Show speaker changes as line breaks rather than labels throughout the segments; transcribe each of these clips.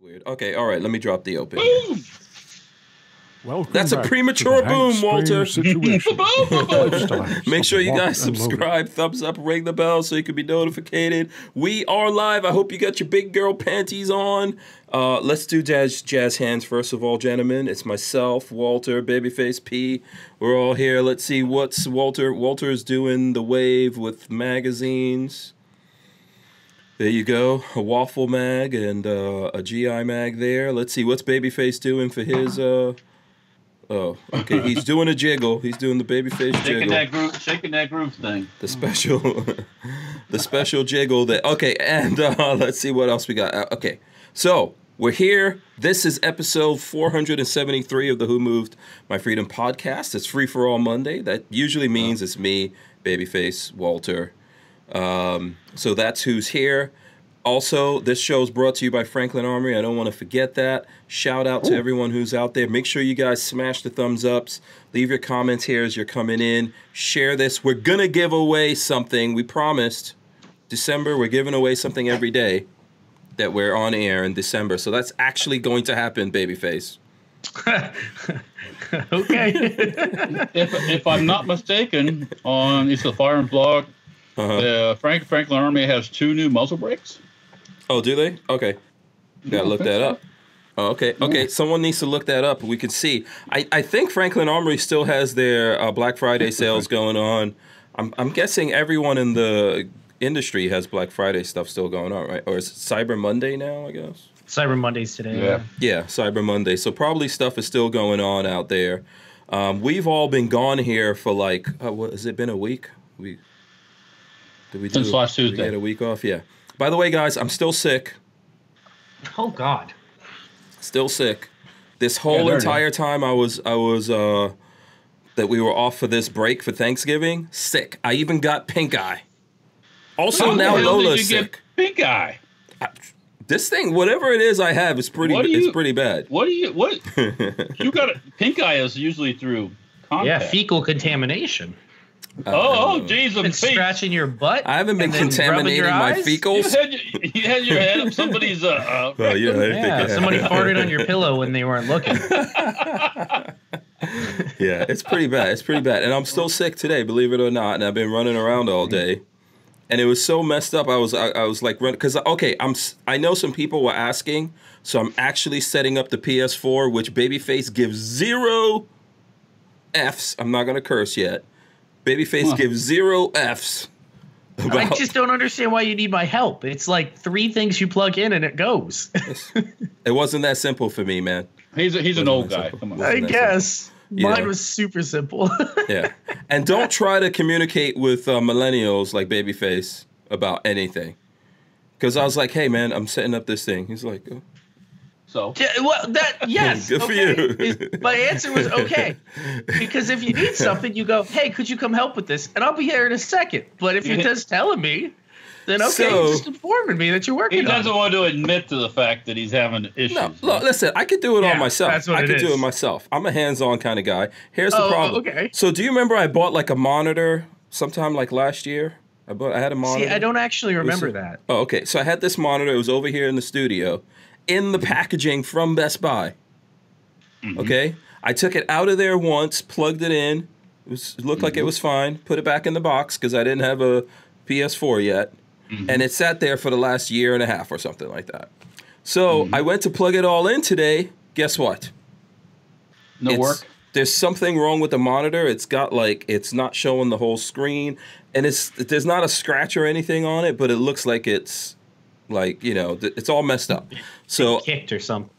weird. Okay, all right. Let me drop the open.
Welcome
That's a
back to
premature
the
boom,
Hank
Walter.
Strange situation. Lifestyle,
Make sure you
something
guys
locked and loaded.
subscribe, thumbs up, ring the bell so you can be notified. We are live. I hope you got your big girl panties on. Uh, let's do jazz jazz hands first of all, gentlemen. It's myself, Walter, Babyface P. We're all here. Let's see what's Walter. Walter's doing the wave with magazines. There you go, a waffle mag and uh, a GI mag there. Let's see what's Babyface doing for his. Uh... Oh, okay. He's doing a jiggle. He's doing the Babyface
Shaking
jiggle
that groove, shaking that groove thing.
the special the special jiggle that okay and uh, let's see what else we got Uh, okay so we're here this is episode 473 of the who moved my freedom podcast it's free for all monday that usually means it's me babyface walter um, so that's who's here also, this show is brought to you by Franklin Armory. I don't want to forget that. Shout out to everyone who's out there. Make sure you guys smash the thumbs ups. Leave your comments here as you're coming in. Share this. We're going to give away something. We promised December, we're giving away something every day that we're on air in December. So that's actually going to happen, babyface.
okay.
If, if I'm not mistaken, on it's the Fire and Blog,
Uh-huh.
the Frank Franklin Army has two new muzzle brakes.
Oh, do they? Okay. Gotta look that up. Oh, okay, okay. Someone needs to look that up. We can see. I, I think Franklin Armory still has their uh, Black Friday sales going on. I'm, I'm guessing everyone in the industry has Black Friday stuff still going on, right? Or is it Cyber Monday now? I guess.
Cyber Mondays today.
Yeah.
Yeah, Cyber Monday. So probably stuff is still going on out there. Um, we've all been gone here for like uh, what has it been a week? We did we
Since
do,
last
did we
Tuesday.
get a week off. Yeah. By the way, guys, I'm still sick.
Oh God.
still sick. This whole
there it is.
entire time I was I was uh that we were off for this break for Thanksgiving, sick. I even got pink eye. Also
How the
now
hell did
Lola's
you get
sick.
Pink eye.
This thing, whatever it is I have, is pretty
What do
it's
you-
pretty bad.
What do you what? you got a, pink eye is usually through
Yeah,
contact.
fecal contamination.
Uh,
Oh, oh, geez, the
It's
feet.
scratching your butt.
I haven't been
and then rubbing
contaminating
your
my
eyes?
You
fecals.
had, your- you had your head up somebody's. Uh, uh,
Oh, yeah, I think I
Yeah,
have.
somebody farted on your pillow when they weren't looking.
yeah, it's pretty bad. It's pretty bad. And I'm still sick today, believe it or not. And I've been running around all
Mm-hmm.
day. And it was so messed up. I was I, I was like running cuz okay, I'm s- I know some people were asking, so I'm actually setting up the PS4 which Babyface gives 0 Fs. I'm not going to curse yet. Babyface gives 0 Fs.
I
About,
just don't understand why you need my help. It's like three things you plug in and it goes.
it wasn't that simple for me, man.
he's a, he's an old guy. Come on.
I
That's
guess. Mine
Yeah.
was super simple.
Yeah. And don't try to communicate with uh, millennials like Babyface about anything. Because I was like, hey, man, I'm setting up this thing. He's like, oh,
So
Yeah, well, that yes,
Good for
okay.
you.
Is- My answer was okay, because if you need something, you go, "Hey, could you come help with this?" And I'll be here in a second. But if you're just telling me, then okay,
So-
you're just informing me that you're
he
working.
doesn't
on
want to admit to the fact that he's having issues.
no, look, listen, I could do it all
Yeah,
myself.
that's what
I
it
could do
is.
it myself. I'm a hands on kind of guy. Here's the
Oh,
problem.
okay.
So, do you remember I bought like a monitor sometime like last year? I bought, I had a
it.
monitor.
See, I don't actually remember that.
Oh, okay. So I had this monitor. It was over here in the studio, in the packaging from Best Buy.
Mm-hmm.
Okay. I took it out of there once, plugged it in. It, was, it looked
Mm-hmm.
like it was fine. Put it back in the box because I didn't have a PS4 yet,
Mm-hmm.
and it sat there for the last year and a half or something like that. So
Mm-hmm.
I went to plug it all in today. Guess what?
no
It's-
work.
There's something wrong with the monitor. It's got like it's not showing the whole screen, and it's there's not a scratch or anything on it, but it looks like it's like you know th- it's all messed up. So
Kicked or something.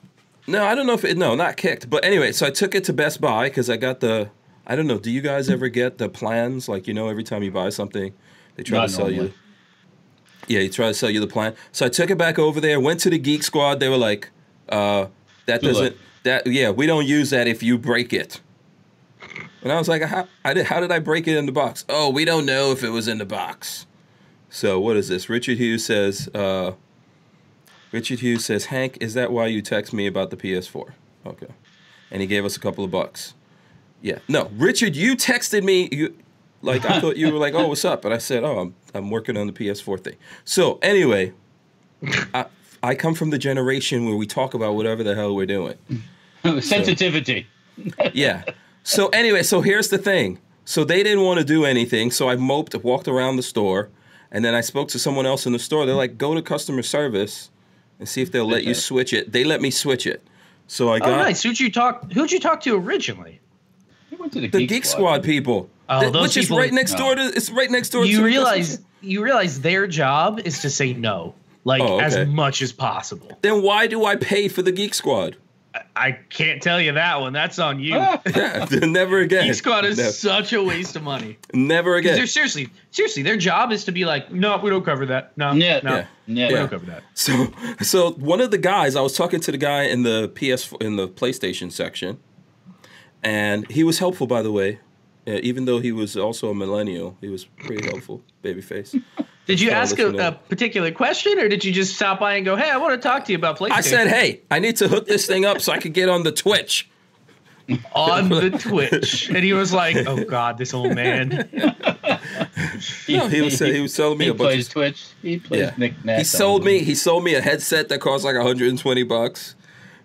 no, I don't know if it no not kicked, but anyway, so I took it to Best Buy because I got the I don't know. Do you guys ever get the plans? Like you know, every time you buy something, they try
Not
to sell you.
normally.
Yeah, you try to sell you the plan. So I took it back over there. Went to the Geek Squad. They were like, uh, "That
Too late.
doesn't that yeah, we don't use that if you break it." And I was like, "How I did, how did I break it in the box?" Oh, we don't know if it was in the box. So what is this? Richard Hughes says. Uh, Richard Hughes says, "Hank, is that why you text me about the PS4?" Okay, and he gave us a couple of bucks. Yeah. No, Richard, you texted me. You, like I thought you were like, oh, what's up? And I said, oh, I'm I'm working on the PS4 thing. So anyway, I, I come from the generation where we talk about whatever the hell we're doing.
Sensitivity.
yeah. So anyway, so here's the thing. So they didn't want to do anything. So I moped, walked around the store, and then I spoke to someone else in the store. They're like, "Go to customer service and see if they'll let you switch it." They let me switch it. So I
Oh,
got
nice. Who'd you talk? Who'd you talk to originally?
We went to the,
the Geek, Squad people,
Oh,
th-
those
which
people-
is right next
no.
door to. It's right next door. to
You
the customer
realize you realize their job is to say no, like
Oh, okay.
as much as possible.
then why do I pay for the Geek Squad?
I can't tell you that one. That's on you.
Ah,
Yeah, never again.
Geek Squad is
Ne-
such a waste of money.
never
Because
again.
they're seriously, seriously, their job is to be like, no, we don't cover that. No,
Yeah.
no,
Yeah.
yeah.
we don't cover that.
So, so one of the guys, I was talking to the guy in the PS in the PlayStation section, and he was helpful, by the way. Uh, even though he was also a millennial, he was pretty helpful, babyface.
Did you
Yeah,
ask a,
listen
a
up.
particular question, or did you just stop by and go, "Hey, I want to talk to you about PlayStation"?
I said, "Hey, I need to hook this thing up so I could get on the Twitch."
on the Twitch, and he was like, "Oh God, this old man."
No, he was he was selling me
He
a bunch.
plays
of,
Twitch. He plays
yeah,
Nick Nash.
he sold me he sold me a headset that cost like 120 bucks.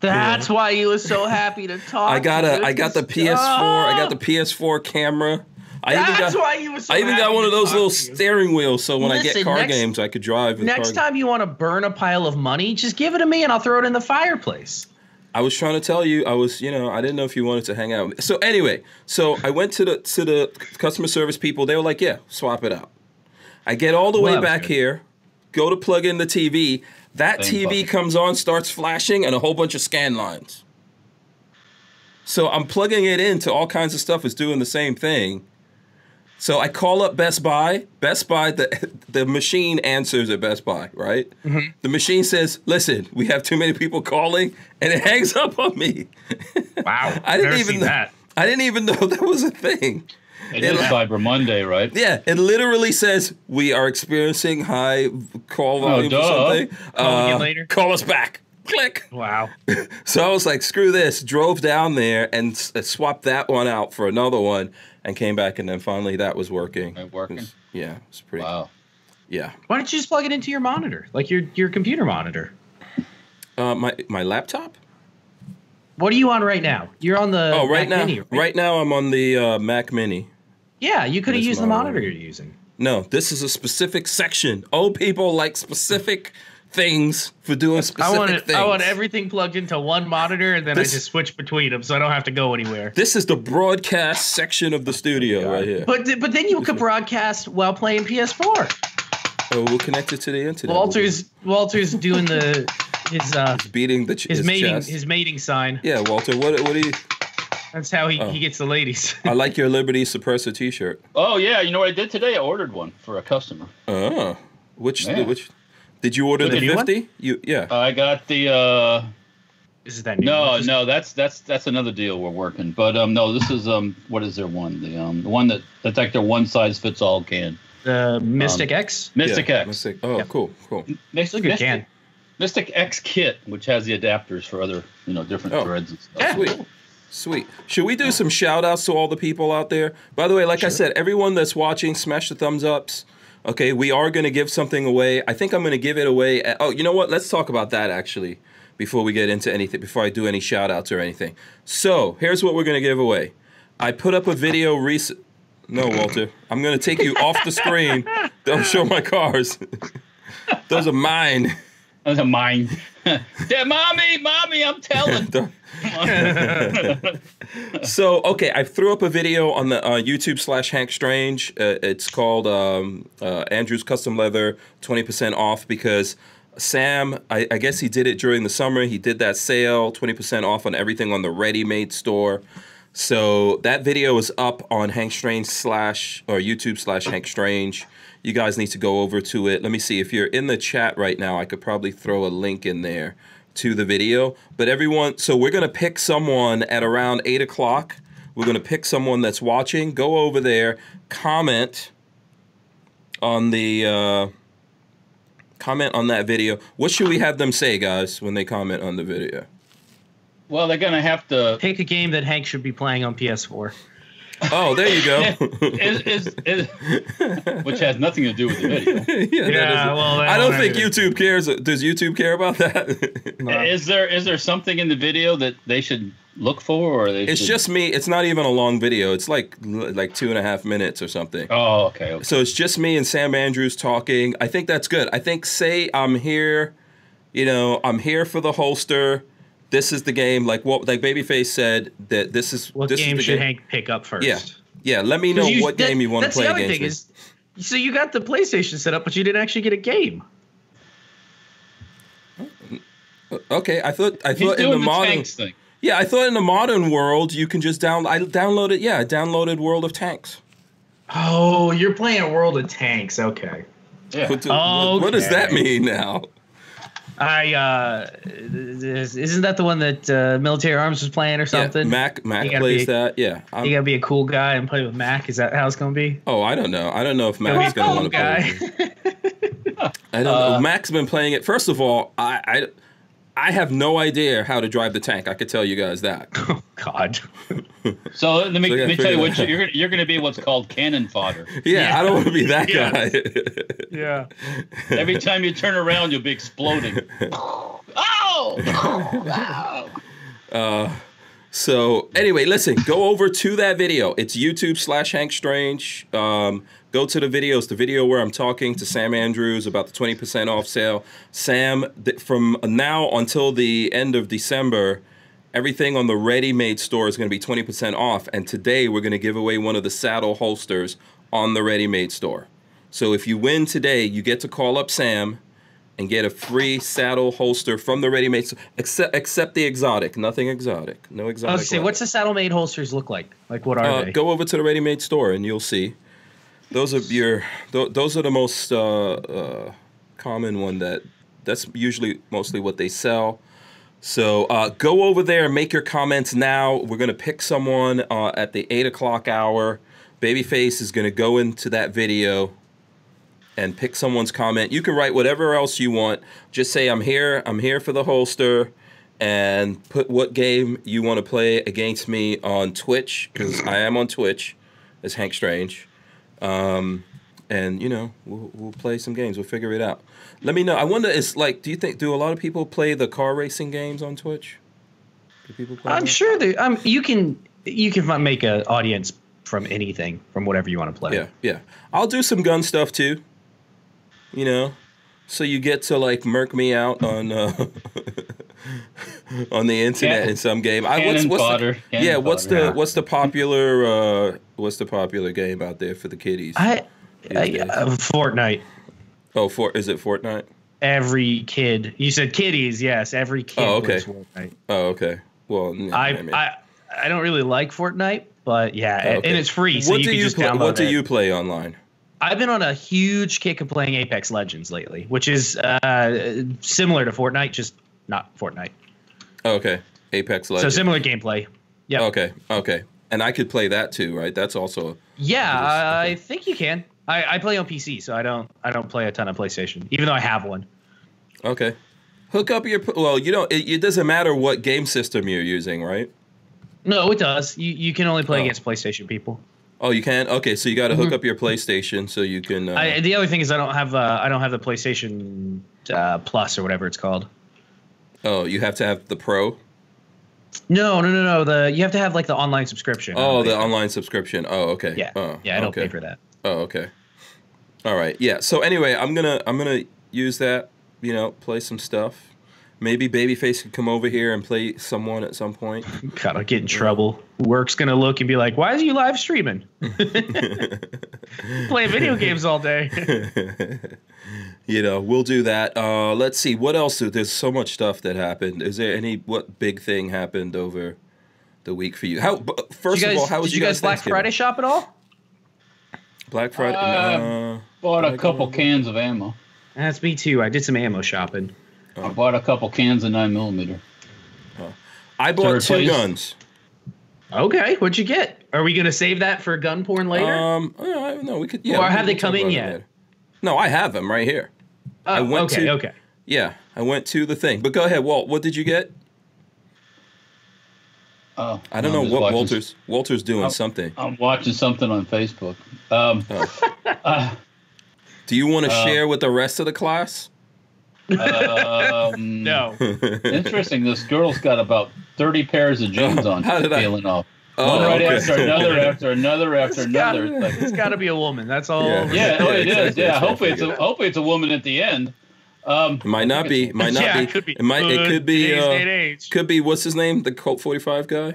That's why he was so happy to talk.
I got
to
a I got the
us.
PS4. I got the
Ah,
PS4 camera. I even
That's
got
why he was. So
I even got
happy
one of
to
those
talk
little
to you.
steering wheels, so when I
Listen,
get car
next-
games, I could drive. in
Next
car
time you want to burn a pile of money, just give it to me and I'll throw it in the fireplace.
I was trying to tell you, I was, you know, I didn't know if you wanted to hang out. with me. So anyway, so I went to the to the customer service people. They were like, "Yeah, swap it out." I get all the
Well,
way
that was
back
good.
here, go to plug in the TV. That
Same
TV
button.
comes on, starts flashing, and a whole bunch of scan lines. So I'm plugging it into all kinds of stuff. It's doing the same thing. So I call up Best Buy. Best Buy, the the machine answers at Best Buy, right?
Mm-hmm.
The machine says, "Listen, we have too many people calling," and it hangs up on me.
Wow,
I didn't even know, I didn't even know that was a thing.
It is
Yeah.
Cyber Monday, right?
Yeah, it literally says we are experiencing high call volume or
Oh, duh.
something.
Call you
Uh,
later."
Call us back. Click.
Wow,
So I was like, screw this. Drove down there and s- uh, swapped that one out for another one, and came back, and then finally that was working.
It working?
It's- yeah, it's pretty.
Wow.
Yeah,
why don't you just plug it into your monitor, like your your computer monitor?
uh, my my laptop.
What are you on right now? You're on the
Oh, right
Mac
now,
Mini, right?
right now I'm on the uh, Mac Mini.
Yeah, you could have
This
used the
monitor.
monitor you're using.
No, this is a specific section. Old people like specific things for doing specific
I want it,
things.
I want everything plugged into one monitor, and then
This-
I just switch between them, so I don't have to go anywhere.
This is the broadcast section of the studio right here.
But th- but then you could broadcast while playing PS4.
Oh, we'll connect it to the internet.
Walter's Walter's doing the his uh
We'll be beating the ch-
his,
his,
mating
chest.
his mating sign.
yeah, Oh. Walter. What? What do you?
That's how he, he gets the ladies.
I like your Liberty Suppressor T-shirt.
Oh yeah, you know what I did today? I ordered one for a customer.
Uh, which?
Yeah.
Which? Did you order
Look
the
at you.
fifty? You yeah.
I got the uh
Is that new?
no,
This is-
no, that's that's that's another deal we're working. But um no, this is um what is their one? The um the one that that's like their one size fits all can.
The Mystic X.
Mystic
yeah,
X.
Mystic. Oh, cool, cool.
Mystic,
Look at
Mystic-
can.
Mystic X kit, which has the adapters for other, you know, different
Oh.
threads and stuff.
Yeah.
Sweet. Sweet. Should we do some shout outs to all the people out there? By the way, like I said, everyone that's watching, smash the thumbs ups. Okay, we are going to give something away. I think I'm going to give it away. At, oh, you know what? Let's talk about that actually before we get into anything, before I do any shout outs or anything. So, here's what we're going to give away. I put up a video recent. No, Walter. I'm going to take you off the screen. Don't show my cars. Those are mine.
That's a mine. Dad, mommy, mommy, I'm telling.
Don't- so okay, I threw up a video on the uh, YouTube slash Hank Strange. Uh, it's called um, uh, Andrew's Custom Leather, twenty percent off because Sam, I, I guess he did it during the summer. He did that sale, twenty percent off on everything on the Ready Made store. So that video is up on Hank Strange slash or YouTube slash Hank Strange. You guys need to go over to it. Let me see if you're in the chat right now. I could probably throw a link in there to the video. But everyone, so we're gonna pick someone at around eight o'clock. We're gonna pick someone that's watching. Go over there, comment on the uh, comment on that video. What should we have them say, guys, when they comment on the video?
well, they're gonna have to
Pick a game that Hank should be playing on PS4.
Oh, there you go.
Is- is- is- which has nothing to do with the video.
yeah, that
Yeah,
is-
well, that
I don't
one
think
is-
YouTube cares. Does YouTube care about that?
Is there is there something in the video that they should look for, or they?
it's
should-
just me. It's not even a long video. It's like like two and a half minutes or something.
Oh, okay. okay.
So it's just me and Sam Andrews talking. I think that's good. I think say I'm here, you know, I'm here for the holster. This is the game. Like what like Babyface said that this is
What
this
game
is
should
the game.
Hank pick up first?
Yeah. Yeah, let me know what
that-
game you want to
that's
play
the other
against
thing
me.
is so you got the playstation set up but you didn't actually get a game
okay, I thought I
He's
thought in
doing
the,
the,
modern
tanks thing.
Yeah, I thought in the modern world you can just down I downloaded yeah, I downloaded World of Tanks.
oh you're playing world of tanks okay
Yeah.
What, do- what- what does that
Okay.
mean now?
i uh is- isn't that the one that uh, military arms was playing or something
Yeah, Mac Mac
You gotta
plays
be-
that. Yeah. I'm-
you gotta be a cool guy and play with mac is that how it's gonna be
oh, I don't know. I don't know if
Gotta be
Mac's
a
gonna
cool
want to play. with
guy
me. I don't know.
Uh,
Mac's been playing it. First of all, I, I I have no idea how to drive the tank. I could tell you guys that.
oh god
So
So, yeah,
let me, let me
figure
tell you
that
what
out.
you're gonna- you're going to be what's called cannon fodder.
Yeah, I don't want to be that
Yeah.
guy.
yeah
Every time you turn around, you'll be exploding. oh! Wow.
so anyway, listen. Go over to that video. It's YouTube slash Hank Strange. Um, go to the videos. The video where I'm talking to Sam Andrews about the 20% off sale. Sam, th- from now until the end of December. Everything on the ready made store is going to be 20% off. And today we're going to give away one of the saddle holsters on the ready made store. So if you win today, you get to call up Sam and get a free saddle holster from the ready made store, except, except the exotic. Nothing exotic. No exotic.
i was say
leather.
what's the saddle made holsters look like like what are
uh,
they
Go over to the ready made store and you'll see. Those are your. tho- those are the most uh, uh, common one that. That's usually mostly what they sell. So uh, go over there and make your comments now. We're going to pick someone uh, at the 8 o'clock hour. Babyface is going to go into that video and pick someone's comment. You can write whatever else you want. Just say, I'm here. I'm here for the holster. And put what game you want to play against me on Twitch, because I am on Twitch as Hank Strange. Um, and, you know, we'll, we'll play some games. We'll figure it out. Let me know. I wonder, is like, do you think, do a lot of people play the car racing games on Twitch? Do people play
i'm
that?
sure they um you can you can make an audience from anything from whatever you want to play
Yeah, yeah. I'll do some gun stuff too. You know, so you get to like murk me out on uh, on the internet
Cannon-
in some game. I,
Cannon
the,
fodder. Cannon
yeah, what's
fodder.
the what's the popular uh, what's the popular game out there for the kiddies?
I, I
days.
uh, Fortnite.
oh, for is it Fortnite?
Every kid. You said kiddies, yes. Every kid.
Oh, okay.
plays Fortnite.
Oh, okay. Well, no,
I,
mean-
I I don't really like Fortnite, but yeah,
Oh, okay.
and it's free, so
what
you
do
can
you
just
play,
download
what do
it.
you play online?
I've been on a huge kick of playing Apex Legends lately, which is uh, similar to Fortnite, just not Fortnite.
Oh, okay, Apex
So
Legends.
similar gameplay. Yeah.
okay, okay, and I could play that too, right? That's also
Yeah,
It is,
I
okay.
think you can. I, I play on PC, so I don't I don't play a ton on PlayStation, even though I have one.
Okay. Hook up your well. You don't. It, it doesn't matter what game system you're using, right?
No, it does. You you can only play
Oh.
against PlayStation people.
Oh, you can. Okay, so you got to hook up your PlayStation so you can. Uh,
Mm-hmm. I, the other thing is I don't have uh, I don't have the PlayStation uh, Plus or whatever it's called.
oh, you have to have the Pro.
No, no, no, no. The you have to have like the online subscription.
Oh, the
online.
online subscription. Oh, okay.
yeah,
Oh,
yeah. I don't
okay.
pay for that.
Oh, okay. All right. Yeah. So anyway, I'm gonna I'm gonna use that. You know, play some stuff. Maybe Babyface could come over here and play someone at some point.
God, I'll get in trouble. Work's gonna look and be like, "Why is you live streaming? Playing video games all day."
you know, we'll do that. Uh, let's see what else. There's so much stuff that happened. Is there any what big thing happened over the week for you? How b-
Did
first
you guys,
of all, how was
did you guys Black Friday
Thanksgiving?
shop at all?
Black Friday.
Uh,
no.
Bought a couple cans of ammo.
That's me too. I did some ammo shopping.
Oh.
I bought a couple cans of 9mm.
I bought
to
two
replace-
guns.
Okay, what'd you get? Are we gonna save that for gun porn later?
Um, I don't know. We could. Yeah.
Or
we
have
can
they
talk
come in
about it
yet?
later. No, I have them right here.
Oh,
I went
okay,
to-
okay.
Yeah, I went to the thing. But go ahead, Walt. What did you get?
Uh, Oh,
I don't know
I'm just
what
watching-
Walter's Walter's doing
Oh.
something.
I'm watching something on Facebook. Um, uh,
Do you want to
Uh,
share with the rest of the class? Oh,
um,
No.
Interesting. This girl's got about 30 pairs of jeans on
How did I-
peeling off.
Oh,
One right
okay.
after another after another after
It's gotta-
another. It's like,
it's got to be a woman. That's all.
Yeah.
over
yeah,
it.
oh,
Yeah,
it is.
exactly.
Yeah,
That's what I
hopefully it's a,
figured.
hopefully it's a woman at the end. Um,
It might not be. Might not
yeah,
be.
It could be.
It might. It could be.
Today's day and
Uh,
age.
could be. What's his name? The Colt Forty Five guy.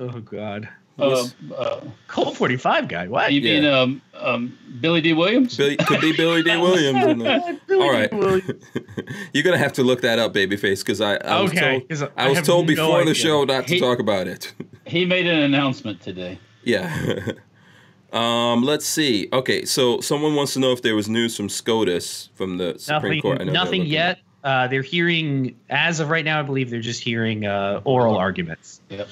oh God.
uh, uh,
Colt 45 guy. What?
you
Yeah.
mean um, um, Billy D. Williams?
Billy, could be Billy D. Williams. in there. All right. You're gonna have to look that up, babyface, because I, I was
Okay,
told
'cause I
I was
have
told
no
before the
idea.
show not to
He-
talk about it.
He made an announcement today.
yeah. um. Let's see. Okay. So someone wants to know if there was news from SCOTUS from the Supreme
Nothing,
Court. I know they're
nothing
looking-
yet. Uh, they're hearing, as of right now, I believe they're just hearing uh, oral arguments,
Yep.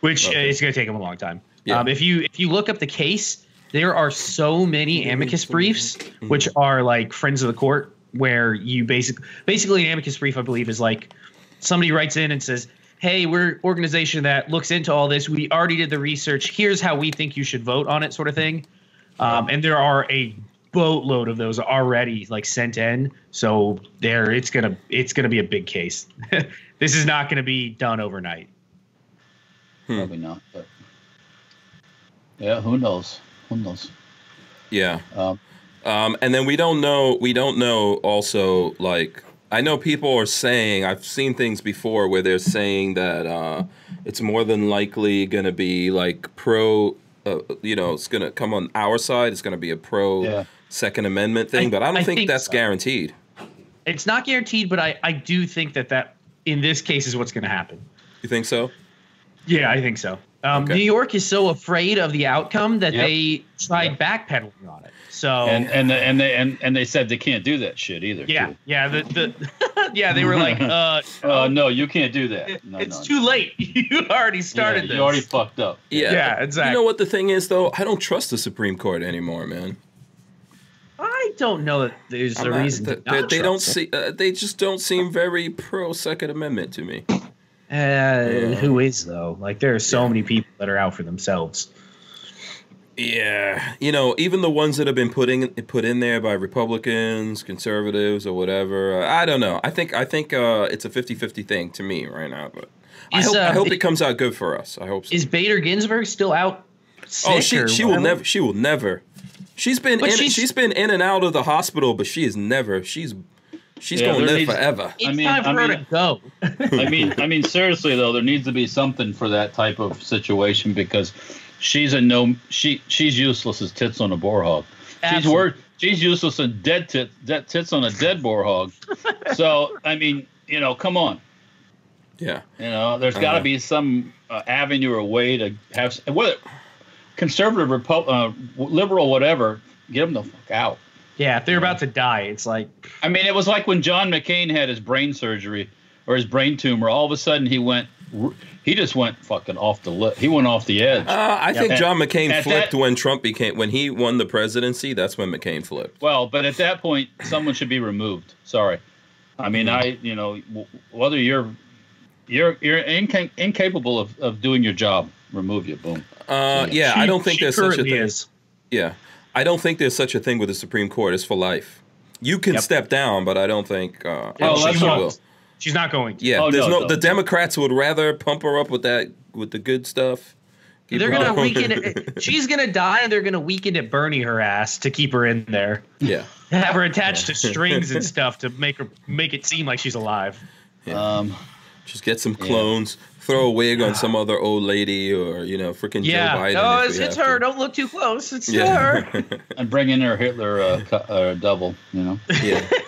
which
Okay.
uh, is going to take them a long time.
Yeah.
Um, if you if you look up the case, there are so
Mm-hmm.
many amicus briefs, which are like friends of the court, where you basic basically an amicus brief, I believe, is like somebody writes in and says, "Hey, we're organization that looks into all this. We already did the research. Here's how we think you should vote on it," sort of thing. Um, and there are a boatload of those already like sent in. So there, it's gonna it's gonna be a big case. this is not gonna be done overnight.
Probably not. But yeah, who knows? Who knows?
Yeah.
Um,
Um, and then we don't know. We don't know. Also, like I know people are saying. I've seen things before where they're saying that uh, it's more than likely going to be like pro. Uh, you know, it's going to come on our side. It's going to be a pro
Yeah.
Second Amendment thing.
I-
but I don't
I
think,
think
that's
so.
guaranteed.
It's not guaranteed, but I I do think that that in this case is what's gonna happen.
You think so?
Yeah, I think so. Um,
Okay.
New York is so afraid of the outcome that
Yep.
they tried
Yep.
backpedaling on it. So
and and and they and, and they said they can't do that shit either.
yeah,
too.
yeah, the, the yeah they were like, uh,
Uh, no, you can't do that. No,
it's
no,
too late. you already started
yeah,
this.
You already fucked up.
Yeah.
Yeah,
You
exactly.
know what the thing is though? I don't trust the Supreme Court anymore, man.
I don't know that there's
I'm
a
not-
reason.
th-
to
they,
not
they don't
trust it.
see. Uh, they just don't seem very pro Second Amendment to me.
Uh, Who is though? Like there are so many people that are out for themselves.
Yeah, you know, even the ones that have been putting put in there by Republicans, conservatives, or whatever. uh, I don't know. I think I think uh, it's a 50-50 thing to me right now. But I
Is,
hope, I
uh,
hope it comes out good for us. I hope so.
Is Bader Ginsburg still out? Sick
oh, she
or
she will
whatever?
never. She will never. She's been in,
But
she's,
she's-
she's been in and out of the hospital, but she is never. She's she's
Yeah,
gonna live
there needs-
forever.
It's
I mean-
time for
I
her
mean-
to go.
I mean, I mean, seriously though, there needs to be something for that type of situation because she's a no. She she's useless as tits on a boar hog. She's
Absolutely.
worth. She's useless as dead tits. Dead tits on a dead boar hog. so I mean, you know, come on.
Yeah,
You know, there's got to
Uh-huh.
be some uh, avenue or way to have s- whether conservative, Repu- uh, liberal, whatever. Get them the fuck out.
Yeah, if they're about to die, it's like
I mean, it was like when John McCain had his brain surgery or his brain tumor. All of a sudden, he went. He just went fucking off the. Li- he went off the edge.
uh, I think
At-
John McCain
at
flipped
that-
when Trump became when he won the presidency. That's when McCain flipped.
Well, but at that point, someone should be removed. Sorry, I mean, I you know w- whether you're you're you're inca- incapable of, of doing your job, remove you. Boom.
Uh, yeah, I
she-
don't think
she
there's such a
currently
thing.
Is.
Yeah. I don't think there's such a thing with the Supreme Court. It's for life. You can
Yep.
step down, but I don't think. Uh, I
Oh,
don't
that's
think you
what-
will.
She's not going. To.
Yeah,
Oh,
there's
no,
no, The
no.
Democrats would rather pump her up with that with the good stuff. Keep
They're
her
gonna
on.
weaken. It. She's gonna die, and they're gonna weaken it, Bernie her ass to keep her in there,
yeah,
have her attached to strings and stuff to make her make it seem like she's alive.
Yeah.
Um,
just get some clones, throw a wig on some other old lady, or you know, freaking Joe
Yeah.
Biden.
No,
if
Oh, it's,
we
it's
have
her.
to.
Don't look too close. It's
Yeah.
her.
and bring in her Hitler uh, co- uh, double. You know.
yeah.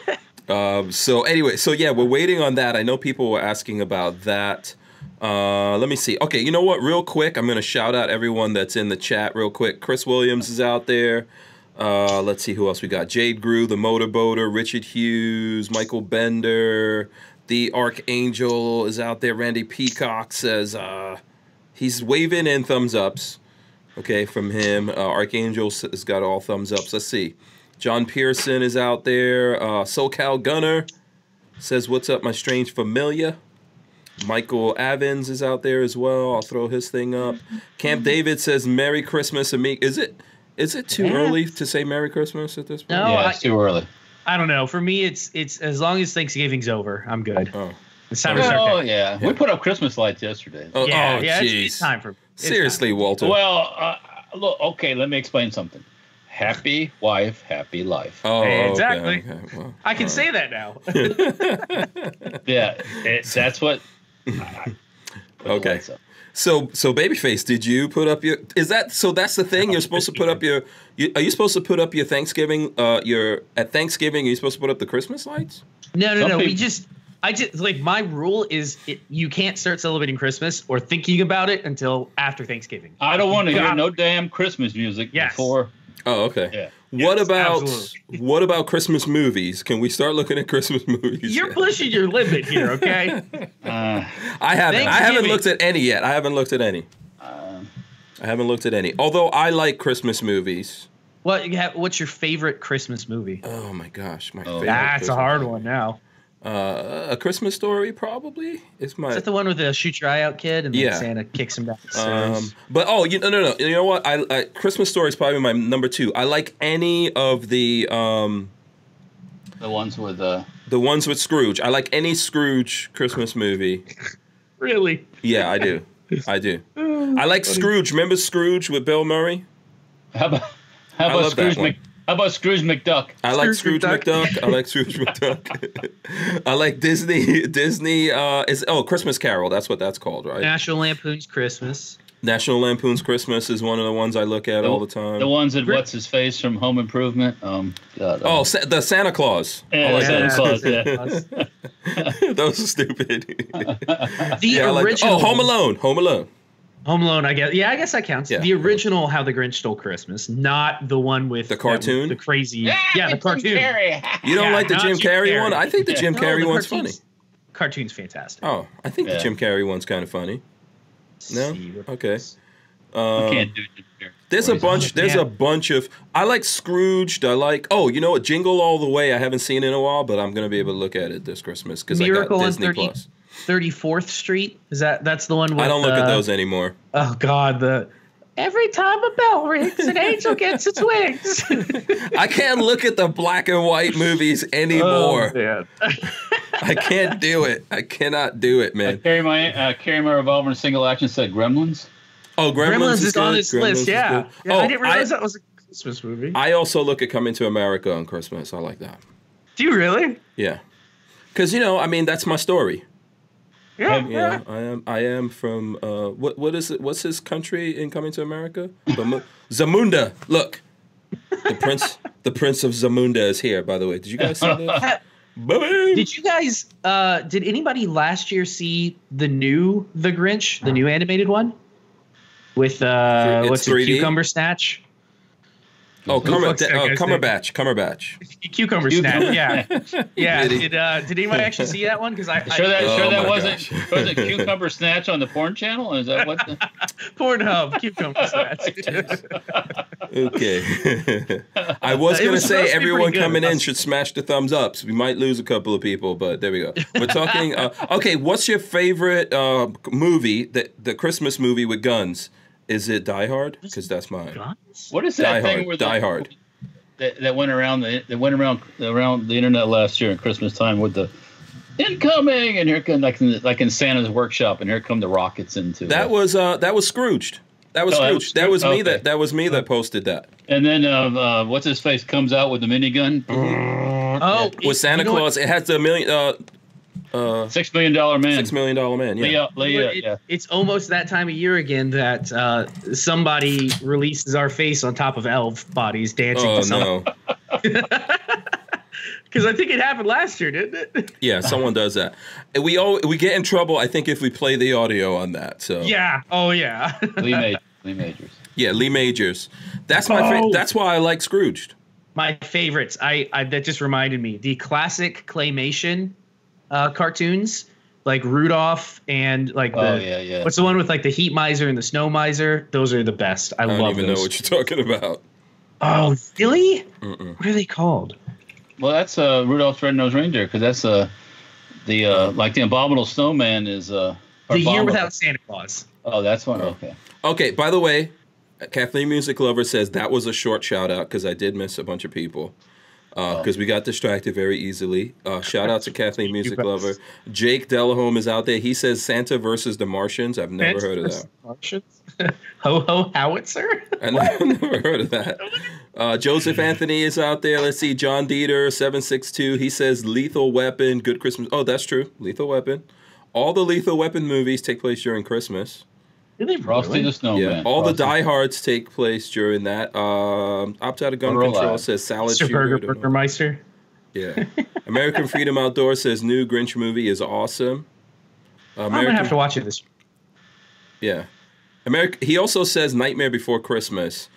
Um, so anyway, so yeah, we're waiting on that. I know people were asking about that. Uh, let me see. Okay, you know what? Real quick, I'm gonna shout out everyone that's in the chat. Real quick, Chris Williams is out there. Uh, let's see who else we got. Jade Grew, the motorboater, Richard Hughes, Michael Bender, the Archangel is out there. Randy Peacock says uh, he's waving in thumbs ups. Okay, from him. Uh, Archangel s- has got all thumbs ups. Let's see. John Pearson is out there. Uh, SoCal Gunner says, "What's up, my strange familiar?" Michael Avins is out there as well. I'll throw his thing up. Camp David says Merry Christmas, Amik. Is it is it too
Yeah.
early to say Merry Christmas at this point?
No,
yeah,
I-
it's too early.
I don't know. For me, it's it's as long as Thanksgiving's over, I'm good.
Oh.
It's time to start.
Oh
packing.
yeah. we put up Christmas lights yesterday.
Oh,
yeah,
oh,
yeah, it's,
jeez.
it's time for it's time.
Seriously, Walter.
Well, uh, look. Okay, let me explain something. Happy wife, happy life.
oh, okay,
Exactly.
okay, well,
I can
all
say that now.
right.
Yeah, it, that's what. put the
Okay.
lights up.
so, so babyface, did you put up your? Is that so? That's the thing. You're supposed to put up your. You, are you supposed to put up your Thanksgiving? Uh, your at Thanksgiving, are you supposed to put up the Christmas lights?
No, no,
Some
no. We
people-
just, I just like my rule is it, you can't start celebrating Christmas or thinking about it until after Thanksgiving.
I don't want to hear
God.
no damn Christmas music
Yes.
before.
Oh, okay.
Yeah.
What
Yes,
about
absolutely.
what about Christmas movies? Can we start looking at Christmas movies?
You're
yet?
pushing your limit here, okay?
Uh,
I haven't. I haven't
Thanksgiving.
looked at any yet. I haven't looked at any.
uh,
I haven't looked at any. Although I like Christmas movies.
what you have- What's your favorite Christmas movie?
Oh my gosh, my
Oh.
favorite
That's a
Christmas
hard
movie.
one. Now,
Uh, a Christmas Story probably is my.
is that the one with the shoot your eye out kid and then
Yeah.
Santa kicks him down the stairs?
um, but oh, you no no no. You know what? I, I Christmas Story is probably my number two. I like any of the um
the ones with uh,
the ones with Scrooge. I like any Scrooge Christmas movie.
really?
Yeah, I do. I do. I like Scrooge. Remember Scrooge with Bill Murray?
how about
I
how about
love that
Scrooge
one.
Mc, how about Scrooge McDuck?
I like Scrooge
Scrooge
McDuck.
McDuck.
I like Scrooge McDuck. I like Disney. Disney uh, is oh Christmas Carol. That's what that's called, right?
National Lampoon's Christmas.
National Lampoon's Christmas is one of the ones I look at all the time.
The ones that what's his face from Home Improvement. Um, God,
oh,
um,
Sa- the Santa Claus.
Yeah,
I like
Santa Claus,
that. Those are stupid.
The
yeah, I like
original.
Oh, Home Alone. Home Alone.
Home Alone, I guess. Yeah, I guess that counts.
Yeah.
The original How the Grinch Stole Christmas, not the one with
The
that-
cartoon?
the crazy. Yeah, the
it's Jim
cartoon.
Carrey.
You don't
Yeah,
like the
not
Jim
Jim
Carrey
Carrey.
one? I think the
Yeah.
Jim
No,
Carrey
the
one's funny.
cartoon's- Cartoon's fantastic.
Oh, I think the
Yeah.
Jim Carrey one's kind of funny. No?
See what-
Okay.
You
Um,
can't do Jim Carrey.
There's a
Crazy.
bunch. There's
Yeah.
a bunch of. I like Scrooged. I like. Oh, you know what? Jingle All the Way. I haven't seen in a while, but I'm gonna be able to look at it this Christmas because I got
Miracle on
Disney
30
Plus.
34th Street? Is that that's the one with
I don't look
uh,
at those anymore.
Oh god, the Every time a bell rings, an angel gets its wings.
I can't look at the black and white movies anymore.
Oh, man.
I can't do it. I cannot do it,
I
man.
carry my uh, carry my revolver in single action. Said Gremlins.
Oh, Gremlins,
Gremlins is
good.
on this
Gremlins is
list, yeah.
good.
yeah
oh,
I didn't realize
I,
that was a Christmas movie.
I also look at Coming to America on Christmas. I like that.
Do you really?
Yeah, because you know, I mean, that's my story.
Yeah.
Have-
You know, I am. I am from. Uh, what? What is it? What's his country in coming to America? Bamu- Zamunda. Look, the prince. The prince of Zamunda is here. By the way, did you guys see that? Boom.
Did you guys uh did anybody last year see the new The Grinch, the new animated one? With uh
It's
what's it,
3D?
cucumber snatch?
Oh, Cumber,
fuck's that
oh,
guy's
Cumberbatch. Cumberbatch.
Cucumber.
Cucumber snatch, yeah. Yeah.
Did he?
Did uh did anybody actually see that one? Because I, I
Sure that
Oh
sure
my
that wasn't
gosh.
was it cucumber snatch on the porn channel? Is that what? The,
Pornhub, cucumber snatch.
Okay. I was gonna
It was supposed to be
say
pretty
everyone
good.
coming in should smash the thumbs ups. We might lose a couple of people, but there we go. We're talking. Uh, okay, what's your favorite uh, movie? The the Christmas movie with guns. Is it Die Hard? Because that's mine.
Guns?
what is
Die
that thing
Hard.
with
Die
the-
Hard.
that, that went around the that went around around the internet last year at Christmas time with the incoming and here come like in, like in Santa's workshop and here come the rockets into
That
it.
was uh that was Scrooged. That was
Oh, that was
Scrooged. That was me
Scrooge? Okay.
that that was me that posted that.
and then uh, uh, what's his face comes out with the minigun
Uh-huh.
Oh, you-
With Santa
you know what?
Claus, it has the million uh uh
six million dollar man
six million dollar man. Yeah.
Leo,
You know
Leo,
what? It-
yeah
It's almost that time of year again that uh, somebody releases our face on top of elf bodies dancing
Oh
to something.
no.
Because I think it happened last year, didn't it?
Yeah, someone does that. And we all we get in trouble, I think, if we play the audio on that. So
Yeah. Oh, yeah.
Lee, Majors, Lee Majors.
Yeah, Lee Majors. That's my fa-
Oh.
that's why I like Scrooged.
My favorites. I, I that just reminded me the classic claymation uh, cartoons like Rudolph and like the
Oh yeah, yeah.
what's the one with like the heat miser and the snow miser. Those are the best. I,
I don't
love
even
those.
know what you're talking about.
oh, really?
Mm-mm.
What are they called?
Well, that's uh, Rudolph's Red-Nosed Reindeer because that's uh, The uh, like the abominable snowman is uh,
The Year
abominable.
Without Santa Claus.
Oh, that's one. Okay.
Okay, by the way, uh, Kathleen Music Lover says that was a short shout out because I did miss a bunch of people
Oh.
because we got distracted very easily. Uh, shout out to Kathleen Music
bet.
Lover. Jake Delahome is out there. He says Santa versus the Martians. I've never heard of that.
Ho ho howitzer.
I never heard of that. Uh, Joseph Anthony is out there. Let's see. John Dieter, 762. He says Lethal Weapon, Good Christmas. Oh, that's true. Lethal Weapon. All the Lethal Weapon movies take place during Christmas.
Did they
Frosty
really?
the Snowman.
Yeah, all the
Frosty-
diehards take place during that. Um, opt out of gun
We're
control
alive.
says salad
Mr.
shooter.
Burger
don't know.
Burgermeister.
Yeah, American Freedom Outdoors says new Grinch movie is awesome.
I'm
American,
gonna have to watch it this year.
yeah, America. He also says Nightmare Before Christmas.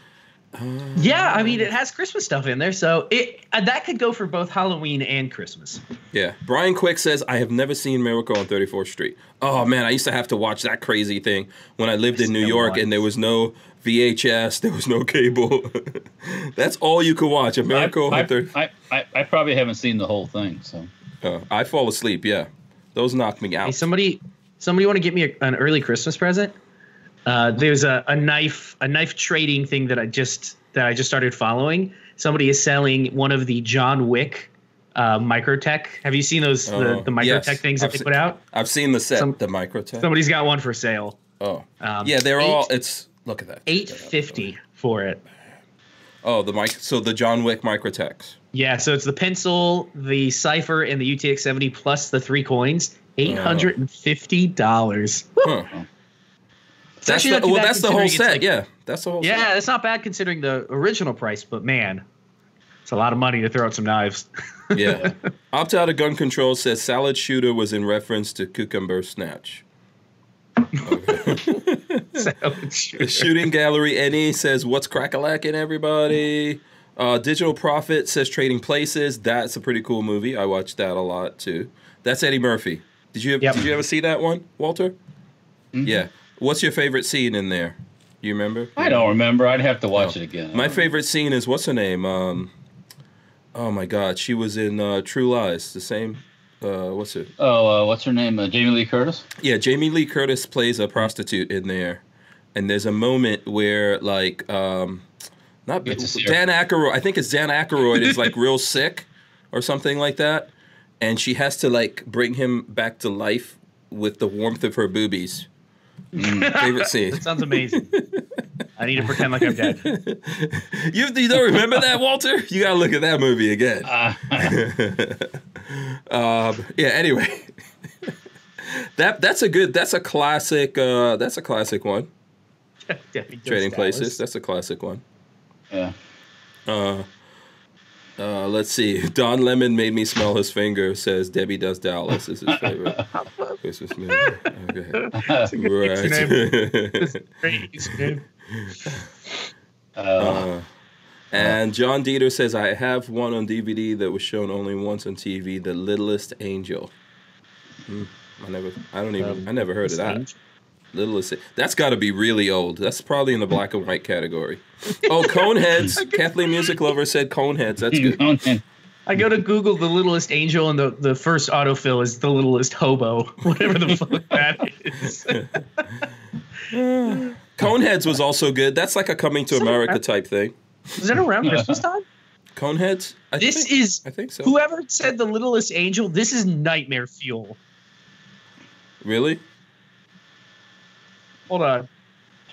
Yeah, I mean it has Christmas stuff in there, so it uh, that could go for both Halloween and Christmas.
Yeah, Brian Quick says I have never seen Miracle on 34th Street. Oh man, I used to have to watch that crazy thing when I lived in New
never
York,
watched.
and there was no VHS, there was no cable. That's all you could watch.
I,
Miracle on 34th.
I, I, I probably haven't seen the whole thing. So
Uh, I fall asleep. Yeah, those knock me out.
Hey, somebody, somebody want to get me a, an early Christmas present? Uh, there's a, a knife, a knife trading thing that I just that I just started following. Somebody is selling one of the John Wick uh, microtech. Have you seen those
Oh,
the, the microtech
yes.
things that
I've
they
se-
put out?
I've seen the set,
Some-
the microtech.
Somebody's got one for sale.
oh,
Um,
yeah, they're all.
eight-
It's look at that.
eight fifty for it.
Oh, the mic. So the John Wick microtechs.
Yeah, so it's the pencil, the cipher, and the UTX seventy plus the three coins.
Oh.
Eight hundred and fifty dollars.
Huh. That's the, well, that's the whole set. yeah, that's the whole.
Yeah,
set.
that's not bad considering the original price, but man, it's a lot of money to throw out some knives.
Yeah. Opt out of gun control says salad shooter was in reference to cucumber snatch.
So,
The shooting gallery NE says what's crackalacking everybody. Uh, Digital Profit says Trading Places. That's a pretty cool movie. I watched that a lot too. That's Eddie Murphy. Did you
Yep.
did you ever see that one, Walter? Yeah. What's your favorite scene in there? You remember?
I don't remember. I'd have to watch it again.
Oh. My favorite scene is what's her name? Um, oh my God, she was in uh, True Lies. The same. Uh, what's it?
Oh, uh, what's her name? Uh, Jamie Lee Curtis.
Yeah, Jamie Lee Curtis plays a prostitute in there, and there's a moment where like um, not
Get to see her.
Dan Aykroyd. I think it's Dan Aykroyd is like real sick or something like that, and she has to like bring him back to life with the warmth of her boobies. Mm, favorite scene.
that sounds amazing. I need to pretend like I'm dead.
You, you don't remember that, Walter? You gotta look at that movie again.
Uh,
Um, yeah. Anyway, that that's a good. That's a classic. Uh, that's a classic one. Trading Places. That's a classic one.
yeah.
Uh, uh, let's see. Don Lemon made me smell his finger. Says Debbie Does Dallas is his favorite Christmas movie. Okay. Right.
Uh,
Uh, and John Dieter says I have one on DVD that was shown only once on TV, The Littlest Angel. Hmm, I never, I don't even, I never heard of that. Littlest. That's got to be really old. That's probably in the black and white category. Oh, Coneheads. Kathleen Music Lover said Coneheads. That's good.
I go to Google the littlest angel, and the, the first autofill is the littlest hobo, whatever the fuck that is.
Coneheads was also good. That's like a coming to
So-
America type thing.
Is that around Christmas time?
Coneheads. I
This
think,
is
I think so.
whoever said the littlest angel. This is nightmare fuel.
really?
Hold on,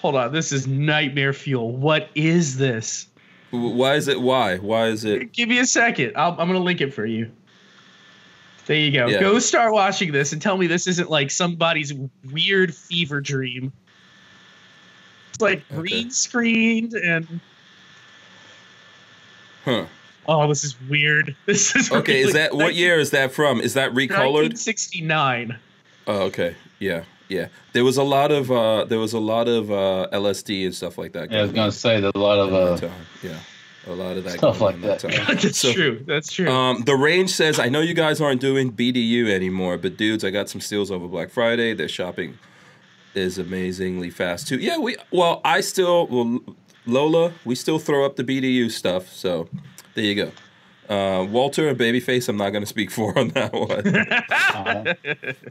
hold on. This is nightmare fuel. What is this?
W- Why is it? Why? Why is it?
Give me a second. I'll, I'm gonna link it for you. There you go.
Yeah.
Go start watching this and tell me this isn't like somebody's weird fever dream. It's like
Okay.
green screened and
Huh.
oh, this is weird. This is
Okay.
really-
Is that what year is that from? Is that recolored?
1969.
Oh, okay. Yeah. Yeah. There was a lot of uh, there was a lot of uh, LSD and stuff like that.
yeah, I was
going
gonna say there's a lot
on at
of
that
uh,
time. Yeah. A lot of that
stuff
going on
like that.
time.
That's
So-
true. That's true.
Um, the range says, I know you guys aren't doing BDU anymore, but dudes, I got some steals over Black Friday. Their shopping is amazingly fast too. Yeah, we well, I still well, Lola, we still throw up the BDU stuff. So there you go. Uh, Walter and Babyface, I'm not going to speak for on that one.
Uh-huh.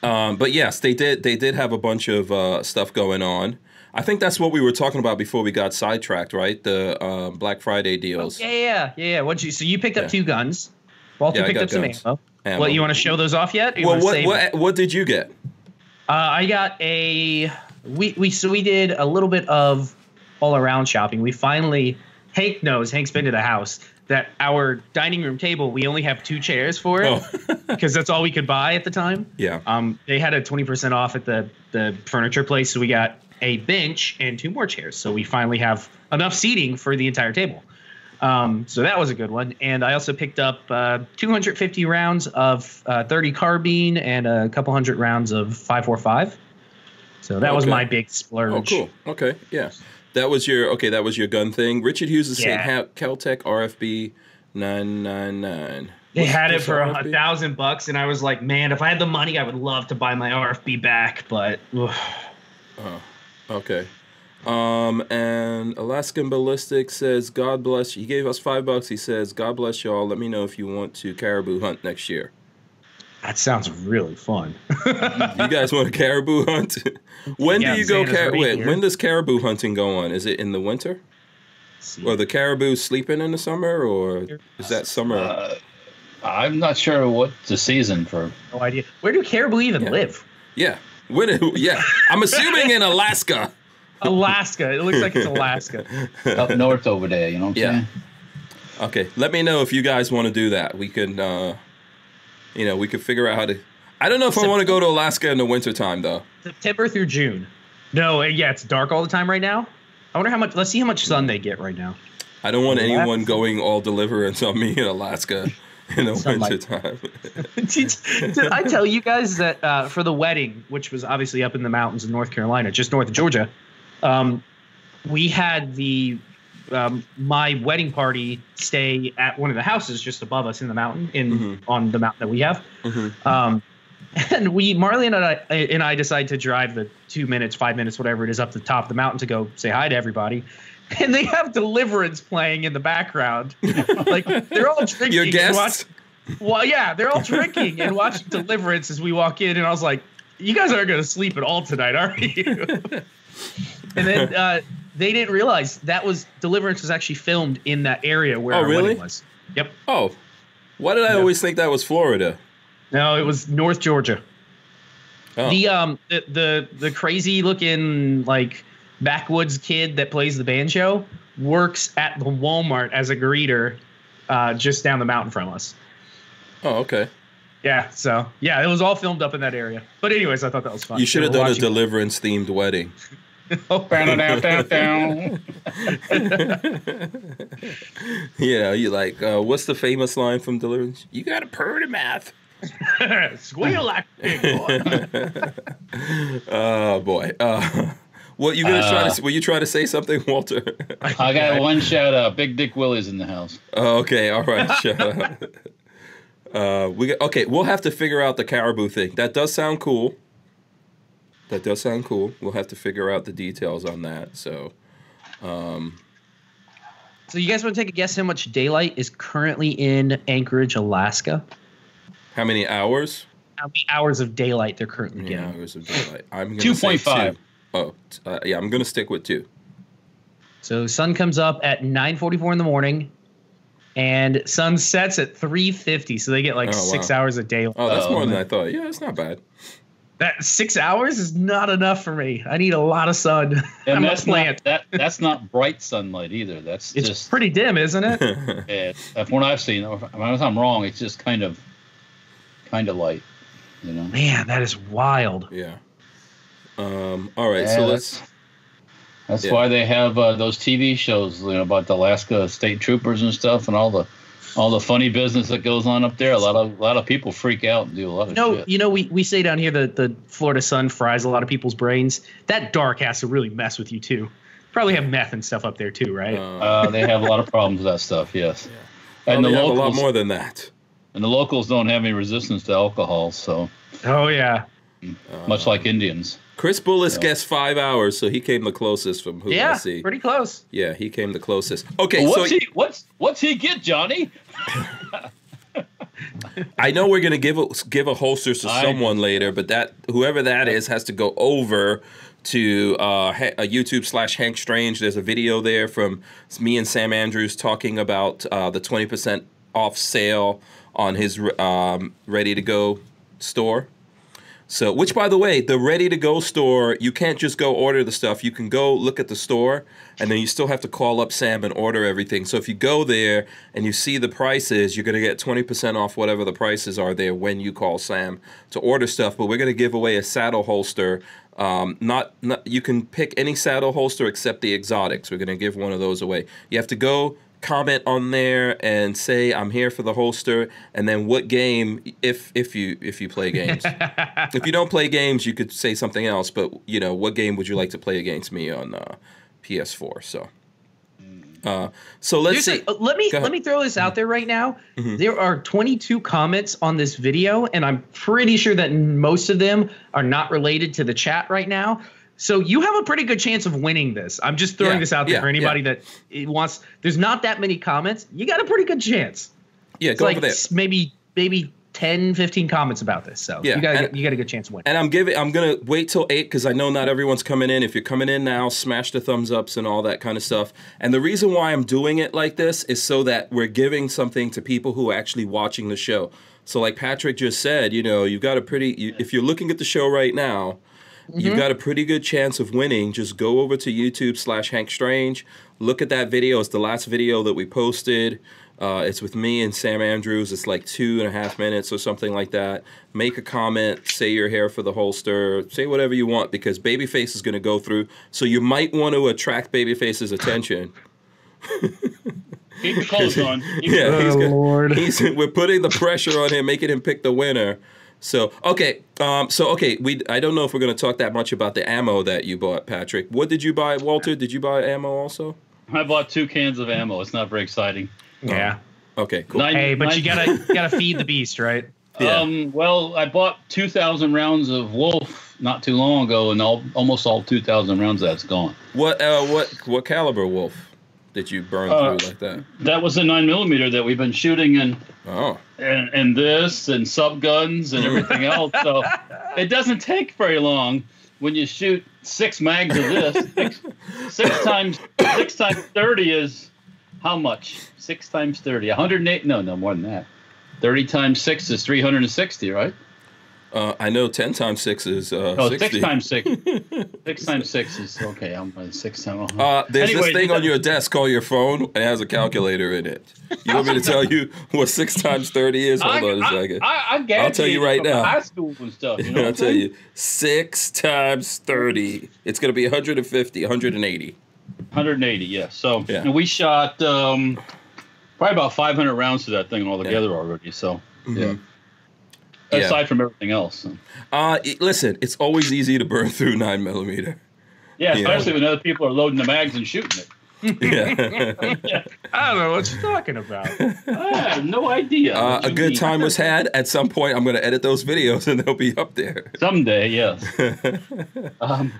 Um, but yes, they did. They did have a bunch of uh, stuff going on. I think that's what we were talking about before we got sidetracked, right? The um, Black Friday deals.
Yeah, yeah, yeah. yeah. What you? So you picked
Yeah.
up two guns. Walter
Yeah, I
picked
got
up some
guns.
ammo.
Ammo.
What you want to show those off yet? Or you
Well,
wanna
what
save them?
what what did you get?
Uh, I got a we we so we did a little bit of all around shopping. We finally Hank knows Hank's been to the house that our dining room table we only have two chairs for it
Oh,
because that's all we could buy at the time.
yeah.
Um, they had a twenty percent off at the the furniture place, so we got a bench and two more chairs. So we finally have enough seating for the entire table. Um, so that was a good one. And I also picked up uh, 250 rounds of uh, 30 carbine and a couple hundred rounds of 545. So that was
Okay.
my big splurge.
Oh, cool. Okay, yeah. That was your okay. That was your gun thing. Richard Hughes is saying
Yeah.
"Ha- Caltech RFB nine nine nine.
They had it for a
RFB?
thousand bucks, and I was like, man, if I had the money, I would love to buy my RFB back. But ugh.
Okay. Um, and Alaskan Ballistic says, God bless you. He gave us five bucks. He says, God bless y'all. Let me know if you want to caribou hunt next year.
that sounds really fun.
You guys want to caribou hunt? when
Yeah,
do you go?
Santa's
Car-
right
wait,
here.
when does caribou hunting go on? Is it in the winter? Or the caribou sleeping in the summer? Or is that summer?
Uh, I'm not sure what the season for.
No idea. Where do caribou even live?
yeah. When, yeah. I'm assuming in Alaska.
Alaska. It looks like it's Alaska.
Up north over there, you know what I'm
Yeah.
saying?
Okay, let me know if you guys want to do that. We can, uh, you know, we could figure out how to. I don't know if I want to go to Alaska in the wintertime, though.
September through June. No, uh, yeah, it's dark all the time right now. I wonder how much. Let's see how much sun they get right now.
I don't want
Alaska.
anyone going all deliverance on me in Alaska in the
Sunlight.
wintertime.
did, did I tell you guys that uh, for the wedding, which was obviously up in the mountains of North Carolina, just north of Georgia, um, we had the um, my wedding party stay at one of the houses just above us in the mountain in
Mhm.
on the mountain that we have.
Mhm.
Um, and we, Marley and I, and I decide to drive the two minutes, five minutes, whatever it is, up the top of the mountain to go say hi to everybody. And they have Deliverance playing in the background. like they're all drinking.
Your
and
guests?
well, yeah, they're all drinking and watching Deliverance as we walk in, and I was like, "You guys aren't going to sleep at all tonight, are you?" and then uh, they didn't realize that was Deliverance was actually filmed in that area where
Oh,
our
really?
wedding was. Yep.
Oh, why did I
Yeah.
always think that was Florida?
No, it was North Georgia.
Oh,
The um the the, the crazy looking like backwoods kid that plays the banjo works at the Walmart as a greeter, uh, just down the mountain from us.
oh okay.
Yeah, so yeah, it was all filmed up in that area. But anyways, I thought that was fun.
You should
They
have
were
done a
watching- Oh,
deliverance themed wedding.
Down-down-down-down.
You know, you like, uh, what's the famous line from Deliverance? You got a purr to math.
Squeal like a pig, boy.
Oh boy. Uh, what you gonna
Uh.
try to? Were you trying to say something, Walter?
I got one shout out. Big Dick Willie's in the house.
Oh, okay. All right. Shut up. Uh, we got, okay. We'll have to figure out the caribou thing. That does sound cool. That does sound cool. We'll have to figure out the details on that. So
So you guys want to take a guess how much daylight is currently in Anchorage, Alaska?
how many hours?
How many hours of daylight they're currently
How many
getting?
hours of daylight? I'm gonna say
2.5.
two. Oh, t- uh, yeah. I'm gonna stick with two.
So sun comes up at 9:44 in the morning, and sun sets at 3:50. So they get like
Oh, wow.
six hours of daylight.
Oh, that's
Oh,
more than I thought. Yeah, it's not bad.
That six hours is not enough for me. I need a lot of sun. I'm
And
a
that's not,
plant.
that, that's not bright sunlight either. That's
It's
just
pretty dim, isn't it?
Yeah, From what I've seen, or if- unless I'm wrong, it's just kind of, kind of light, you know.
Man, that is wild.
Yeah. Um. All right.
Yeah,
so
that's-
let's.
That's
Yeah.
why they have uh, those TV shows, you know, about the Alaska state troopers and stuff, and all the, all the funny business that goes on up there. A lot of, a lot of people freak out and do a lot of
No,
shit.
you know, we, we say down here that the Florida sun fries a lot of people's brains. That dark has to really mess with you too. Probably have meth and stuff up there too, right?
um,
Uh, they have a lot of problems with that stuff. Yes. And the
probably have
locals,
a lot more than that.
and the locals don't have any resistance to alcohol, so
oh yeah,
Uh,
much like Indians.
Chris Bullis guessed five hours, so he came the closest from who I
yeah,
see.
pretty close.
Yeah, he came the closest. Okay,
What's
so
he? What's what's he get, Johnny?
I know we're gonna give a, give a holster to
I-
someone later, but that whoever that is has to go over to uh, Ha- uh, YouTube slash Hank Strange. There's a video there from me and Sam Andrews talking about uh, the 20% off sale on his um, ready to go store. So, which by the way, the ready to go store, you can't just go order the stuff. You can go look at the store and then you still have to call up Sam and order everything. So, if you go there and you see the prices, you're going to get 20% off whatever the prices are there when you call Sam to order stuff. But we're going to give away a saddle holster. Um, not, not you can pick any saddle holster except the exotics. We're going to give one of those away. You have to go comment on there and say I'm here for the holster and then what game if if you if you play games if you don't play games, you could say something else. But you know, what game would you like to play against me on uh, PS4? So, uh, so let's
Seriously,
see.
uh, let me
Go ahead. Mm-hmm.
let me throw this out there right now. There are 22 comments on this video, and I'm pretty sure that most of them are not related to the chat right now. So you have a pretty good chance of winning this. I'm just throwing
Yeah,
this out there
yeah,
for anybody that it wants. There's not that many comments. You got a pretty good chance.
Yeah,
It's
go
like
over there.
s- maybe maybe 10, 15 comments about this. So
Yeah,
you got
and-
you got a good chance of winning.
And I'm giving. I'm gonna wait till eight because I know not everyone's coming in. If you're coming in now, smash the thumbs ups and all that kind of stuff. And the reason why I'm doing it like this is so that we're giving something to people who are actually watching the show. So, like Patrick just said, you know, you've got a pretty. You, if you're looking at the show right now, you've got a pretty good chance of winning. Just go over to YouTube slash Hank Strange. Look at that video. It's the last video that we posted. Uh, it's with me and Sam Andrews. It's like two and a half minutes or something like that. Make a comment. Say you're here for the holster. Say whatever you want because Babyface is going to go through. So you might want to attract Babyface's attention.
Keep the clothes on. Keep the-
yeah, he's
Oh,
gonna-
Lord.
he's- we're putting the pressure on him, making him pick the winner. So okay, um, so okay, we I don't know if we're gonna talk that much about the ammo that you bought, Patrick. What did you buy, Walter? Did you buy ammo also?
I bought two cans of ammo. It's not very exciting.
Yeah.
Okay, cool.
Nine-
Hey, but
nine-
you gotta you gotta feed the beast, right?
Yeah.
Um, well, I bought 2,000 rounds of Wolf not too long ago, and all, almost all 2,000 rounds of that's gone.
What uh, what what caliber wolf did you burn
Uh,
through like that?
That was a 9 millimeter that we've been shooting in,
Oh,
and, and this and subguns and everything else. So it doesn't take very long when you shoot six mags of this. Six, six times six times 30 is how much? Six times 30. 108? No, no, more than that. 30 times 6 is 360, right?
uh, I know ten times six is uh,
Oh,
60.
six times six. six times six is okay. I'm on six times.
Uh, there's
Anyway,
this thing
you
on
got-
your desk called your phone, and it has a calculator in it. You want me to tell you what six times thirty is? Hold
I,
on a second.
I, I, I
I'll tell you right
from
now.
High school and stuff. You know
I'll
what
tell
I'm
you, six times 30. It's going to be 150, 180.
180. Yeah. So
Yeah.
and we shot um, probably about 500 rounds to that thing altogether already. So yeah.
Yeah.
Aside from everything else. so.
Uh, it- listen, it's always easy to burn through 9 millimeter.
Yeah,
Yeah.
especially when other people are loading the mags and shooting it.
Yeah.
I don't know what you're talking about.
I have no idea.
uh,
what
a
you
good
mean.
time was had. At some point, I'm going to edit those videos and they'll be up there.
Someday, yes. um,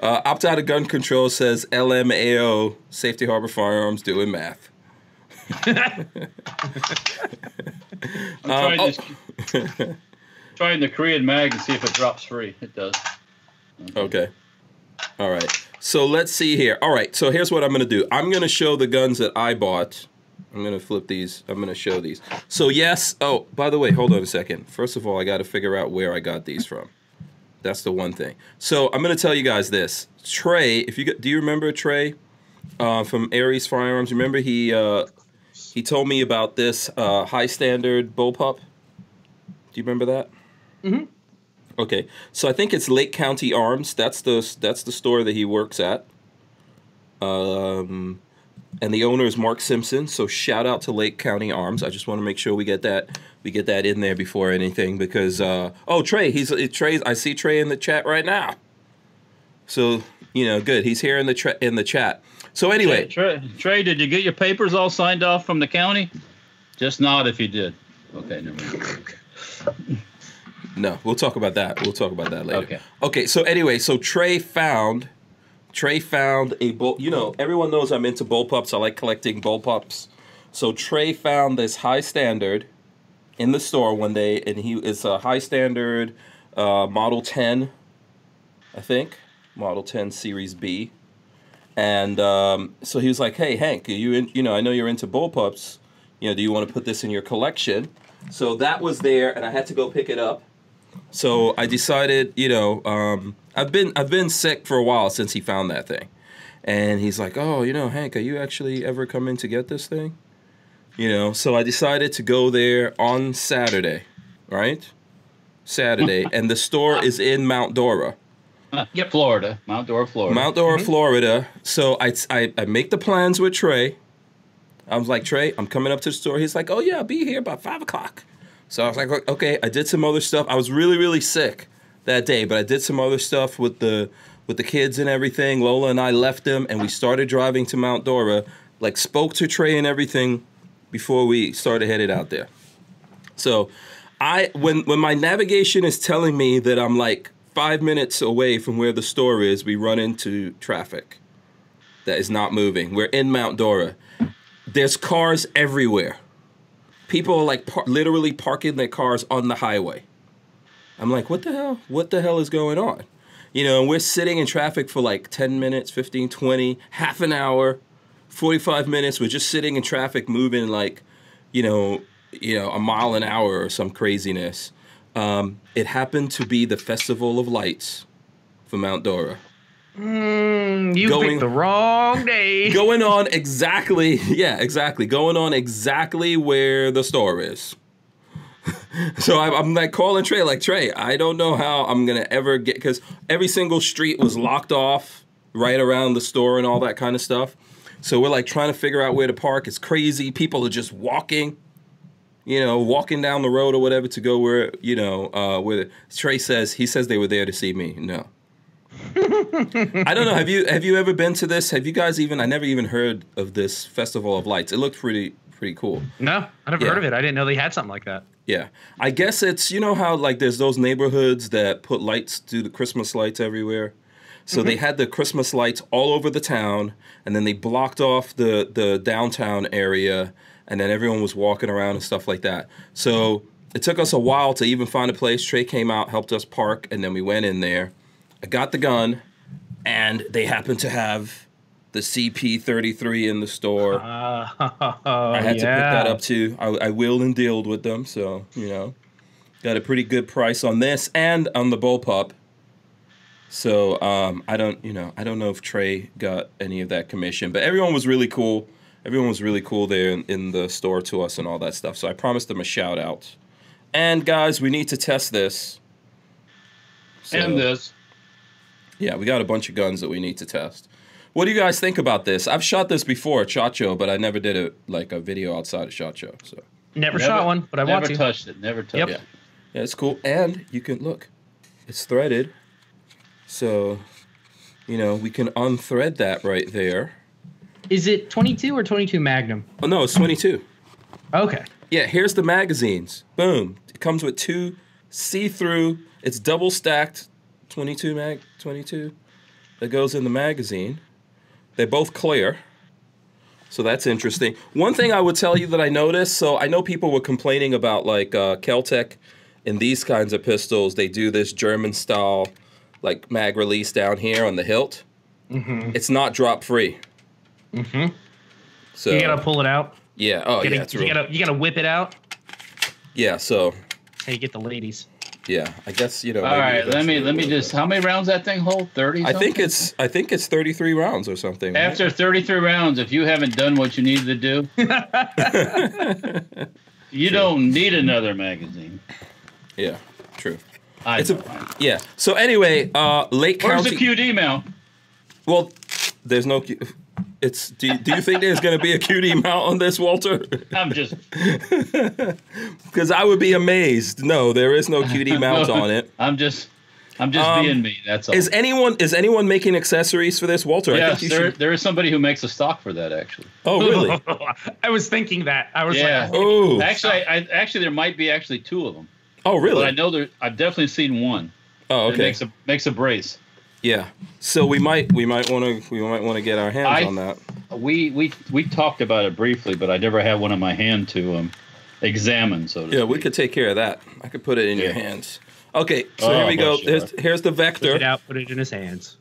Uh, Opt out of gun control says LMAO, Safety Harbor Firearms, doing math.
I'm
Um,
trying, this, trying the Korean mag and see if it drops free. It does.
Okay. All right. So let's see here. All right. So here's what I'm going to do. I'm going to show the guns that I bought. I'm going to flip these. I'm going to show these. So yes. Oh, by the way, hold on a second. First of all, I got to figure out where I got these from. That's the one thing. So I'm going to tell you guys this. Trey, if you g- do you remember Trey uh, from Aries Firearms? Remember he uh, he told me about this uh, high standard bullpup. Do you remember that? Okay, so I think it's Lake County Arms. That's the that's the store that he works at. Um, and the owner is Mark Simpson. So shout out to Lake County Arms. I just want to make sure we get that we get that in there before anything because uh, oh Trey, he's uh, Trey's. I see Trey in the chat right now. So you know, good. He's here in the tra- in the chat. So anyway,
Trey, Trey, did you get your papers all signed off from the county? Just nod if you did. Okay, never mind.
No, we'll talk about that. We'll talk about that later.
Okay.
Okay. So anyway, so Trey found, Trey found a bull. You know, everyone knows I'm into bullpups. I like collecting bullpups. So Trey found this high standard in the store one day, and he it's a high standard uh, Model 10, I think, Model 10 Series B, and um, so he was like, "Hey Hank, are you in, you know I know you're into bullpups, you know do you want to put this in your collection?" So that was there, and I had to go pick it up. So I decided, you know, um, I've been I've been sick for a while since he found that thing, and he's like, "Oh, you know, Hank, are you actually ever coming to get this thing?" You know, so I decided to go there on Saturday, right? Saturday, and the store is in Mount Dora.
Yep. Florida, Mount Dora, Florida.
Mount Dora, Florida. So I, I, I make the plans with Trey. I was like, Trey, I'm coming up to the store. He's like, oh, yeah, I'll be here by 5 o'clock. So I was like, "O- okay, I did some other stuff. I was really, really sick that day, but I did some other stuff with the with the kids and everything. Lola and I left them, and we started driving to Mount Dora. Like, spoke to Trey and everything before we started headed out there. So, I when when my navigation is telling me that I'm like five minutes away from where the store is, we run into traffic that is not moving. We're in Mount Dora. There's cars everywhere. People are like par- literally parking their cars on the highway. I'm like, what the hell? What the hell is going on? You know, and we're sitting in traffic for like 10 minutes, 15, 20, half an hour, 45 minutes. We're just sitting in traffic, moving like, you know, you know, a mile an hour or some craziness. Um, it happened to be the Festival of Lights for Mount Dora.
Mm, you
Going-
picked the wrong day.
going on exactly yeah exactly going on exactly where the store is so I, i'm like calling trey like trey i don't know how i'm gonna ever get because every single street was locked off right around the store and all that kind of stuff so we're like trying to figure out where to park it's crazy people are just walking you know walking down the road or whatever to go where you know uh, where trey says he says they were there to see me no I don't know. Have you have you ever been to this? Have you guys even? I never even heard of this Festival of Lights. It looked pretty pretty cool.
no, I never
Yeah.
heard of it. I didn't know they had something like that.
Yeah, I guess it's you know how like there's those neighborhoods that put lights, do the Christmas lights everywhere. So they had the Christmas lights all over the town, and then they blocked off the the downtown area, and then everyone was walking around and stuff like that. So it took us a while to even find a place. Trey came out, helped us park, and then we went in there. I got the gun, and they happened to have the CP33 in the store.
Uh,
I had to pick that
Oh,
up too. I, I willed and dealed with them, so you know, got a pretty good price on this and on the bullpup. So um, I don't, you know, I don't know if Trey got any of that commission, but everyone was really cool. Everyone was really cool there in, in the store to us and all that stuff. So I promised them a shout out. And guys, we need to test this. So,
And this.
yeah, we got a bunch of guns that we need to test. What do you guys think about this? I've shot this before at Shot Show, but I never did a like a video outside of Shot Show. So
Never, shot one, but I
never
want to.
touched it. Never touched
Yep.
it.
yeah, it's cool. And you can look, it's threaded. So, you know, we can unthread that right there.
Is it 22 or 22 Magnum?
Oh no, it's 22.
Okay.
Yeah, here's the magazines. Boom. It comes with two see-through. It's double stacked 22 mag 22 that goes in the magazine. They're both clear. So that's interesting. One thing I would tell you that I noticed, so I know people were complaining about like uh Keltec and these kinds of pistols, they do this German style like mag release down here on the hilt.
Mm-hmm.
It's not drop free.
Mhm.
So
You gotta pull it out.
yeah, oh
You gotta,
yeah, it's
you
real.
gotta, you gotta whip it out.
yeah, so
That's how you get the ladies.
Yeah, I guess you know.
All
maybe
right,
that's
let me
the-
let me just. How many rounds that thing hold? Thirty.
I think
something?
it's I think it's 33 rounds or something. right?
after thirty-three rounds. If you haven't done what you needed to do, you don't need another magazine.
yeah, true.
I
It's
know.
a yeah. So anyway, uh, Lake
Where's
County.
the QD mount?
well, there's no. Q- it's do you, do you think there's gonna be a cutie mount on this, Walter?
I'm just.
Because I would be amazed. No, there is no cutie mount on it.
I'm just. I'm just
Um,
being me. That's all.
Is anyone is anyone making accessories for this, Walter? I
yes,
think you
there,
should.
there is somebody who makes a stock for that actually.
Oh really?
I was thinking that. I was
Yeah.
like,
Oh
Actually, I, I actually there might be actually two of them,
oh
but I
really?
know there. I've definitely seen one.
Oh
that
okay.
makes a makes a brace.
Yeah. So we might we might want to we might want to get our hands
I-
on that.
we we we talked about it briefly, but I never had one in my hand to um, examine. So to
Yeah, we
speak.
could take care of that. I could put it in your
Yeah.
hands. Okay, so here
Oh,
we go.
sure.
Here's, here's the
Took
vector.
it out, put it in his hands.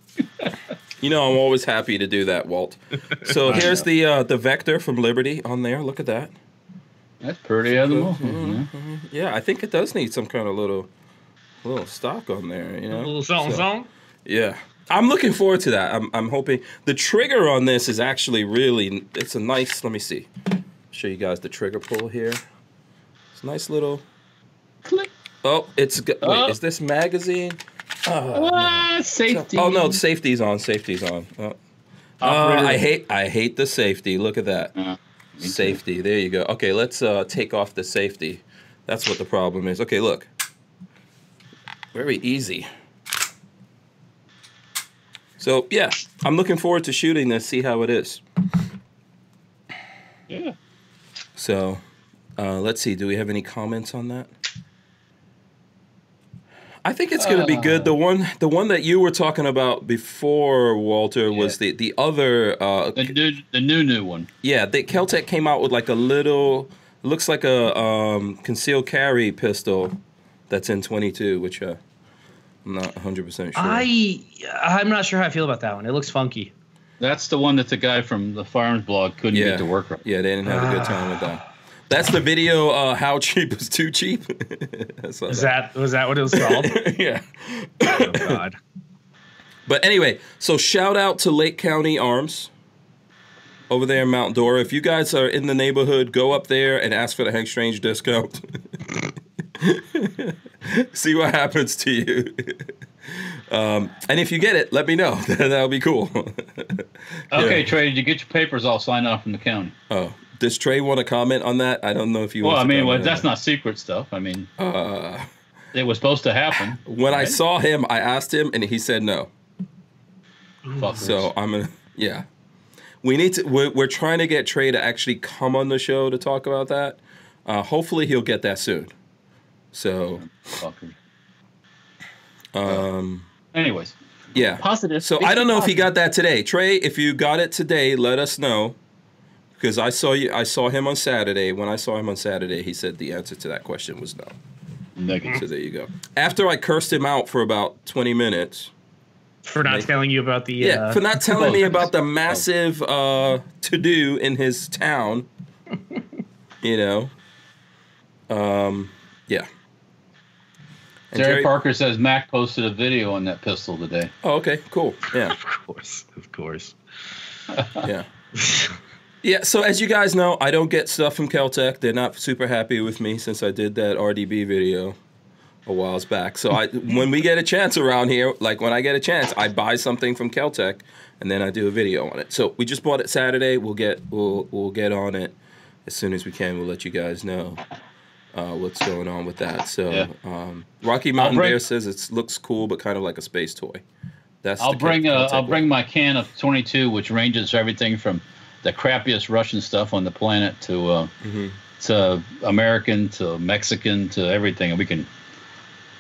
You know, I'm always happy to do that, Walt. So here's the uh, the vector from Liberty on there. Look at that.
That's pretty animal.
Mm-hmm.
Mm-hmm.
Yeah, I think it does need some kind of little little stock on there. You
A
know,
little something,
So,
something.
Yeah, I'm looking forward to that. I'm I'm hoping the trigger on this is actually really. It's a nice. Let me see. Show you guys the trigger pull here. It's a nice little.
Click.
Oh, it's go-
Oh.
wait. Is this magazine?
Ah, safety.
Oh no, safety's on. Safety's on. Oh. Uh,
Operator.
I hate I hate the safety. Look at that.
Uh, me too.
safety. There you go. Okay, let's uh, take off the safety. That's what the problem is. Okay, look. Very easy. So yeah, I'm looking forward to shooting this. See how it is.
Yeah.
So uh, let's see. Do we have any comments on that? I think it's going to be good. The one, the one that you were talking about before, Walter, was the the other uh,
The new, the new new one.
Yeah, they, Keltec came out with like a little, looks like a um, concealed carry pistol that's in 22, which uh, I'm not 100% sure.
I I'm not sure how I feel about that one. It looks funky.
That's the one that the guy from the farms blog couldn't
yeah,
get to work right.
Yeah, they didn't have a good time with that. That's the video, uh, How Cheap is Too Cheap. That's what
Is that was that what it was called?
yeah.
oh God.
But anyway, so shout out to Lake County Arms over there in Mount Dora. If you guys are in the neighborhood, go up there and ask for the Hank Strange discount. See what happens to you. Um, and if you get it, let me know. That'll be cool.
Okay,
Yeah.
Trey, did you get your papers all signed off from the county?
oh, does Trey want to comment on that? I don't know if you.
Well,
want
I
to
mean, well,
comment on
that's
that.
not secret stuff. I mean,
Uh,
it was supposed to happen.
When I saw him, I asked him, and he said no.
Fuckers.
So I'm gonna, yeah. We need to. We're, we're trying to get Trey to actually come on the show to talk about that. Uh, hopefully, he'll get that soon. So,
Fuckers.
um,
Anyways,
yeah.
positive.
So I don't know if he got that today, Trey. If you got it today, let us know. Because I saw you, I saw him on Saturday. When I saw him on Saturday, he said the answer to that question was no. So
negative.
there you go. After I cursed him out for about twenty minutes,
For not
Like-
telling you about the
Yeah,
uh,
for not telling me
Well,
about the massive uh, to do in his town. you know. Um, yeah. And
Jerry
Jerry-
Parker says Mac posted a video on that pistol today.
Oh, okay, cool. Yeah,
Of course, of course.
yeah. Yeah, so as you guys know, I don't get stuff from Caltech. They're not super happy with me since I did that RDB video a whiles back. So I, when we get a chance around here, like when I get a chance, I buy something from Caltech and then I do a video on it. So we just bought it Saturday. We'll get we'll we'll get on it as soon as we can. We'll let you guys know uh, what's going on with that. So
Yeah.
um, Rocky Mountain
bring-
Bear says it looks cool, but kind of like a space toy. That's
I'll
the
bring uh,
Caltech
I'll
one.
bring my can of 22, which ranges everything from the crappiest Russian stuff on the planet to uh, to American to Mexican to everything, and we can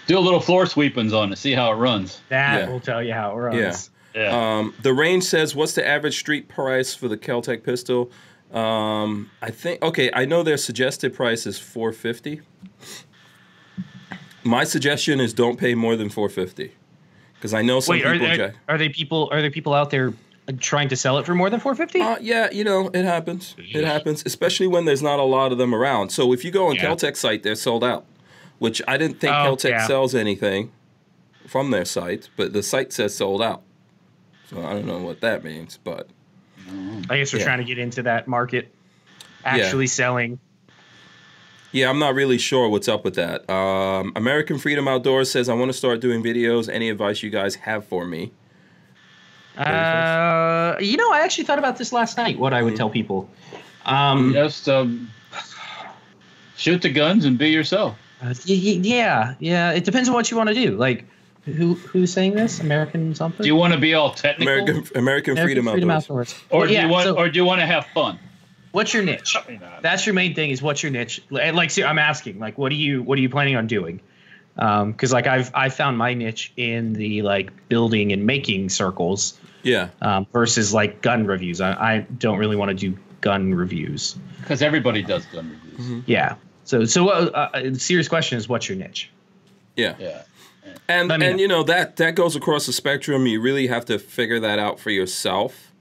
do a little floor sweepings on it, see how it runs.
That
Yeah.
will tell you how it runs.
Yeah.
Yeah,
Um, the range says, "What's the average street price for the Caltech pistol?" Um, I think okay. I know their suggested price is four fifty. My suggestion is don't pay more than four fifty, because I know some
Wait, are
people.
there,
ju-
are there people are there people out there uh, trying to sell it for more than 450?
uh, yeah, you know it happens. It happens, especially when there's not a lot of them around. So if you go on
Yeah.
Caltech site, they're sold out, which I didn't think
Oh,
Caltech
yeah.
sells anything from their site, but the site says sold out. So I don't know what that means, but
I guess we're
yeah.
trying to get into that market, actually selling.
Yeah, I'm not really sure what's up with that. Um, American Freedom Outdoors says, I want to start doing videos. Any advice you guys have for me?
Uh, you know, I actually thought about this last night. What I
Mm-hmm.
would tell people. Um,
just um, shoot the guns and be yourself.
uh, y- y- yeah, yeah. It depends on what you want to do. Like, who who's saying this? American something?
Do you want to be all technical,
American American, Freedom, Outdoors.
or
Well,
do
yeah,
you want,
so
or do you want to have fun?
what's your niche? That's your main thing. Is what's your niche? And like, see, I'm asking. Like, what do you what are you planning on doing? because like I've I found my niche in the like building and making circles
Yeah.
um, versus like gun reviews. I, I don't really want to do gun reviews.
because everybody does gun reviews.
Yeah. So so uh, uh, the serious question is what's your niche?
Yeah.
Yeah.
And
I mean-
and you know that that goes across the spectrum. You really have to figure that out for yourself.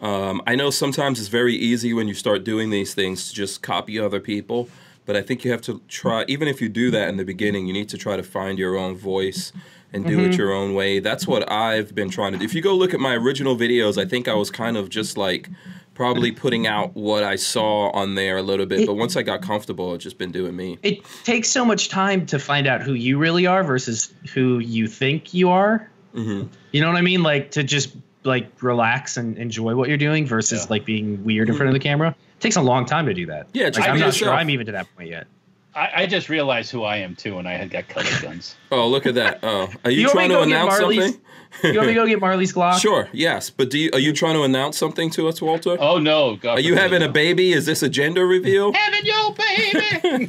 Um, I know sometimes it's very easy when you start doing these things to just copy other people, but I think you have to try. Even if you do that in the beginning, you need to try to find your own voice and do
Mm-hmm.
it your own way. That's what I've been trying to do. If you go look at my original videos, I think I was kind of just like probably putting out what I saw on there a little bit. But once I got comfortable, it's just been doing me.
It takes so much time to find out who you really are versus who you think you are.
Mhm.
You know what I mean? Like to just like relax and enjoy what you're doing versus
Yeah.
like being weird in front of the camera. It takes a long time to do that.
Mm-hmm. Yeah,
Like,
just
I'm
be
not sure
yourself.
I'm even to that point yet.
I, I just realized who I am too, and I had got color guns.
Oh, look at that! Oh, are you,
You
trying
want me to
to
go get
announce
Marley's-
something?
You want me to go get Marley's Glock?
Sure. Yes, but do you, are you trying to announce something to us, Walter?
Oh no, God!
are you
forbid,
having a
no.
baby? Is this a gender reveal?
Having your baby?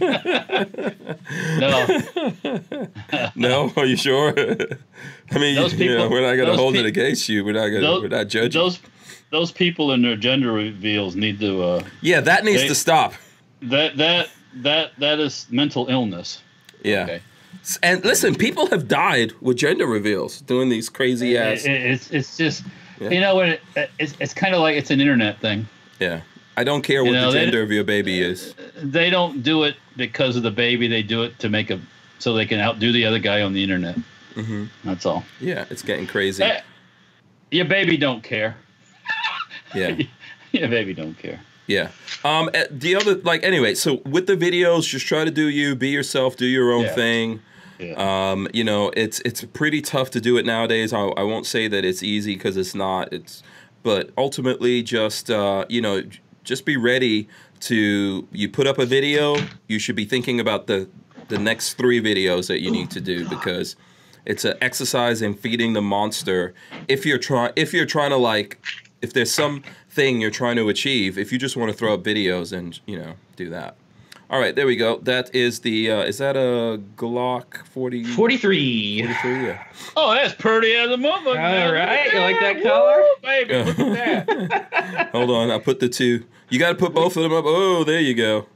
no,
no. Are you sure? I mean,
Those
you know,
people-
we're not going to
those
hold it
pe-
against you. We're not going. to
those-
We're not judging.
those those people and their gender reveals need to uh,
yeah, that needs
they-
to stop.
that that that that is mental illness.
Yeah.
Okay,
S- And listen, people have died with gender reveals doing these crazy ass.
It- it- it's it's just
Yeah.
you know what it, it's it's kind of like it's an internet thing.
yeah. I don't care
You
what
know,
the
they-
gender of your baby is.
They don't do it because of the baby. They do it to make a so they can outdo the other guy on the internet.
hmm
That's all.
Yeah, it's getting crazy.
Eh, your baby don't care.
Yeah.
Your baby don't care.
Yeah. Um. eh, The other, like, anyway. So with the videos, just try to do you, be yourself, do your own
Yeah.
thing.
Yeah.
Um, you know, it's it's pretty tough to do it nowadays. I, I won't say that it's easy because it's not. It's but ultimately just uh, you know j- just be ready to you put up a video. You should be thinking about the the next three videos that you need to do because it's an exercise in feeding the monster. If you're trying if you're trying to like if there's some thing you're trying to achieve, if you just want to throw up videos and you know do that. All right, there we go. That is the uh, is that a Glock 40,
43.
43? Yeah.
oh, that's pretty as a mother. All
right, you like that color?
baby? Look at that.
Hold on, I put the two. You got to put both of them up. Oh, there you go.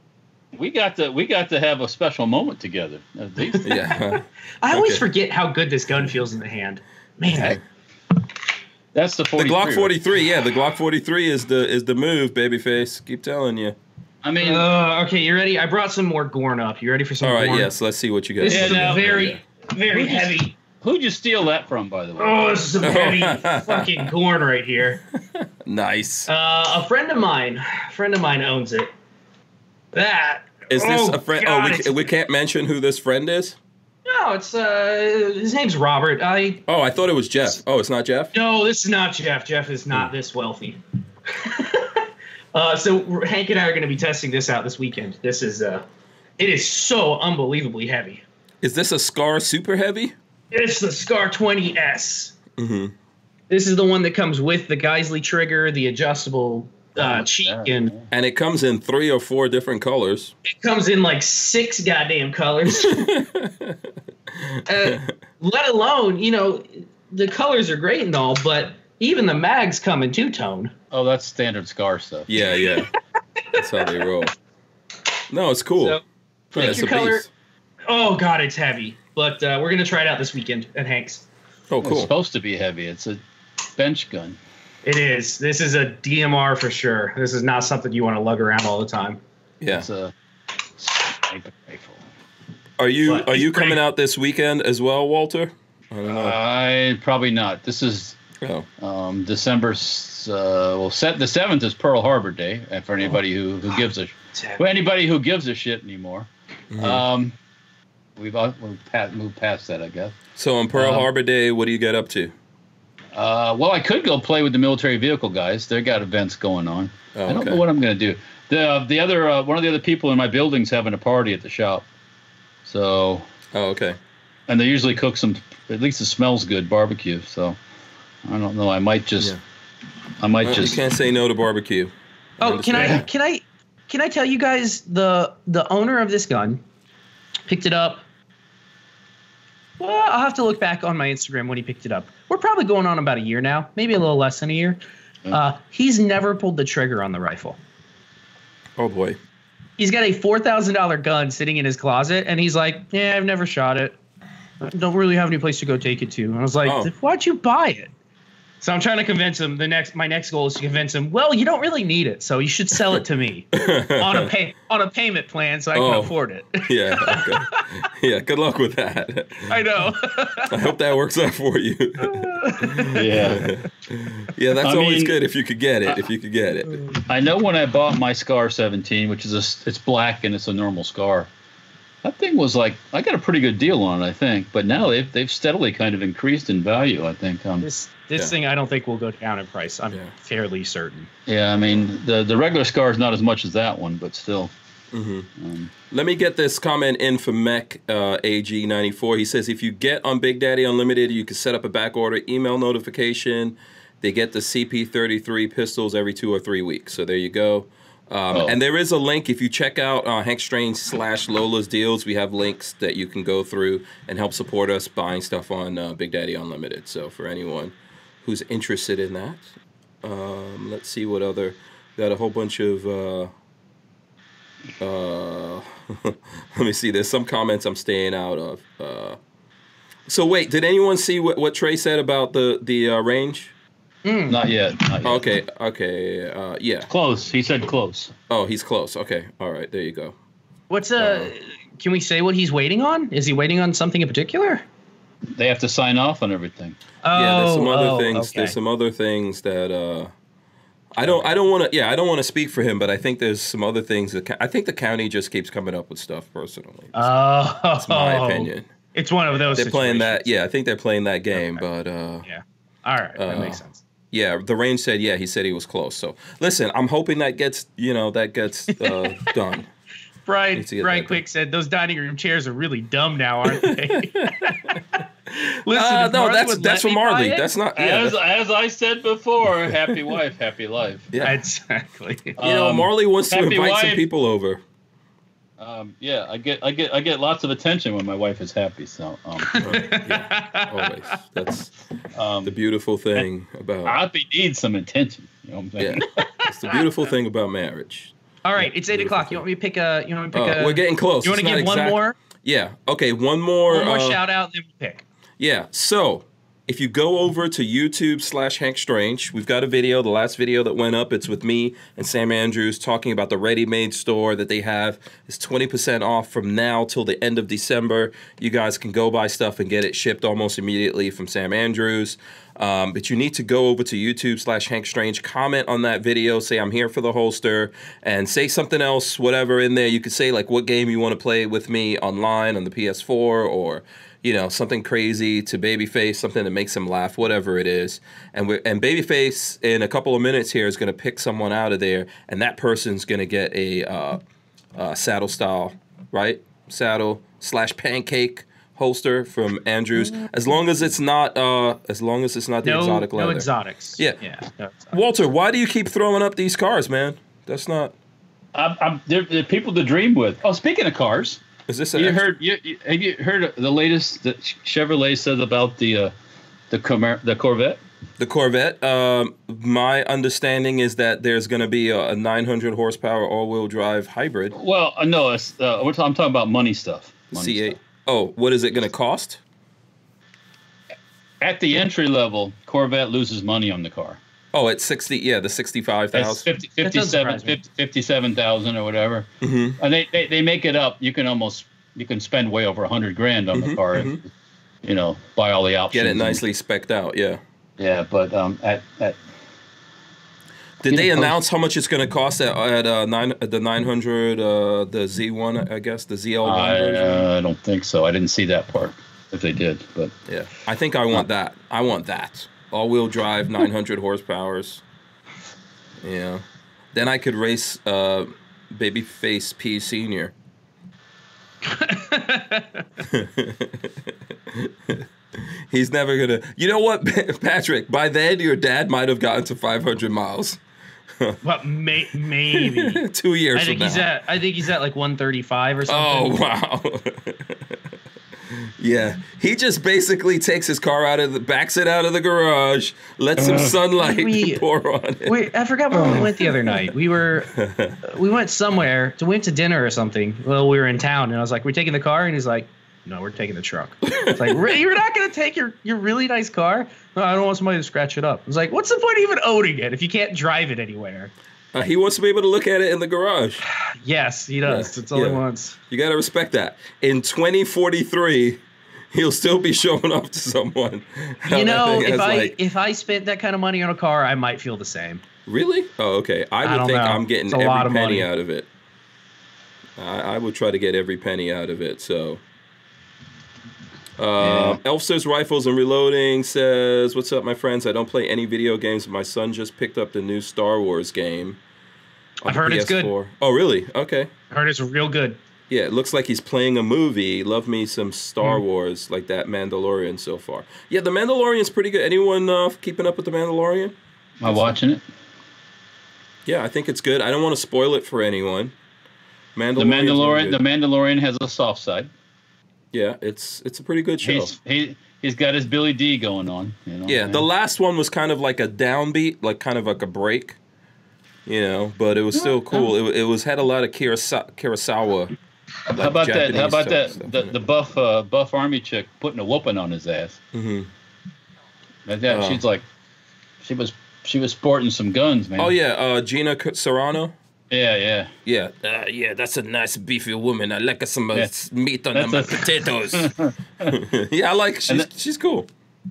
we got to we got to have a special moment together. Uh, these-
Yeah.
I always
Okay.
forget how good this gun feels in the hand. Man,
That's the
the
43.
Glock
right?
43. Yeah, the Glock 43 is the is the move, babyface. Keep telling you.
I mean,
Uh, okay, you ready? I brought some more Gorn up. You ready for some
All right,
Gorn?
yes, let's see what you guys.
This is
Yeah, now-
a very,
Yeah.
very
Who'd you-
heavy.
who'd you steal that from, by the way?
Oh, this is a heavy fucking Gorn right here.
Nice.
Uh, a friend of mine, a friend of mine owns it. That
Is this
oh,
a friend?
God,
Oh, we,
it's-
we can't mention who this friend is.
no, it's uh, his name's Robert. I
Oh, I thought it was Jeff. Oh, it's not Jeff.
no, this is not Jeff. Jeff is
Hmm.
not this wealthy. uh, so we're- Hank and I are going to be testing this out this weekend. This is uh, it is so unbelievably heavy.
Is this a Scar Super Heavy?
It's the Scar 20S.
Mm-hmm.
This is the one that comes with the Geisley trigger, the adjustable uh,
Oh,
cheek,
yeah.
and
And it comes in three or four different colors.
it comes in like six goddamn colors. uh, let alone, you know, the colors are great and all, but even the mags come in two tone.
Oh, that's standard scar stuff.
Yeah, yeah. That's how they roll. No, it's cool.
So,
Yeah, it's
your
a
color-
beast.
oh god, it's heavy. But uh, we're gonna try it out this weekend at Hanks.
Oh,
It's
cool.
supposed to be heavy. It's a bench gun.
It is. This is a DMR for sure. This is not something you want to lug around all the time.
Yeah.
It's a sniper rifle.
Are you
But
are
it's
you
pretty-
coming out this weekend as well, Walter? I don't know.
Uh, I probably not. This is
oh.
um, December. s- Uh, well, set the seventh is Pearl Harbor Day, and
Oh.
for anybody who, who gives a
It's heavy.
well, anybody who gives a shit anymore.
Mm-hmm. Hmm.
Um, we've all, we've pa- moved past that, I guess.
So on Pearl
um,
Harbor Day, what do you get up to?
Uh, well, I could go play with the military vehicle guys. They got events going on.
Oh,
I don't
okay.
know what I'm going to do. The the other uh, one of the other people in my building's having a party at the shop, so
Oh, okay.
and they usually cook some. At least it smells good barbecue. So I don't know. I might just.
Yeah.
I might
Well,
just.
you can't say no to barbecue.
Oh, can I
understand.
can I can I tell you guys the the owner of this gun picked it up Well, I'll have to look back on my Instagram when he picked it up. We're probably going on about a year now, maybe a little less than a year. Uh, he's never pulled the trigger on the rifle.
Oh boy.
He's got a four thousand dollar gun sitting in his closet, and he's like, "Yeah, I've never shot it. I don't really have any place to go take it to." And I was like,
Oh.
"Why'd you buy it?" So I'm trying to convince him. The next, my next goal is to convince him. Well, you don't really need it, so you should sell it to me on a pay on a payment plan, so I can
Oh.
afford it.
Yeah. Okay. yeah. Good luck with that.
I know.
I hope that works out for you.
Yeah. uh,
yeah, that's
I
always
mean-
good if you could get it. If you could get it.
I know when I bought my Scar 17, which is a, s- it's black and it's a normal Scar. That thing was like I got a pretty good deal on it, I think. But now they've they've steadily kind of increased in value. I think. Um,
this this
Yeah.
thing, I don't think will go down in price. I'm
Yeah.
fairly certain.
yeah, I mean the the regular Scar is not as much as that one, but still.
Let me get this comment in from Mech uh, AG94. He says if you get on Big Daddy Unlimited, you can set up a back order email notification. They get the CP33 pistols every two or three weeks. So there you go. Um,
Oh.
And there is a link if you check out uh, Hank Strange slash Lola's deals. We have links that you can go through and help support us buying stuff on uh, Big Daddy Unlimited. So for anyone who's interested in that, um, let's see what other. Got a whole bunch of. Uh, uh, let me see. There's some comments I'm staying out of. Uh, so wait, did anyone see what, what Trey said about the the uh, range? Hmm.
Not yet. Not yet.
Okay, okay, uh, yeah.
Close. He said close.
Oh, he's close. Okay, all right, there you go.
What's uh? Can we say what he's waiting on? Is he waiting on something in particular?
They have to sign off on everything.
Oh,
yeah, there's some other
oh,
things.
okay.
There's some other things that uh, I don't. I don't want to. Yeah, I don't want to speak for him, but I think there's some other things that ca- I think the county just keeps coming up with stuff. Personally,
Oh,
that's my opinion.
It's one of those.
They're playing that.
situations.
Yeah, I think they're playing that game, but uh,
Yeah. All right, that
Uh,
makes sense.
Yeah, the range said yeah. He said he was close. So listen, I'm hoping that gets you know that gets uh, done.
Brian,
need to get
Brian
that
Quick said those dining room chairs are really dumb now, aren't they? Listen,
Uh,
if
no,
Martha
that's
would
that's
let
from
me buy
Marley.
it-
That's not yeah.
As as I said before, happy wife, happy life.
yeah.
exactly.
you know,
um,
Marley wants to
happy
invite some
wife.
people over.
Um, yeah, I get I get I get lots of attention when my wife is happy. So um,
Always. That's
um,
the beautiful thing about
Happy needs some attention. You know what I'm saying?
yeah. It's the beautiful thing about marriage.
All right, it's eight o'clock. You want me to pick a? You want me to pick
Uh,
a?
we're getting close.
You want to
It's not
give one
exact-
more?
Yeah. Okay. One more.
One more
uh,
shout out, then we pick.
Yeah. So if you go over to YouTube slash Hank Strange, we've got a video. The last video that went up, it's with me and Sam Andrews talking about the ready made store that they have. It's 20% off from now till the end of December. You guys can go buy stuff and get it shipped almost immediately from Sam Andrews. Um, but you need to go over to YouTube slash Hank Strange, comment on that video, say I'm here for the holster, and say something else, whatever in there. You could say like what game you want to play with me online on the PS4 or you know something crazy to Babyface, something that makes him laugh, whatever it is. And we and Babyface in a couple of minutes here is going to pick someone out of there, and that person's going to get a uh, uh, saddle style, right? Saddle slash pancake holster from Andrews. As long as it's not, uh, as long as it's not the
No,
exotic
no
leather.
exotics.
Yeah.
yeah. no exotics.
Walter, why do you keep throwing up these cars, man? That's not.
I'm, I'm, they're, they're people to dream with. Oh, speaking of cars,
Is this? an
you
extra-
heard you, you- have you heard the latest that Chevrolet said about the uh, the Comer- the Corvette?
The Corvette. Um, my understanding is that there's going to be a, a 900 horsepower all-wheel drive hybrid
Well, uh, no, it's uh, we're ta- I'm talking about money stuff. Money
C8.
stuff.
Oh, what is it going to cost?
At the entry level, Corvette loses money on the car.
Oh, it's 60. Yeah, the
That's
65,000.
50,
That doesn't
57
surprise me.
50 57,000 or whatever.
hmm
And they, they, they make it up. You can almost you can spend way over a hundred grand on the car. If, you know, buy all the options.
Mm-hmm, Get it
and-
nicely specked out. Yeah.
Yeah, but um, at, at
Did they
Yeah, I was-
announce how much it's going to cost at, at uh, nine at the 900 uh, the Z1 I guess the ZL1
I,
version?
uh, I don't think so. I didn't see that part. If they did, but
Yeah. I think I want that. I want that. All wheel drive, 900 horsepowers. Yeah. Then I could race uh, Babyface P Senior. He's never gonna. You know what, Patrick? By then, your dad might have gotten to 500 miles.
But may, maybe.
Two years
I think
from Oh,
he's
now.
Oh, at. I think he's at like 135 or something.
oh wow. Yeah, he just basically takes his car out of the backs it out of the garage, lets some sunlight
We-
pour on it.
Wait, I forgot where
Oh.
we went the other night. We were, we went somewhere. So we went to dinner or something. Well, we were in town, and I was like, "We're taking the car," and he's like, "No, we're taking the truck." It's like, "Really? you're not gonna take your your really nice car? No, I don't want somebody to scratch it up. It's like, what's the point of even owning it if you can't drive it anywhere?
Uh, he wants to be able to look at it in the garage.
Yes, he does.
Yeah,
It's all he
yeah.
wants.
You got to respect that. In 2043, he'll still be showing off to someone. how that
You know,
thing
if
has,
I
like-
if I spent that kind of money on a car, I might feel the same.
really? Oh, okay. I
I
would
don't
think
know.
I'm getting
It's a
every
lot
penny
of money.
out of it. I, I would try to get every penny out of it. So. Um, Elf says rifles and reloading says, "What's up, my friends? I don't play any video games. My son just picked up the new Star Wars game. on
I've heard it's good.
PS4." Oh, really? Okay.
Heard it's real good.
Yeah, it looks like he's playing a movie. Love me some
Hmm.
Star Wars, like that Mandalorian so far. Yeah, the Mandalorian's pretty good. Anyone uh, keeping up with the Mandalorian?
Am I watching it?
Yeah, I think it's good. I don't want to spoil it for anyone. Mandalorian.
The Mandalorian. The Mandalorian has a soft side.
yeah, it's it's a pretty good show.
He's he he's got his Billy D going on. You know?
yeah, the last one was kind of like a downbeat, like kind of like a break, you know. But it was still cool. It, it was had a lot of Kurisa- Kurosawa.
How about that? How about that? The,
The,
the buff uh, buff army chick putting a whooping on his ass. Like that.
Mm-hmm. Oh.
She's like, she was she was sporting some guns, man.
Oh yeah, uh, Gina K- Serrano.
Yeah, yeah.
Yeah, uh, yeah, that's a nice beefy woman. I like some uh,
Yeah.
s- meat on
That's
my
a-
potatoes. yeah, I like she's
that-
she's cool.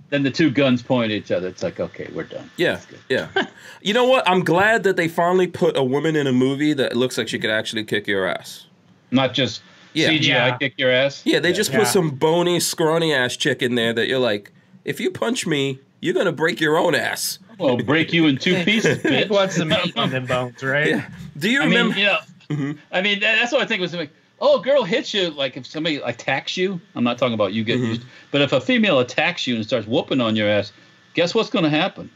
Then the two guns point at each other. It's like, okay, we're done.
Yeah,
That's good.
yeah. You know what? I'm glad that they finally put a woman in a movie that looks like she could actually kick your ass.
Not just
Yeah.
CGI
Yeah.
kick your ass.
Yeah, they just
Yeah.
put some bony, scrawny ass chick in there that you're like, if you punch me, you're gonna break your own ass.
Well, break you in two pieces, bitch.
Nick wants some meat on them bones, right?
Yeah. Do you
I
remember?
mean, you know,
Mm-hmm.
I mean, that, that's what I think was like, oh, a girl hits you, like if somebody attacks you, I'm not talking about you getting
Mm-hmm.
used, but if a female attacks you and starts whooping on your ass, guess what's going to happen?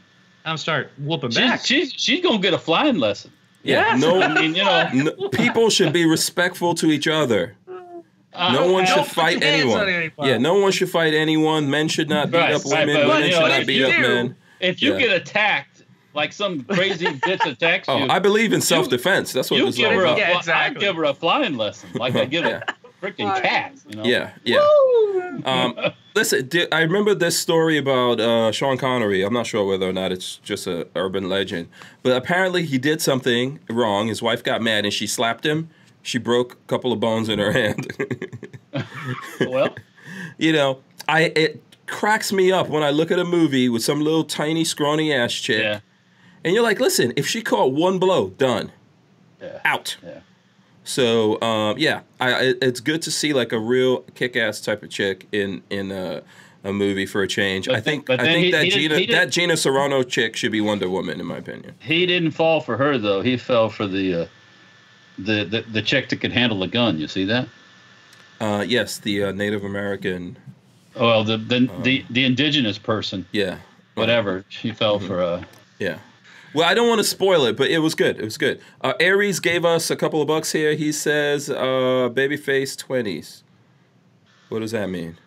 I'm start whooping
She's,
back.
she's, she's going to get a flying lesson.
yeah.
I
No,
mean, you know,
no. People should be respectful to each other. No one should
don't put
fight
your hands
anyone.
on anybody.
Yeah, no one should fight anyone. Men should not beat
Right,
up
right,
women.
but
women
you know,
should
if
not beat
you
up
do-
men.
If you
Yeah.
get attacked, like some crazy bitch attacks
Oh,
you,
I believe in self defense. That's what
you
this is
give
all
her a,
about.
Yeah,
Yeah,
fly- I
exactly.
give her a flying lesson, like I give
Yeah.
a freaking cat. You know?
yeah. Um, listen, di- I remember this story about uh, Sean Connery. I'm not sure whether or not it's just a urban legend, but apparently he did something wrong. His wife got mad and she slapped him. She broke a couple of bones in her hand.
Well,
you know, I it cracks me up when I look at a movie with some little tiny scrawny ass chick,
yeah,
and you're like, listen, if she caught one blow, done,
yeah,
out.
yeah.
So um, yeah, I, I, it's good to see like a real kick-ass type of chick in in a, a movie for a change.
But
I
then-
think
but
I
then
think
he-
that
he did-
Gina
he did-
that Gina Serrano chick should be Wonder Woman in my opinion.
He didn't fall for her though. He fell for the uh, the, the the chick that could handle a gun. You see that?
Uh, yes, the uh, Native American.
Well, the the,
Oh.
the the indigenous person,
Yeah,
whatever. She fell
Mm-hmm.
for. Uh,
yeah. Well, I don't want to spoil it, but it was good. It was good. Uh, Aries gave us a couple of bucks here. He says, uh, "Babyface twenties." What does that mean?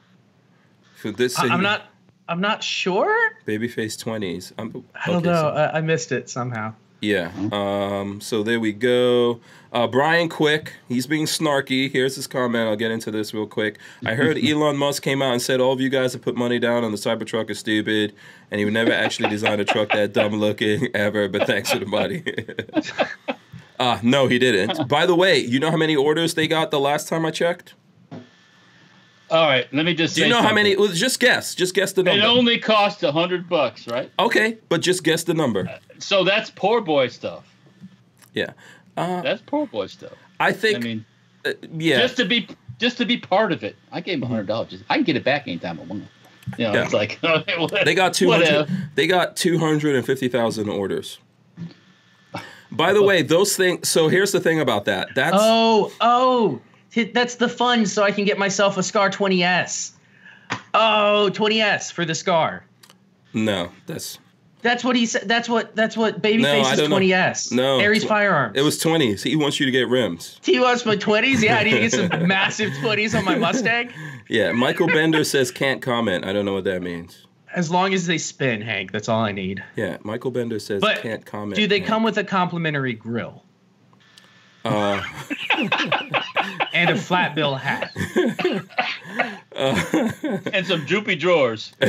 For this,
I, am not. I'm not sure.
babyface twenties. I don't
I don't know. I, I missed it somehow.
Yeah. Um, so there we go. Uh, Brian Quick, he's being snarky. Here's his comment. I'll get into this real quick. I heard Elon Musk came out and said all of you guys that put money down on the Cybertruck is stupid, and he would never actually design a truck that dumb looking ever. But thanks for the money. uh, no, he didn't. By the way, you know how many orders they got the last time I checked?
all right, let me just.
Do you
say
know how
something.
many? well, Just guess. Just guess the
It
number.
only cost a hundred bucks, right?
Okay, but just guess the number.
So that's poor boy stuff.
Yeah,
That's poor boy stuff.
I
I
think.
mean,
uh, yeah.
just to be just to be part of it. I gave him a hundred dollars. Just- I can get it back anytime I want. You know,
Yeah.
it's like okay, what,
They got two
whatever.
hundred. They got two hundred and fifty thousand orders. By the way, those things. So here's the thing about that. That's
Oh, oh, hit- that's the fund so I can get myself a Scar 20S. Oh, 20S for the Scar.
no. That's
That's what he said. That's what that's what
No,
Babyface
I
is
don't know.
20s.
No,
Aries
tw-
firearms.
It was 20s. He wants you to get rims.
He wants my 20s. Yeah, I need to get some massive 20s on my Mustang.
Yeah, Michael Bender says can't comment. I don't know what that means.
As long as they spin, Hank. That's all I need.
Yeah, Michael Bender says
But
can't comment.
Do they come with a complimentary grill
Uh,
and a flat bill hat?
uh,
and some droopy drawers.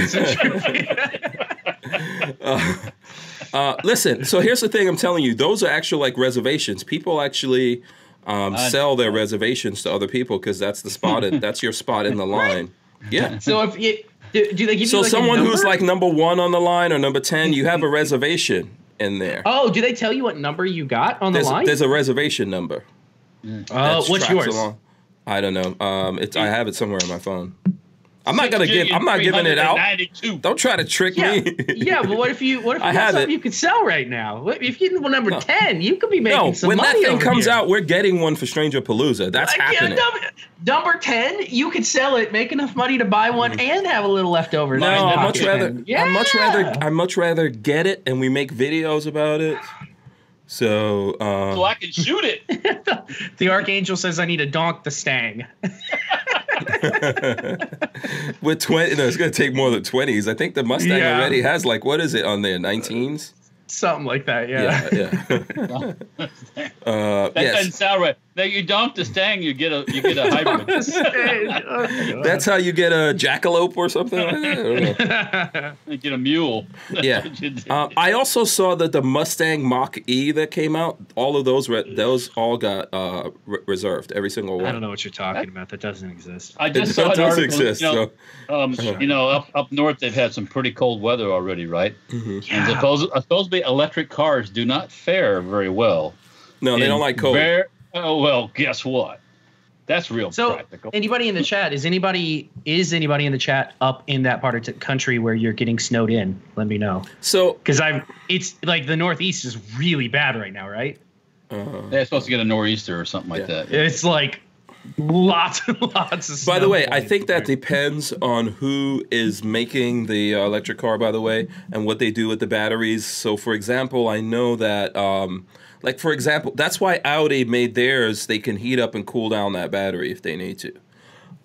uh, listen, so here's the thing I'm telling you. Those are actual like reservations. People actually um,
I-
sell their reservations to other people because that's the spot. in- that's your spot in the line. Yeah.
So if you do, do they give
So
you like a
someone who's
number?
like number one on the line or number ten, you have a reservation in there.
oh, do they tell you what number you got on
there's,
the line?
there's a reservation number.
oh,
that
what's
tracks
yours?
along. I don't know. Um, it's I have it somewhere on my phone. I'm not gonna give.
Million
I'm not giving it out.
392.
Don't try to trick
Yeah,
me.
yeah, but what if you what if
I
you got
have
something
it.
you could sell right now? What- If you were number ten, you could be making
no,
some
when that
money.
thing
over
comes
here.
out, we're getting one for Stranger Palooza. That's
I can't-
happening.
number, number ten, you could sell it, make enough money to buy one, and have a little left over.
Mm-hmm. No,
in your
I much
pocket.
rather.
Yeah.
I much rather. I much rather get it, and we make videos about it. So, um,
So I can shoot it.
The archangel says, "I need to donk the stang."
with twenty, no, it's gonna take more than twenties. I think the Mustang
Yeah.
already has like what is it on there? Nineteens.
Something like that.
Yeah,
Yeah.
yeah. uh,
That doesn't
yes,
sound right. Now you donk the stang, you get a you get a hybrid. Oh,
that's how you get a jackalope or something. Like that? I don't know.
You get a mule.
Yeah. Um, I also saw that the Mustang Mach E that came out, all of those, re- those all got uh, re- reserved, every single one.
I don't know what you're talking about. That doesn't exist.
I
It
just saw an
does
article.
exist.
you know,
so.
um, you know up, up north they've had some pretty cold weather already, right? And
Yeah.
suppose, supposedly electric cars do not fare very well.
No, they
in
don't like cold.
ver- oh well, guess what? That's real
So,
practical.
anybody in the chat is anybody is anybody in the chat up in that part of the country where you're getting snowed in? Let me know
So,
because I've it's like the Northeast is really bad right now, right?
uh,
They're supposed to get a nor'easter or something like
Yeah.
that.
It's like lots and lots of. Snow
by the way, I
points.
think that depends on who is making the uh, electric car, by the way, and what they do with the batteries. So, for example, I know that, um, like, for example, that's why Audi made theirs. They can heat up and cool down that battery if they need to.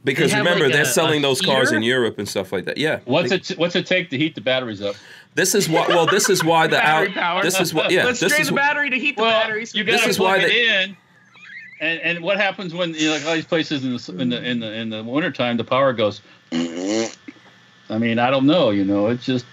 Because
have,
remember,
like,
they're
a- a
selling those cars in
heater?
Europe and stuff like that. Yeah.
What's it? What's it take to heat the batteries up?
This is why. Well, this is why the
Battery
out.
power.
This is what. Yeah.
Let's
this
drain
is
the
wh-
battery to heat the batteries.
you
This
got to
is why
plug it
they-
in. And, and what happens when you know, like all these places in the in the in the, in the wintertime, the power goes. I mean, I don't know. You know, it's just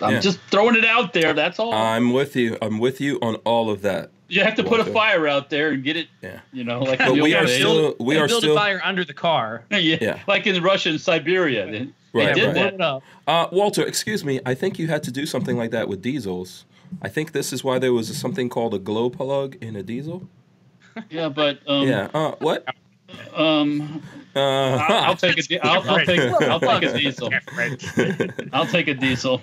I'm
Yeah. Uh,
just throwing it out there. That's all.
I'm with you. I'm with you on all of that.
you have to put a
okay.
fire out there and get it.
Yeah.
You know, like
But
the
we
old
are
days.
still. We
They
are
build
still.
a fire under the car.
yeah,
Yeah.
like in Russia and Siberia. They, they
Right,
did
right.
Warm
that.
it up.
Uh, Walter, excuse me. I think you had to do something like that with diesels. I think this is why there was something called a glow plug in a diesel.
Yeah, but um,
Yeah. Uh, what?
um,
Uh,
I'll take a di- I'll, I'll take I'll take a diesel. I'll take a diesel.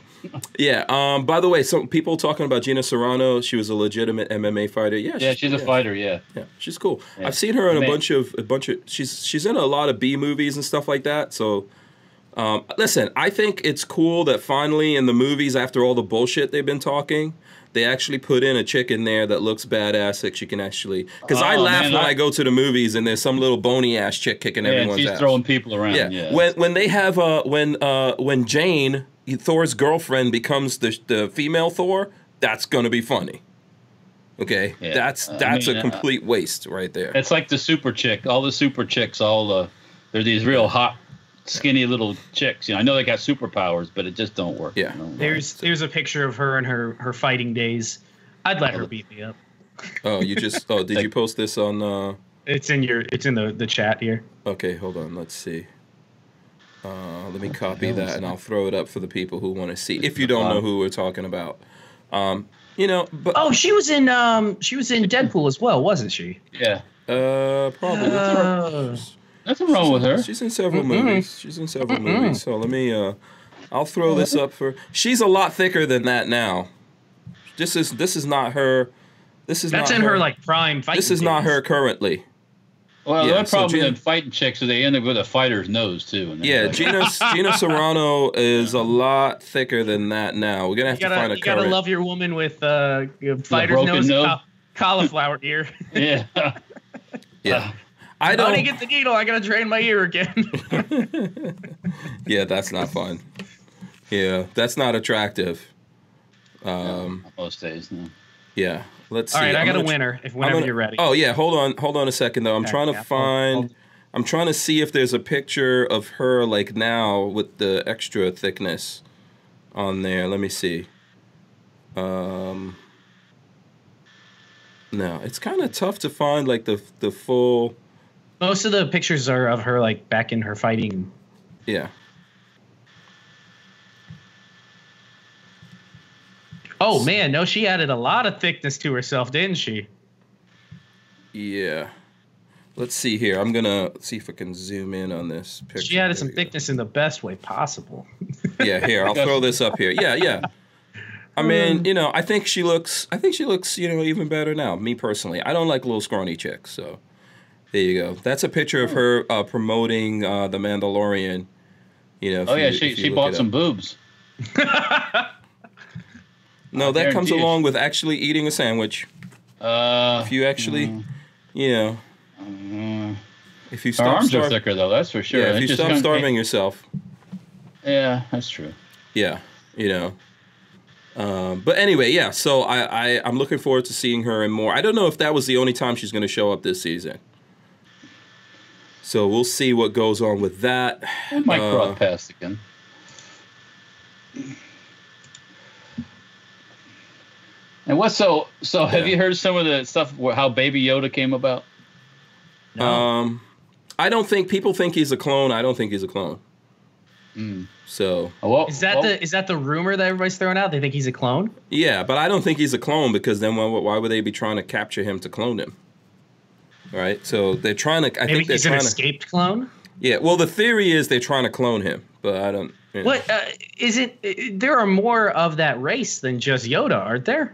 yeah. Um. By the way, some people talking about Gina Serrano. She was a legitimate MMA fighter. Yeah.
Yeah, she's a fighter. Yeah.
Yeah, she's cool.
Yeah.
I've seen her in a
Man.
bunch of a bunch of she's she's in a lot of B movies and stuff like that. So um, listen, I think it's cool that finally in the movies after all the bullshit they've been talking, they actually put in a chick in there that looks badass that you can actually cuz I
Oh,
laugh
man,
when I,
I-
go to the movies and there's some little bony ass chick kicking
Yeah, and
everyone's
she's
ass.
throwing people around.
yeah.
Yeah.
When when they have uh when uh when Jane Thor's girlfriend becomes the the female Thor, that's going to be funny. Okay,
Yeah.
that's
I
that's
mean,
a
uh,
complete waste right there.
It's like the super chick. All the super chicks, all uh, they're these real hot, skinny little chicks. You know, I know they got superpowers, but it just don't work.
Yeah.
You know?
There's there's a picture of her in her her fighting days. I'd let her beat me up.
Oh, you just oh, did you post this on uh
It's in your it's in the the chat here.
okay, hold on, let's see. Uh let me copy that and I'll throw it up for the people who want to see. If you don't know who we're talking about. Um, you know, but
Oh, she was in um she was in Deadpool as well, wasn't she?
yeah.
uh probably
Uh,
Nothing wrong with her.
she's in several movies. She's in several movies. So let me uh I'll throw this up for She's a lot thicker than that now. This is this is not her this is
That's
not
in her like prime fight.
This is not her currently.
Well,
Yeah,
their
so
problem
Gina-
in fighting chicks is they end up with a fighter's nose too. And they're
Yeah,
like,
Gina Gina Serrano is a lot thicker than that now. We're gonna have
You
to find
gotta,
a
you gotta
current.
love your woman with uh, your fighter's
broken
nose,
nose?
cau- cauliflower ear.
yeah.
yeah, I
How
don't.
do you get the needle? I gotta drain my ear again.
yeah, that's not fun. Yeah, that's not attractive. Um,
most days. No.
yeah, let's.
All
see.
right, I
I'm
got a
gonna tr-
winner. If
I'm
whenever
gonna-
you're ready.
Oh yeah, hold on, hold on a second though. I'm
Okay,
trying to
yeah, hold-
find.
hold.
I'm trying to see if there's a picture of her like now with the extra thickness on there. Let me see. Um. No, it's kind of tough to find like the the full.
Most of the pictures are of her like back in her fighting.
Yeah.
Oh man, no, she added a lot of thickness to herself, didn't she?
Yeah. Let's see here. I'm gonna see if I can zoom in on this picture.
She added some
There we go. Uh,
thickness in the best way possible.
Yeah, here I'll throw this up here. Yeah, yeah. I
Um.
mean, you know, I think she looks. I think she looks, you know, even better now. Me personally, I don't like little scrawny chicks. So there you go. That's a picture of her uh, promoting uh, the Mandalorian. You know. if
Oh
you-
yeah,
if
she
you
she
look it
bought
up.
some boobs.
No, that comes
Guarantee it.
along with actually eating a sandwich.
Uh,
If you actually, you know,
mm,
if you
her
stop
arms are
starving,
thicker though. That's for sure.
yeah, if
It
you
just
stop
kinda- eh
starving yourself,
Yeah, that's true.
yeah you know um, but anyway yeah so I, I i'm looking forward to seeing her and more i don't know if that was the only time she's going to show up this season so we'll see what goes on with that
It might
Uh,
cross past again. And what's so so? Have
Yeah.
you heard some of the stuff where how Baby Yoda came about?
um i don't think people think he's a clone i don't think he's a clone
Mm.
so
Oh, well,
Is that
well,
the is that the rumor that everybody's throwing out? They think he's a clone.
yeah but i don't think he's a clone because then why, why would they be trying to capture him to clone him right so they're trying to i
Maybe
think they're
he's an
trying to
escaped clone.
yeah well the theory is they're trying to clone him but i don't you know.
What uh, is it? uh, There are more of that race than just Yoda, aren't there?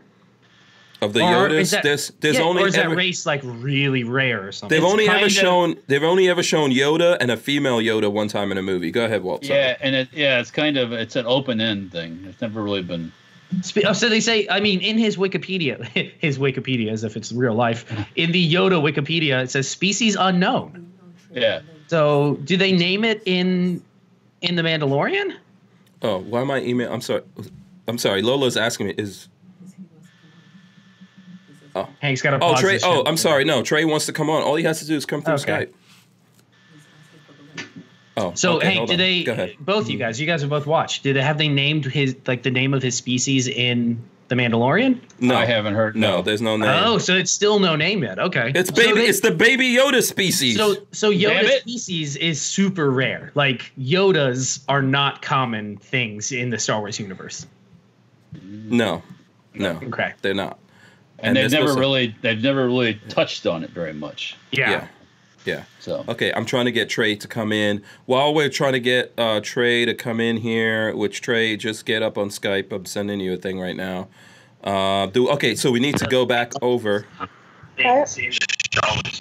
of the
Or is
yodas
that-
there's there's
Yeah,
only
or is
ever-
that race like really rare or something?
They've
It's
only ever
kinda-
shown they've only ever shown Yoda and a female Yoda one time in a movie. Go ahead, Walt. sorry.
Yeah, and it yeah, it's kind of it's an open end thing. It's never really been.
Spe- oh, So they say. I mean, in his Wikipedia, his Wikipedia, as if it's real life. In the Yoda Wikipedia, it says species unknown.
Yeah,
So do they name it in in the Mandalorian?
Oh, why my email? I'm sorry. I'm sorry. Lola's asking me is
Hank's got a.
Oh, Trey. Oh, I'm sorry. No, Trey wants to come on. All he has to do is come through
Okay.
Skype. Oh.
So
okay,
Hank,
hold
did
on.
they
Go ahead.
both you guys? You guys have both watched. Did they have they named his like the name of his species in the Mandalorian?
No.
I haven't heard.
No, there's no name.
Oh, so it's still no name yet. Okay,
It's
So
baby
they-
it's the baby Yoda species.
So so
Damn
Yoda
it.
species is super rare. Like Yodas are not common things in the Star Wars universe.
no. No.
Okay.
They're not.
and, they've
there's
never
also-
really they've never really touched on it very much.
Yeah.
Yeah. Yeah.
So
Okay, I'm trying to get Trey to come in. While we're trying to get uh, Trey to come in here, which Trey just get up on Skype. I'm sending you a thing right now. Uh, do okay. So we need to go back over.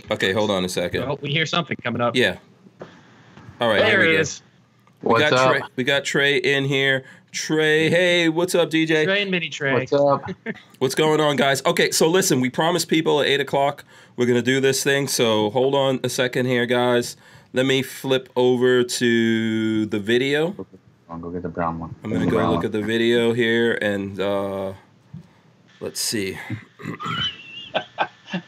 Okay, hold on a second.
Oh, we hear something coming up.
Yeah. All right.
There
here we
it
go.
is.
We
What's
got
up?
Trey. We got Trey in here. Trey, hey, what's up, DJ?
Trey and Mini Trey.
What's up?
What's going on, guys? Okay, so listen, we promised people at 8 o'clock we're going to do this thing. So hold on a second here, guys. Let me flip over to the video.
I'll go get the brown one.
I'm going to go look at the video here and uh, let's see.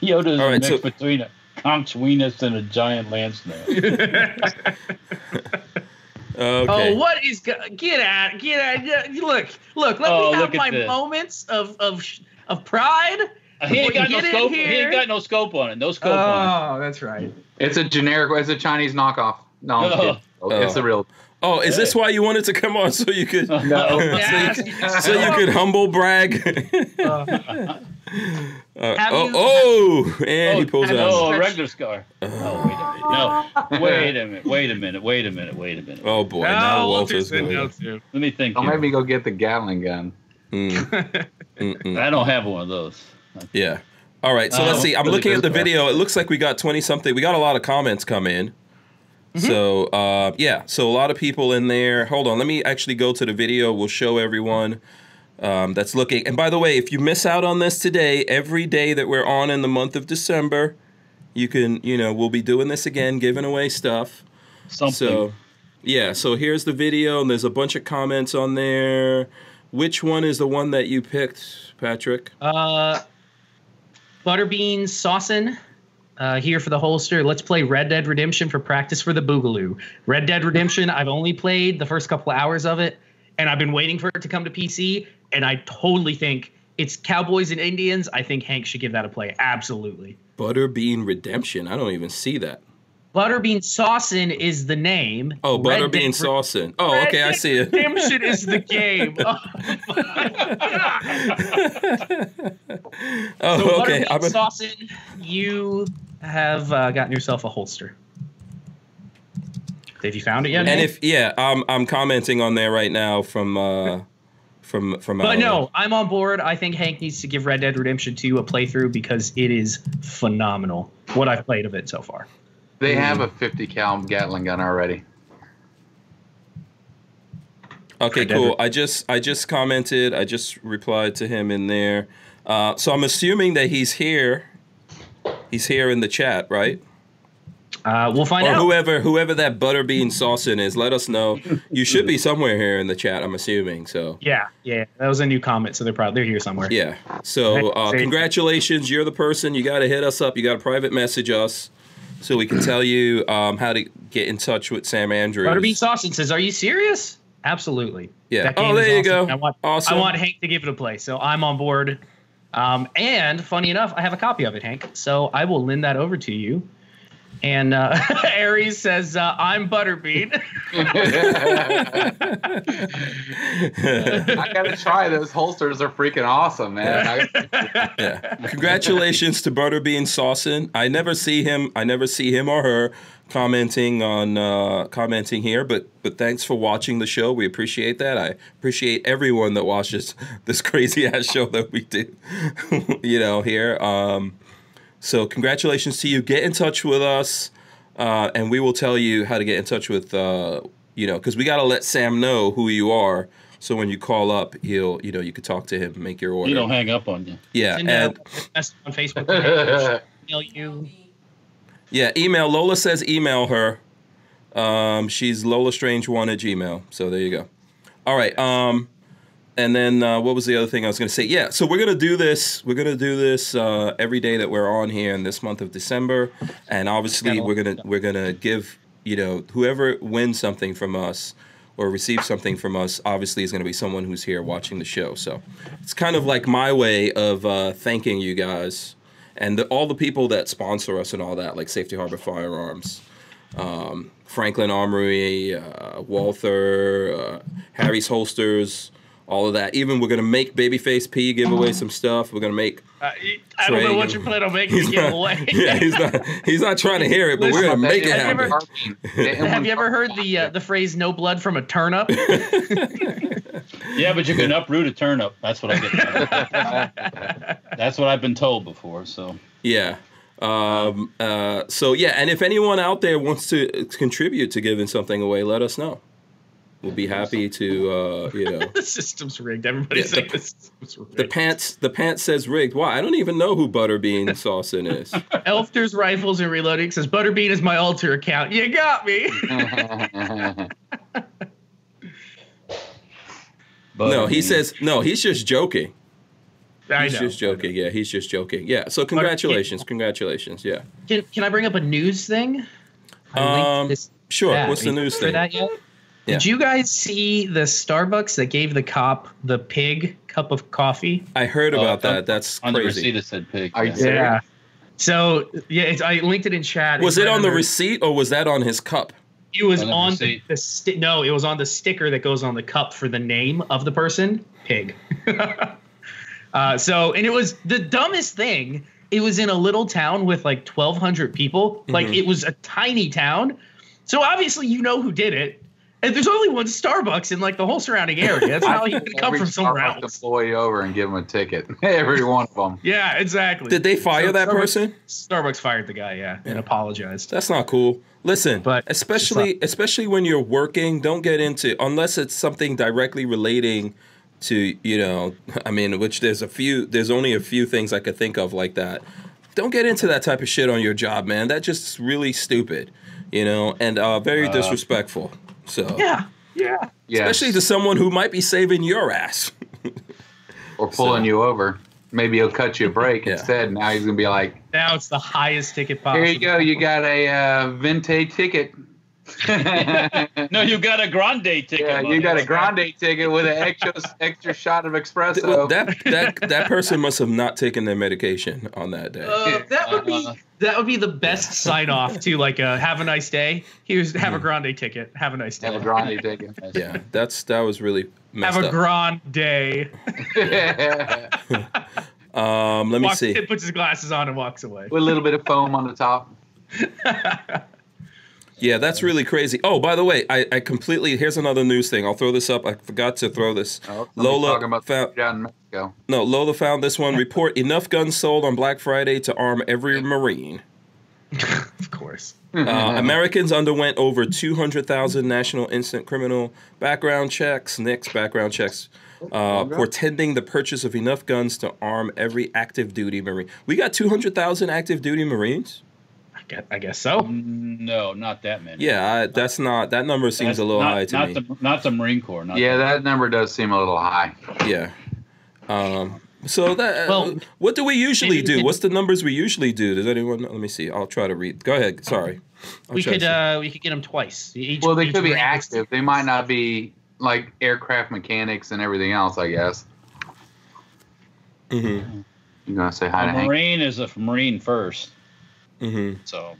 Yoda's
All
a
right,
mix
so-
between a conch weenus and a giant land snail.
Okay.
Oh, what is go- get out? Get out! yeah, Look, look. Let
Oh,
me have
look at
my
this.
moments of of sh- of pride.
he ain't
Well,
got
you
no
get in
scope. He
here.
ain't got no scope on it. No scope on it.
Oh, that's right.
It's a generic. It's a Chinese knockoff. No, I'm
Oh.
kidding. It's the real.
Oh, is this why you wanted to come on so you could
No.
Yes.
so you could humble brag?
Uh,
Uh,
Have
oh,
you-
oh, and he pulls
have
out.
Oh, a
Stretch.
regular scar. Oh, wait a minute. No. Wait a minute. Wait a minute. Wait a minute. Wait a minute.
Oh boy, now
oh,
Walter's
Walter's in
going.
now
to
too.
Let me think.
Don't
here.
make me go get the Gatling gun.
Mm. Mm-mm.
I don't have one of those.
Yeah. All right, so
Uh,
let's see. I'm
Uh-huh. really
looking at the
good there.
video. It looks like we got 20 something. We got a lot of comments come in.
Mm-hmm.
So, uh, yeah, so a lot of people in there. Hold on, let me actually go to the video. We'll show everyone um, that's looking. And by the way, if you miss out on this today, every day that we're on in the month of December, you can, you know, we'll be doing this again, giving away stuff.
Something.
So, yeah, so here's the video, and there's a bunch of comments on there. Which one is the one that you picked, Patrick?
Uh, Butterbean Saucin uh, here for the holster. Let's play Red Dead Redemption for practice for the Boogaloo. Red Dead Redemption, I've only played the first couple of hours of it, and I've been waiting for it to come to PC, and I totally think it's Cowboys and Indians. I think Hank should give that a play. Absolutely.
Butterbean Redemption. I don't even see that.
Butterbean Saucin is the name.
Oh,
Red
Butterbean
Dead
Saucin. Oh, okay, I see it.
Redemption is the game. Oh,
Oh, okay.
Butterbean
I'm a-
Saucin, you have uh, gotten yourself a holster. Have you found it yet?
and
Nate?
if yeah, I'm I'm commenting on there right now from uh from from
but
our-
no, I'm on board. I think Hank needs to give Red Dead Redemption 2 a playthrough because it is phenomenal. What I've played of it so far.
They
Mm-hmm.
have a 50 cal Gatling gun already.
Okay,
Red Dead
cool. I just I just commented. I just replied to him in there. Uh, so I'm assuming that he's here. He's here in the chat, right?
Uh, we'll find
Or
out.
whoever whoever that butterbean saucin is, let us know. You should be somewhere here in the chat. I'm assuming so.
yeah, yeah, that was a new comment, so they're probably they're here somewhere.
Yeah. So uh,
Say-
congratulations, you're the person. You got to hit us up. You got to private message us, so we can tell you um, how to get in touch with Sam Andrews.
Butterbean Sausage says, "Are you serious?" Absolutely.
Yeah.
That
Oh,
game is
there you go.
I want,
Awesome.
I want Hank to give it a play, so I'm on board. Um, and funny enough, I have a copy of it, Hank. So I will lend that over to you. And uh, Aries says, uh, "I'm Butterbean."
I gotta try those holsters. They're freaking awesome, man. I,
yeah. Congratulations to Butterbean Saucin. I never see him. I never see him or her commenting on uh, commenting here. But but thanks for watching the show. We appreciate that. I appreciate everyone that watches this crazy ass show that we do. you know here. Um, so congratulations to you. Get in touch with us, uh, and we will tell you how to get in touch with uh, you know because we got to let Sam know who you are. So when you call up, he'll you know you could talk to him, make your order.
You don't hang up on you.
yeah,
Send
and
a uh, message on Facebook. to Hank. Email you.
Yeah, email. Lola says email her. Um, she's Lola Strange one at Gmail. So there you go. All right. Um, and then uh, what was the other thing I was going to say? Yeah. So we're going to do this. We're going to do this uh, every day that we're on here in this month of December. And obviously, we're gonna we're gonna give you know whoever wins something from us or receives something from us obviously is going to be someone who's here watching the show. So it's kind of like my way of uh, thanking you guys and the, all the people that sponsor us and all that, like Safety Harbor Firearms, um, Franklin Armory, uh, Walther, uh, Harry's Holsters, all of that. Even we're gonna make Babyface P give away some stuff. We're gonna make.
Uh, I don't know what you plan on making to give away.
yeah, he's not. He's not trying to hear it, but we're gonna make it
Have you
happen.
ever- Have you ever heard the uh, the phrase "no blood from a turnip"?
Yeah, but you can uproot a turnip. That's what I get. That's what I've been told before. So
Yeah. Um, uh, so yeah, and if anyone out there wants to uh, contribute to giving something away, let us know. We'll be happy to uh, you know.
the system's rigged. Everybody's
Yeah,
saying
the-
the system's rigged.
The pants, the pants says rigged. Why? I don't even know who Butterbean Saucin is.
Elfters Rifles and Reloading says Butterbean is my alter account. You got me.
Uh-huh.
but,
no, he says no. He's just joking.
I
He's
know.
just joking. Yeah, he's just joking. Yeah. So congratulations, congratulations. Yeah.
Can, can I bring up a news thing? I linked
Um,
this
Sure.
back.
What's
Are
the
you
news
for
thing?
that yet? Did you guys see the Starbucks that gave the cop the pig cup of coffee?
I heard
Oh,
about
um,
that. That's
on the receipt
crazy.
it said pig.
Are you
yeah.
serious? Yeah.
So yeah, it's, I linked it in chat.
Was
It's
it
right
on the
under-
receipt or was that on his cup?
It was
On
on,
the
the,
receipt?
the sti- no, it was on the sticker that goes on the cup for the name of the person, pig. uh, so, and it was the dumbest thing. It was in a little town with like 1,200 people. Like
Mm-hmm.
Mhm.
it was a tiny town. So obviously, you know who did it. And there's only one Starbucks in like the whole surrounding area. That's how you can come
Every
from somewhere
Starbucks
else.
Employee over and give him a ticket. Every one of them.
Yeah, exactly.
Did they fire
So
that
Starbucks-
person?
Starbucks fired the guy, yeah, and apologized.
That's not cool. Listen,
But-
especially especially when you're working, don't get into unless it's something directly relating to you know. I mean, which there's a few. There's only a few things I could think of like that. Don't get into that type of shit on your job, man. That's just really stupid, you know, and uh, very disrespectful. So,
Yeah, yeah.
Yes.
especially to someone who might be saving your ass.
or pulling
so-
you over. Maybe he'll cut you a break
Yeah.
instead. Now he's gonna be like,
Now it's the highest ticket possible.
"Here you go, you Oh, got a uh, vente ticket." yeah,
No, you got a grande ticket.
you got a
motherfucker.
grande ticket with an extra extra shot of espresso.
Well, that that that person must have not taken their medication on that day.
Uh, that would
Uh-huh.
be that would be the best sign off to like a have a nice day. Here's have a grande ticket. Have a nice day.
Hmm. Have a grande ticket.
yeah, that's that was really messed
Have a
up.
grand day.
um, let me
Walks-
see.
It puts his glasses on and walks away.
with a little bit of foam on the top.
Yeah, that's really crazy. Oh, by the way, I, I completely here's another news thing. I'll throw this up. I forgot to throw this.
Oh, somebody's
Lola
talking about
found
down in Mexico.
no. Lola found this one. Report enough guns sold on Black Friday to arm every Marine.
of course.
Hmm.
Uh, Americans underwent over 200,000 national instant criminal background checks, NICS background checks,
Oh,
uh, portending the purchase of enough guns to arm every active duty Marine. We got 200,000 active duty Marines?
I guess, I guess so.
No, not that many.
Yeah, I, that's not, that number seems
That's
a little
not,
high to
not
me.
The, not the Marine Corps. Not
Yeah, that number does seem a little high.
Yeah. Um, so that
Well-
what do we usually do? What's the numbers we usually do? Does anyone let me see. I'll try to read. Go ahead. Sorry. I'll
We
try
could
to see.
uh, we could get them twice. Each-
Well, they
each
could be
brand is-
active. They might not be like aircraft mechanics and everything else. I guess.
Mhm,
You gonna say hi to
A
Hank?
Marine is a Marine first.
mhm.
So,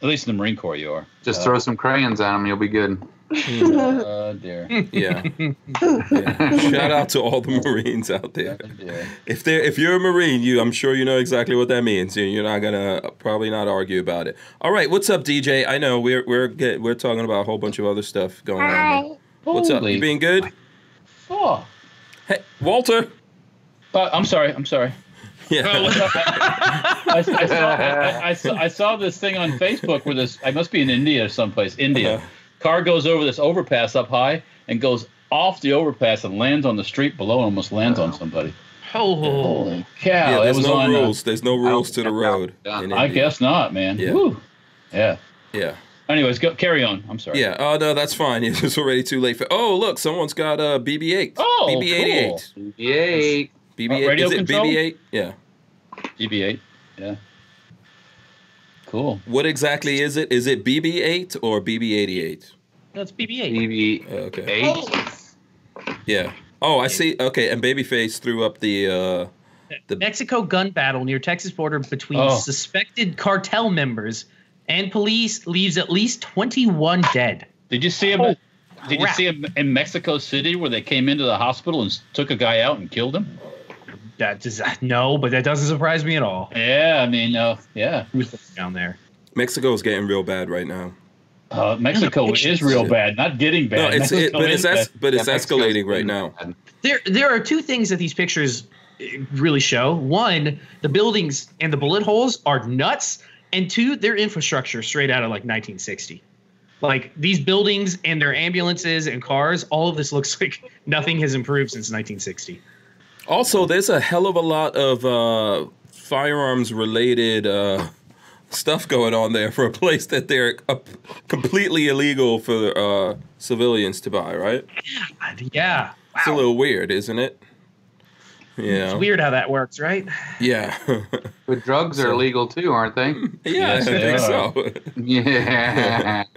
at least in the Marine Corps, you are.
Just
Uh,
throw some crayons at him. You'll be good.
Oh dear.
mm-hmm, Yeah. yeah. Shout out to all the Marines out there.
Oh, dear.
If they are if you're a Marine, you I'm sure you know exactly what that means. You- You're not gonna probably not argue about it. All right, what's up, DJ? I know we're we're get, we're talking about a whole bunch of other stuff going on.
Hi.
What's up?
Holy
You being good?
fuck.
Hey, Walter.
Uh, I'm sorry. I'm sorry.
Yeah.
I, I saw, I, I saw, I saw this thing on Facebook where this, I must be in India someplace, India.
Uh-huh.
Car goes over this overpass up high and goes off the overpass and lands on the street below and almost lands on somebody.
Oh,
Holy cow.
yeah,
that
there's
was
no
on, uh,
rules. there's no rules to the road. in
I
India.
guess not, man.
Yeah.
Whew. Yeah.
Yeah.
Anyways, go carry on. I'm sorry.
Yeah. Oh no, that's fine. It's already too late for. Oh look, someone's got a BB-8.
Oh,
BB-88.
Yay!
BB-8.
Uh, radio
Is it
control?
BB-8? Yeah.
BB-8. Yeah. Cool.
What exactly is it? Is it BB-8 or BB-88?
that's BB-8.
BB
Uh, Okay.
eight.
Yeah. Oh, I see. Okay, and Babyface threw up the. uh
Mexico gun battle near Texas border between
Oh.
suspected cartel members and police leaves at least 21 dead.
Did you see him?
Oh,
did you
crap.
see him in Mexico City where they came into the hospital and s- took a guy out and killed him?
That does no, but that doesn't surprise me at all.
Yeah, I mean, uh, yeah.
Ruthless down there.
Mexico's getting real bad right now.
Uh, Mexico is real bad, not getting
No,
bad.
it's it,
Mexico
but it's
is bad.
es- but it's
Yeah, Mexico's
escalating right
been
now.
bad.
There, there are two things that these pictures eh, really show. One, the buildings and the bullet holes are nuts, and two, their infrastructure straight out of like 1960. Like these buildings and their ambulances and cars, all of this looks like nothing has improved since 1960.
Also, there's a hell of a lot of uh, firearms related uh, stuff going on there for a place that they're uh, completely illegal for uh, civilians to buy, right?
God, yeah,
It's a
wow.
little weird, isn't it? Yeah.
It's weird how that works, right?
Yeah.
But drugs are
So-
illegal too, aren't they?
yeah, I
Yes, they
think
are.
so.
Yeah.
Yes,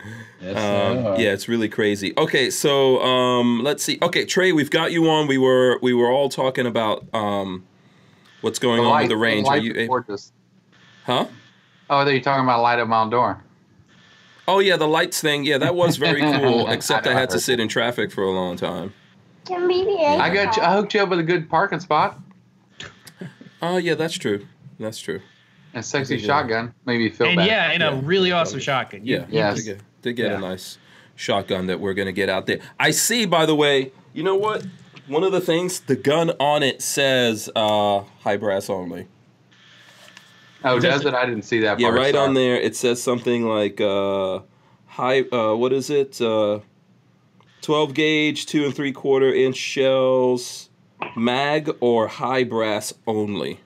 Um,
uh,
yeah, it's really crazy. Okay, so um, let's see. Okay, Trey, we've got you on. We were we were all talking about um, what's going on with the range. Are
light
you
is
able,
gorgeous.
huh?
Oh, I thought you were talking about light of Maldor.
Oh yeah, the lights thing. Yeah, that was very cool. Except I,
I
had to
heard
sit in traffic for a long time.
Comedian.
I got you. I hooked you up with a good parking spot
Oh yeah, that's true. That's true.
and a sexy
Yeah.
shotgun. Maybe you feel
and
bad.
yeah, and
Yeah.
a really awesome shotgun. You-
Yeah.
Yes.
Did get, did get
Yeah.
a nice shotgun that we're going to get out there. I see, by the way, you know what? One of the things, the gun on it says uh, high brass only.
Oh, does it? I didn't see that.
Yeah,
part,
right
sorry.
on there, it says something like uh, high, uh, what is it? Uh, 12 gauge, two and three quarter inch shells, mag or high brass only.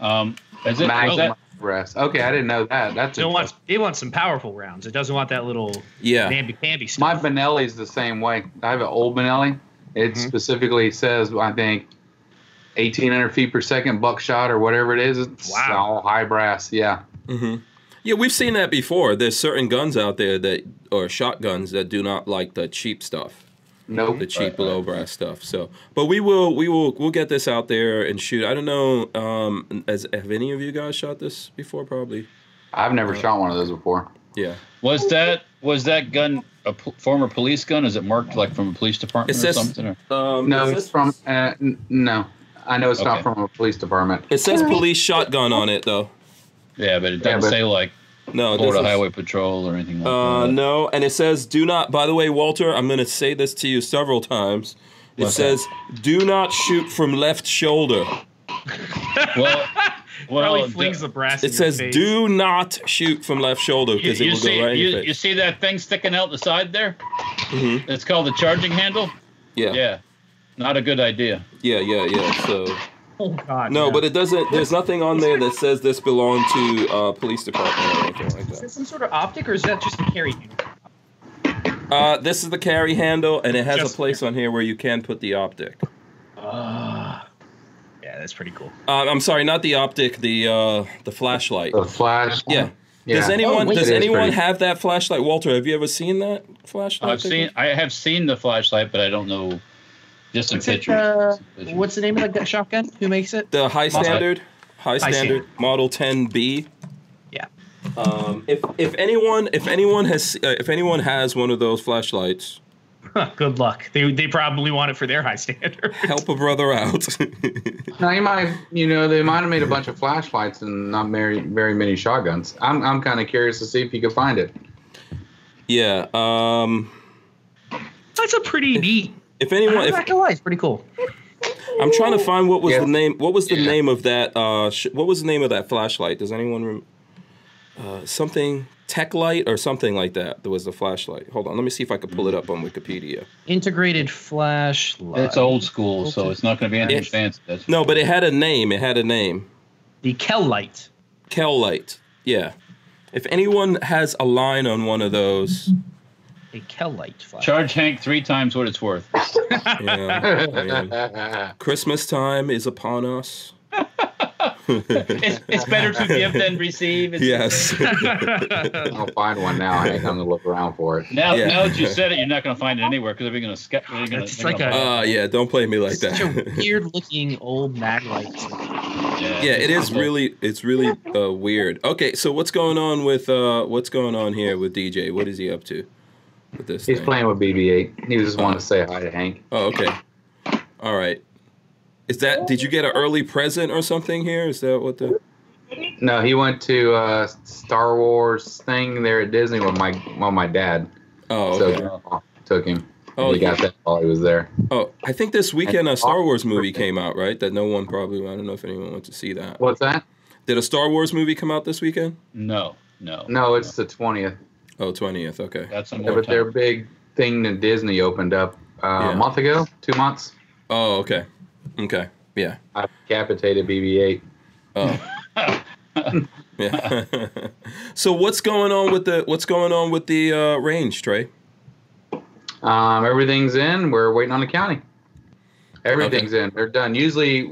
Um, is it,
Mag-
is that-
Brass. Okay, I didn't know that. That's
It wants,
interesting.
it wants some powerful rounds. It doesn't want that little
Yeah.
namby-pamby
my
stuff.
Benelli's the same way. I have an old Benelli. It
Mhm.
specifically says, I think, eighteen hundred feet per second buckshot or whatever it is. It's
Wow.
all high brass. Yeah.
hmm Yeah, we've seen that before. There's certain guns out there that, or shotguns that do not like the cheap stuff,
Nope.
the cheap low brass stuff. So, but we will, we will, we'll get this out there and shoot. I don't know, um, as have any of you guys shot this before? Probably.
I've never
Uh-huh.
shot one of those before.
Yeah.
was that was that gun a pl- former police gun? Is it marked like from a police department
It
or
says-
something? or-
Um,
No,
it
it's
says,
from. Uh, n- no, I know it's
Okay.
not from a police department.
it says police shotgun on it though.
yeah, but it
Yeah,
doesn't
but-
say like
No, it
Florida
doesn't-
Highway Patrol or anything like
Uh,
that.
no, and it says do not. By the way, Walter, I'm going to say this to you several times. It
What's that?
says do not shoot from left shoulder.
Well,
Probably
well,
flings the brass. in
It
your
says
face.
do not shoot from left shoulder
You,
because it
you
will
see,
go right in
you,
your face.
you see that thing sticking out the side there?
Mhm.
It's called the charging handle.
Yeah, yeah,
Yeah, not a good idea.
yeah, yeah, So
Oh God.
no, but it doesn't. There's nothing on there that says this belonged to uh, police department or anything like
Is
that.
that some sort of optic, or is that just a carry? unit?
Uh, this is the carry handle, and it has
Just
a place on here where you can put the optic.
Uh, yeah, that's pretty cool.
Uh, I'm sorry, not the optic, the uh, the flashlight.
The flash.
Yeah.
Yeah.
Does anyone
Oh, wait,
does
it is
anyone
pretty-
have that flashlight? Walter, have you ever seen that flashlight?
I've seen I have seen the flashlight, but I don't know. Just some
What's, it,
pictures.
uh,
Some pictures.
what's the name of that shotgun? Who makes it?
the high
Model-
standard, high
High
standard
standard.
model 10B.
Yeah.
Um, if if anyone if anyone has uh, if anyone has one of those flashlights,
Huh, good luck. They they probably want it for their high standard.
help a brother out.
Now you might, you know, they might have made a bunch of flashlights and not very, very many shotguns. I'm, I'm kind of curious to see if you could find it.
yeah. Um,
that's a pretty neat.
if
I'm
anyone, if,
not gonna lie, it's pretty cool.
I'm trying to find what was
Yeah.
the name. What was the
Yeah.
name of that? Uh, sh- what was the name of that flashlight? Does anyone rem- uh, something tech light or something like that? There was the flashlight. Hold on, let me see if I could pull it up on Wikipedia.
Integrated flashlight.
It's old school, so it's not going to be anything
It's-
fancy. That's
No, but it had a name. It had a name.
The Kell light.
Kel light. Yeah. If anyone has a line on one of those,
A Kell light flashlight.
charge Hank three times what it's worth.
yeah, man. Christmas time is upon us.
It's, it's better to give than receive. It's-
Yes.
I'll find one now. I ain't gonna look around for it.
Now,
Yeah.
now that you said it, you're not going to find it anywhere because they're going to skip. They're going
It's like a-
Ah, yeah. Don't play me like
Such a
that.
weird looking old mag light.
yeah, it is really, it's really uh, weird. Okay, so what's going on with uh, what's going on here with DJ? What is he up to with this?
He's
thing?
playing with BB-8. He just wanted to say hi to Hank.
Oh, okay. All right. Is that? Did you get an early present or something here? Is that what the?
No, he went to uh, Star Wars thing there at Disney with my, well, my dad.
Oh,
So
okay.
grandpa took him.
Oh,
Oh, he got that while he was there.
Oh, I think this weekend a Star Wars movie came out, right? That no one probably, I don't know if anyone went to see that.
What's that?
Did a Star Wars movie come out this weekend?
No, no,
No, it's the twentieth.
Oh, 20th, okay.
That's some
Yeah,
more
but their
time.
big thing that Disney opened up uh,
Yeah.
a month ago, two months.
Oh, okay. Okay. Yeah.
I decapitated BB-8.
Oh. yeah. so what's going on with the what's going on with the uh, range, Trey?
Um, everything's in. We're waiting on the county. Everything's in. They're done. Usually,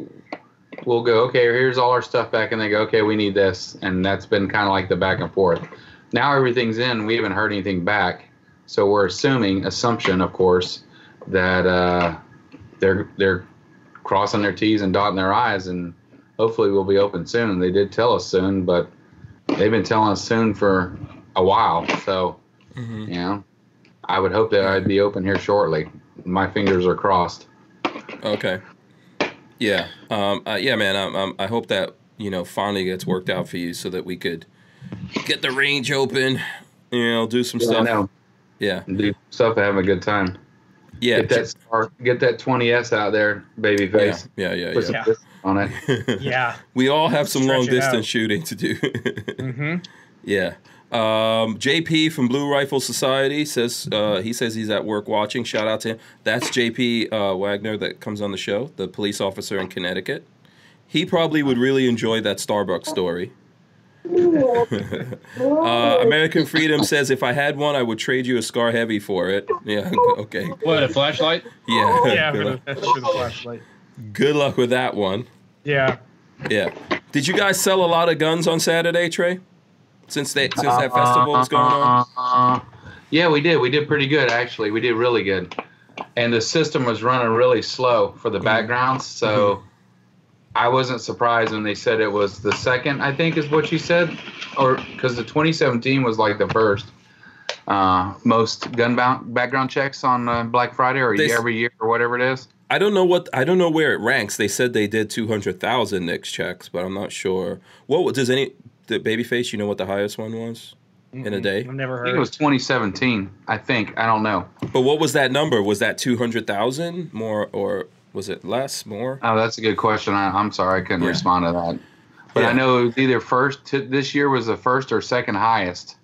we'll go. Okay, here's all our stuff back, and they go. Okay, we need this, and that's been kind of like the back and forth. Now everything's in. We haven't heard anything back, so we're assuming, assumption, of course, that uh, they're they're crossing their T's and dotting their I's, and hopefully we'll be open soon. They did tell us soon, but they've been telling us soon for a while. So,
Mhm.
you know. I would hope that I'd be open here shortly. My fingers are crossed.
Okay. Yeah. Um, uh, yeah, man. Um, um, I hope that you know finally gets worked out for you, so that we could get the range open. You know, do some
I
stuff.
know.
Yeah.
do stuff and have a good time.
Yeah.
Get that star, get that 20s out there, baby
yeah.
face.
Yeah. Yeah.
Put
yeah.
some distance on it.
Yeah.
We all have some
Stretch
long
it
distance
out.
shooting to do.
Mm-hmm.
yeah. Um, JP from Blue Rifle Society says uh, he says he's at work watching. Shout out to him. That's JP uh, Wagner that comes on the show, the police officer in Connecticut. He probably would really enjoy that Starbucks story. uh, American Freedom says if I had one, I would trade you a Scar Heavy for it. Yeah. Okay.
What a flashlight!
Yeah.
Yeah.
good,
For
luck.
the, that's for the flashlight.
good luck with that one.
Yeah.
Yeah. Did you guys sell a lot of guns on Saturday, Trey? Since they since that festival was going on?
Uh, yeah, we did. We did pretty good actually. We did really good. And the system was running really slow for
Mm-hmm.
the backgrounds, so I wasn't surprised when they said it was the second. I think is what you said, or because the 2017 was like the first uh, most gun bound background checks on uh, Black Friday or
They s-
every year or whatever it is.
I don't know what I don't know where it ranks. They said they did two hundred thousand Nix checks, but I'm not sure. What wa- does any the babyface? You know what the highest one was in a day?
I've never
I think
heard.
it was 2017. I think I don't know.
But what was that number? Was that two hundred thousand more or was it less? More?
Oh, that's a good question. I, I'm sorry, I couldn't
Yeah.
respond to that. But
Yeah.
I know it was either first. To, this year was the first or second highest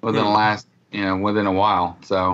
within
Hmm.
the last, you know, within a while. So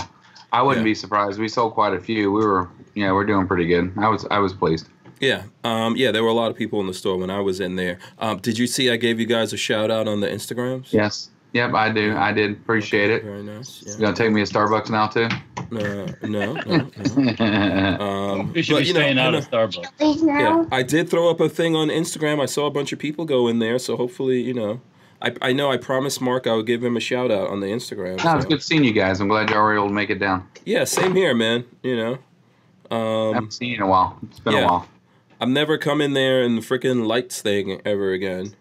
I wouldn't
Yeah.
be surprised. We sold quite a few. We were, yeah, we're doing pretty good. I was, I was pleased.
Yeah, um, yeah. There were a lot of people in the store when I was in there. Um, did you see? I gave you guys a shout out on the Instagrams.
Yes. Yep, I do. I did appreciate it.
Very nice.
It's
Yeah.
gonna take me a Starbucks now too.
No, no, no. no. Um,
You should
but,
be
you know,
staying
I
out
know-
of Starbucks.
Please
Yeah,
now.
I did throw up a thing on Instagram. I saw a bunch of people go in there, so hopefully, you know, I, I know I promised Mark I would give him a shout out on the Instagram.
no, it's
so-
good seeing you guys. I'm glad you all were able to make it down.
Yeah, same here, man. You know,
I
um,
haven't seen you in a while. It's been
yeah.
a while.
I've never come in there in the freaking lights thing ever again.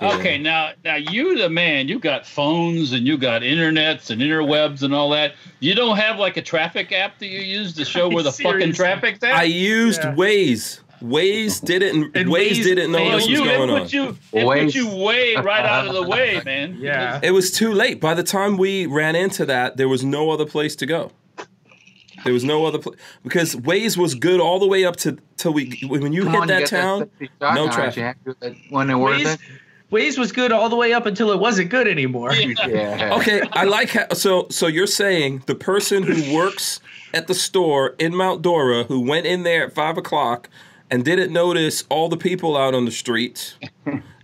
Yeah.
Okay, now now you the man. You got phones and you got internets and interwebs and all that. You don't have like a traffic app that you use to show where the fucking
Seriously.
traffic's at.
I used
Yeah.
Waze. Waze didn't.
And
Waze,
Waze
didn't know
Well,
what
failed.
was
you, it
going on.
put you, it
Waste.
put you way right out of the way, man.
Yeah.
It was too late. By the time we ran into that, there was no other place to go. There was no other place because Waze was good all the way up to till we when you
Come
hit
on, you
that
got
town.
sexy shotgun. Aren't you
traffic.
happy with that one and worth
Waze, Waze was good all the way up until it wasn't good anymore.
it? Yeah.
Okay, I like how, so so you're saying the person who works at the store in Mount Dora who went in there at five o'clock and didn't notice all the people out on the streets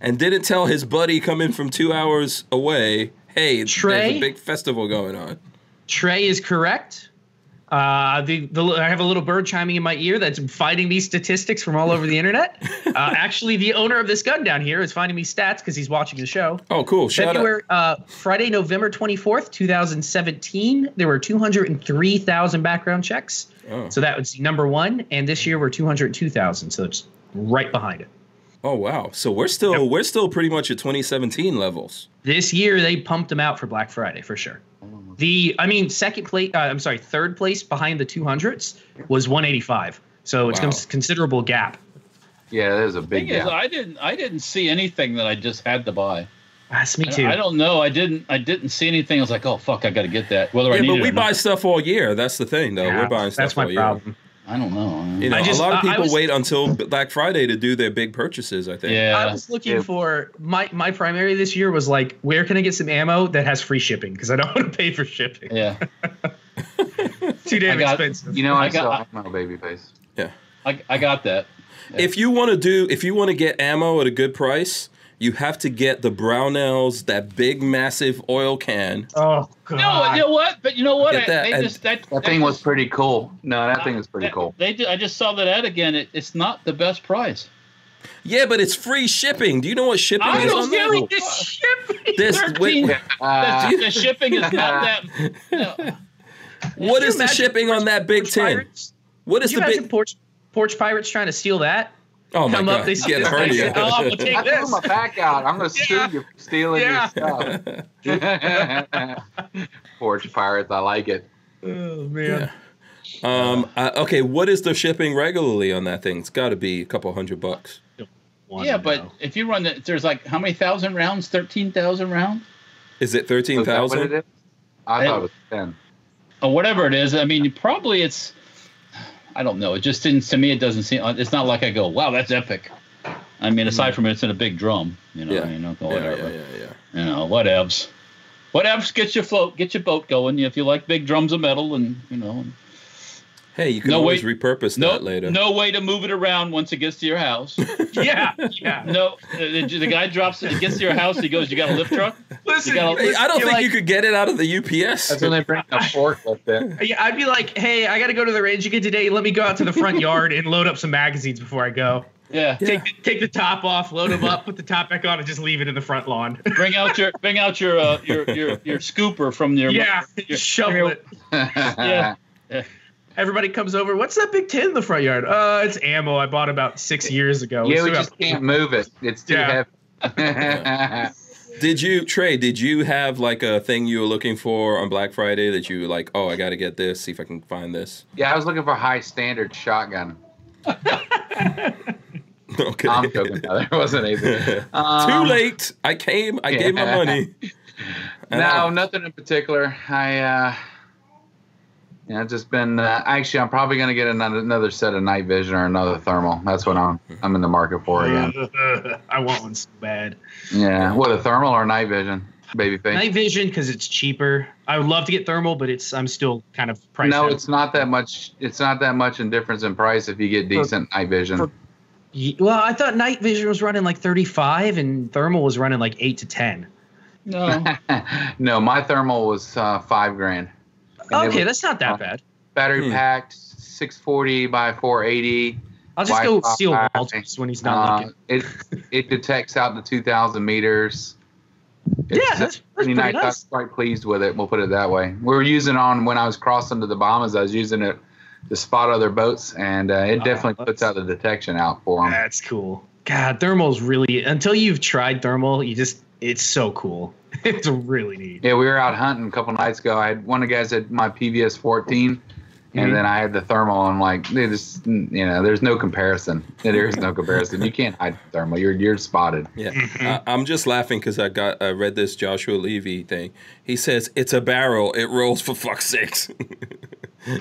and didn't tell his buddy coming from two hours away, hey, there's
Trey?
a big festival going on.
Trey is correct. Uh, the, the, I have a little bird chiming in my ear that's finding me statistics from all over the internet. Uh, actually, the owner of this gun down here is finding me stats because he's watching the show.
Oh, cool! Shout out.
February, uh, Friday, November 24th, 2017, there were 203,000 background checks.
Oh.
So that was number one. And this year we're 202,000. So it's right behind it.
Oh wow! So we're still we're still pretty much at 2017 levels.
This year they pumped them out for Black Friday for sure.
Oh,
The, I mean, second place, uh, I'm sorry, third place behind the 200s was 185. So it's
Wow.
a considerable gap.
Yeah, that is a
Thing
big
is,
gap.
I didn't I didn't see anything that I just had to buy.
That's Ah, me
I-
too.
I don't know. I didn't I didn't see anything. I was like, oh fuck, I got to get that. Whether I
yeah,
need
but
it
we
or not.
buy stuff all year. That's the thing, though.
Yeah,
We're buying stuff
That's my
all
problem.
I don't know.
year. You know,
I just-
a lot of
I- I
people
was-
wait until Black Friday to do their big purchases. I think.
I
yeah.
was looking
Yeah.
for my my primary this year was like where can I get some ammo that has free shipping because I don't want to pay for shipping.
Yeah,
Too damn
I got-
expensive.
You know, I,
I got-
saw my baby face.
I, I got that.
If you want to do, if you want to get ammo at a good price, you have to get the Brownells, that big massive oil can.
oh god.
No, you know what? But you know what?
Get
I,
that,
they
and-
just that,
That thing was
just-
pretty cool. No, that thing was pretty
that-
cool.
They ju- I just saw that ad again. It, it's not the best price.
Yeah, but it's free shipping. Do you know what shipping
I
is
don't
on
get
that?
it.
This shipping.
This wait,
Thirteen.
Uh,
the, the shipping is not that. no.
what
Could
is
you
the
imagine
shipping on that big
Porch
tin?
Pirates?
What is
Could you
the
imagine
big?
porch porch pirates trying to steal that?
Oh my
come up,
god!
they Oh, see
Get
this
Bernie
thing,
out.
they'll all take
I threw my pack out. I'm gonna sue
Yeah.
you for stealing
Yeah.
your stuff. Porch pirates, I like it.
Oh
Yeah. Um.
Uh,
I- okay. What is the shipping regularly on that thing? It's got to be a couple hundred bucks.
Yeah, but if you run the, there's like how many thousand rounds? Thirteen thousand rounds?
Is it
So
thirteen
is that what it
thousand?
is? I thought it was ten.
or whatever it is. I mean, probably it's. I don't know. It just didn't to me. It doesn't seem. It's not like I go, "Wow, that's epic." I mean, aside from it, it's in a big drum. You know,
Mm. Yeah.
you know,
Yeah, yeah,
whatever.
yeah, yeah.
You know, whatevs. Whatevs gets your float, get your boat going. If you like big drums of metal, and you know, and
Hey, you can
No,
always
wait.
repurpose
no,
that later.
no way to move it around once it gets to your house.
yeah, yeah.
no, the, the guy drops it. It gets to your house. He goes, "You got a lift truck?"
Listen,
You gotta-
Hey, I don't
you're
think
like-
you could get it out of the UPS.
That's when they bring a forklift in.
Yeah, I'd be like, hey, I got to go to the range again today. Let me go out to the front yard and load up some magazines before I go.
Yeah.
Yeah.
Take, the, take the top off, load them up, put the top back on, and just leave it in the front lawn.
Bring out your bring out your uh, your your your scooper from your
yeah,
your-
shovel it.
Yeah.
Everybody comes over. What's that big tin in the front yard? Uh, it's ammo I bought about six years ago.
yeah,
It's
we
about-
just can't move it. It's too
Yeah.
heavy.
Did you Trey? Did you have like a thing you were looking for on Black Friday that you were like? Oh, I got to get this. See if I can find this.
yeah, I was looking for a high standard shotgun.
Okay.
I'm joking. No, there wasn't anything. Um,
Too late. I came. I gave my
yeah.
money. And
No,
I-
nothing in particular. I, uh, yeah, I've just been. Uh, actually, I'm probably gonna get another, another set of night vision or another thermal. That's what I'm. I'm in the market for
Uh,
again.
I want one so bad.
Yeah, what a thermal or night vision, baby face.
Night vision because it's cheaper. I would love to get thermal, but it's I'm still kind of priced
No,
out.
it's not that much. It's not that much in difference in price if you get decent night vision.
for- Ye- Well, I thought night vision was running like 35 and thermal was running like 8 to 10.
No.
no, my thermal was uh, five grand. And it
Okay,
was
that's not that bad.
battery
Hmm.
packed, 640 by 480.
I'll just go
Wi-Fi.
steal Walters when he's not
Uh,
looking.
it it detects out to 2,000 meters.
Yeah,
It's, uh,
that's, that's pretty nice.
I was quite pleased with it. We'll put it that way. We were using it on when I was crossing to the Bahamas. I was using it to spot other boats, and uh, it
Oh,
definitely puts out
that's-
the detection out for them.
That's cool. God, thermal's really until you've tried thermal, you just it's so cool. It's really neat.
Yeah, we were out hunting a couple nights ago. I had one of the guys had my PVS 14,
Mhm.
and then I had the thermal. I'm like, dude, this, you know, there's no comparison. There is no comparison. You can't hide the thermal. You're you're spotted.
Yeah,
Mm-hmm.
I, I'm just laughing because I got I read this Joshua Levy thing. He says it's a barrel. It rolls for fuck's sakes.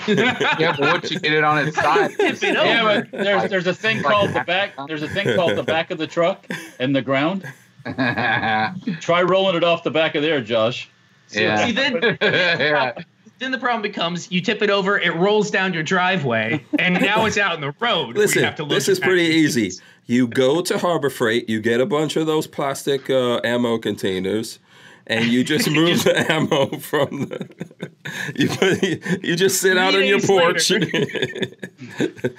Yeah, but once you get it on its side,
it
Yeah,
over.
but there's there's a thing called the back. There's a thing called the back of the truck and the ground.
yeah.
Try rolling it off the back of there, Josh.
See, then,
yeah.
then the problem becomes you tip it over, it rolls down your driveway, and now it's out in the road. where you
Listen,
have to load
this
your
is pretty
packages.
easy. You go to Harbor Freight, you get a bunch of those plastic uh, ammo containers, and you just move the ammo from the. You, put, you just sit out on
Three
your
days
porch,
later.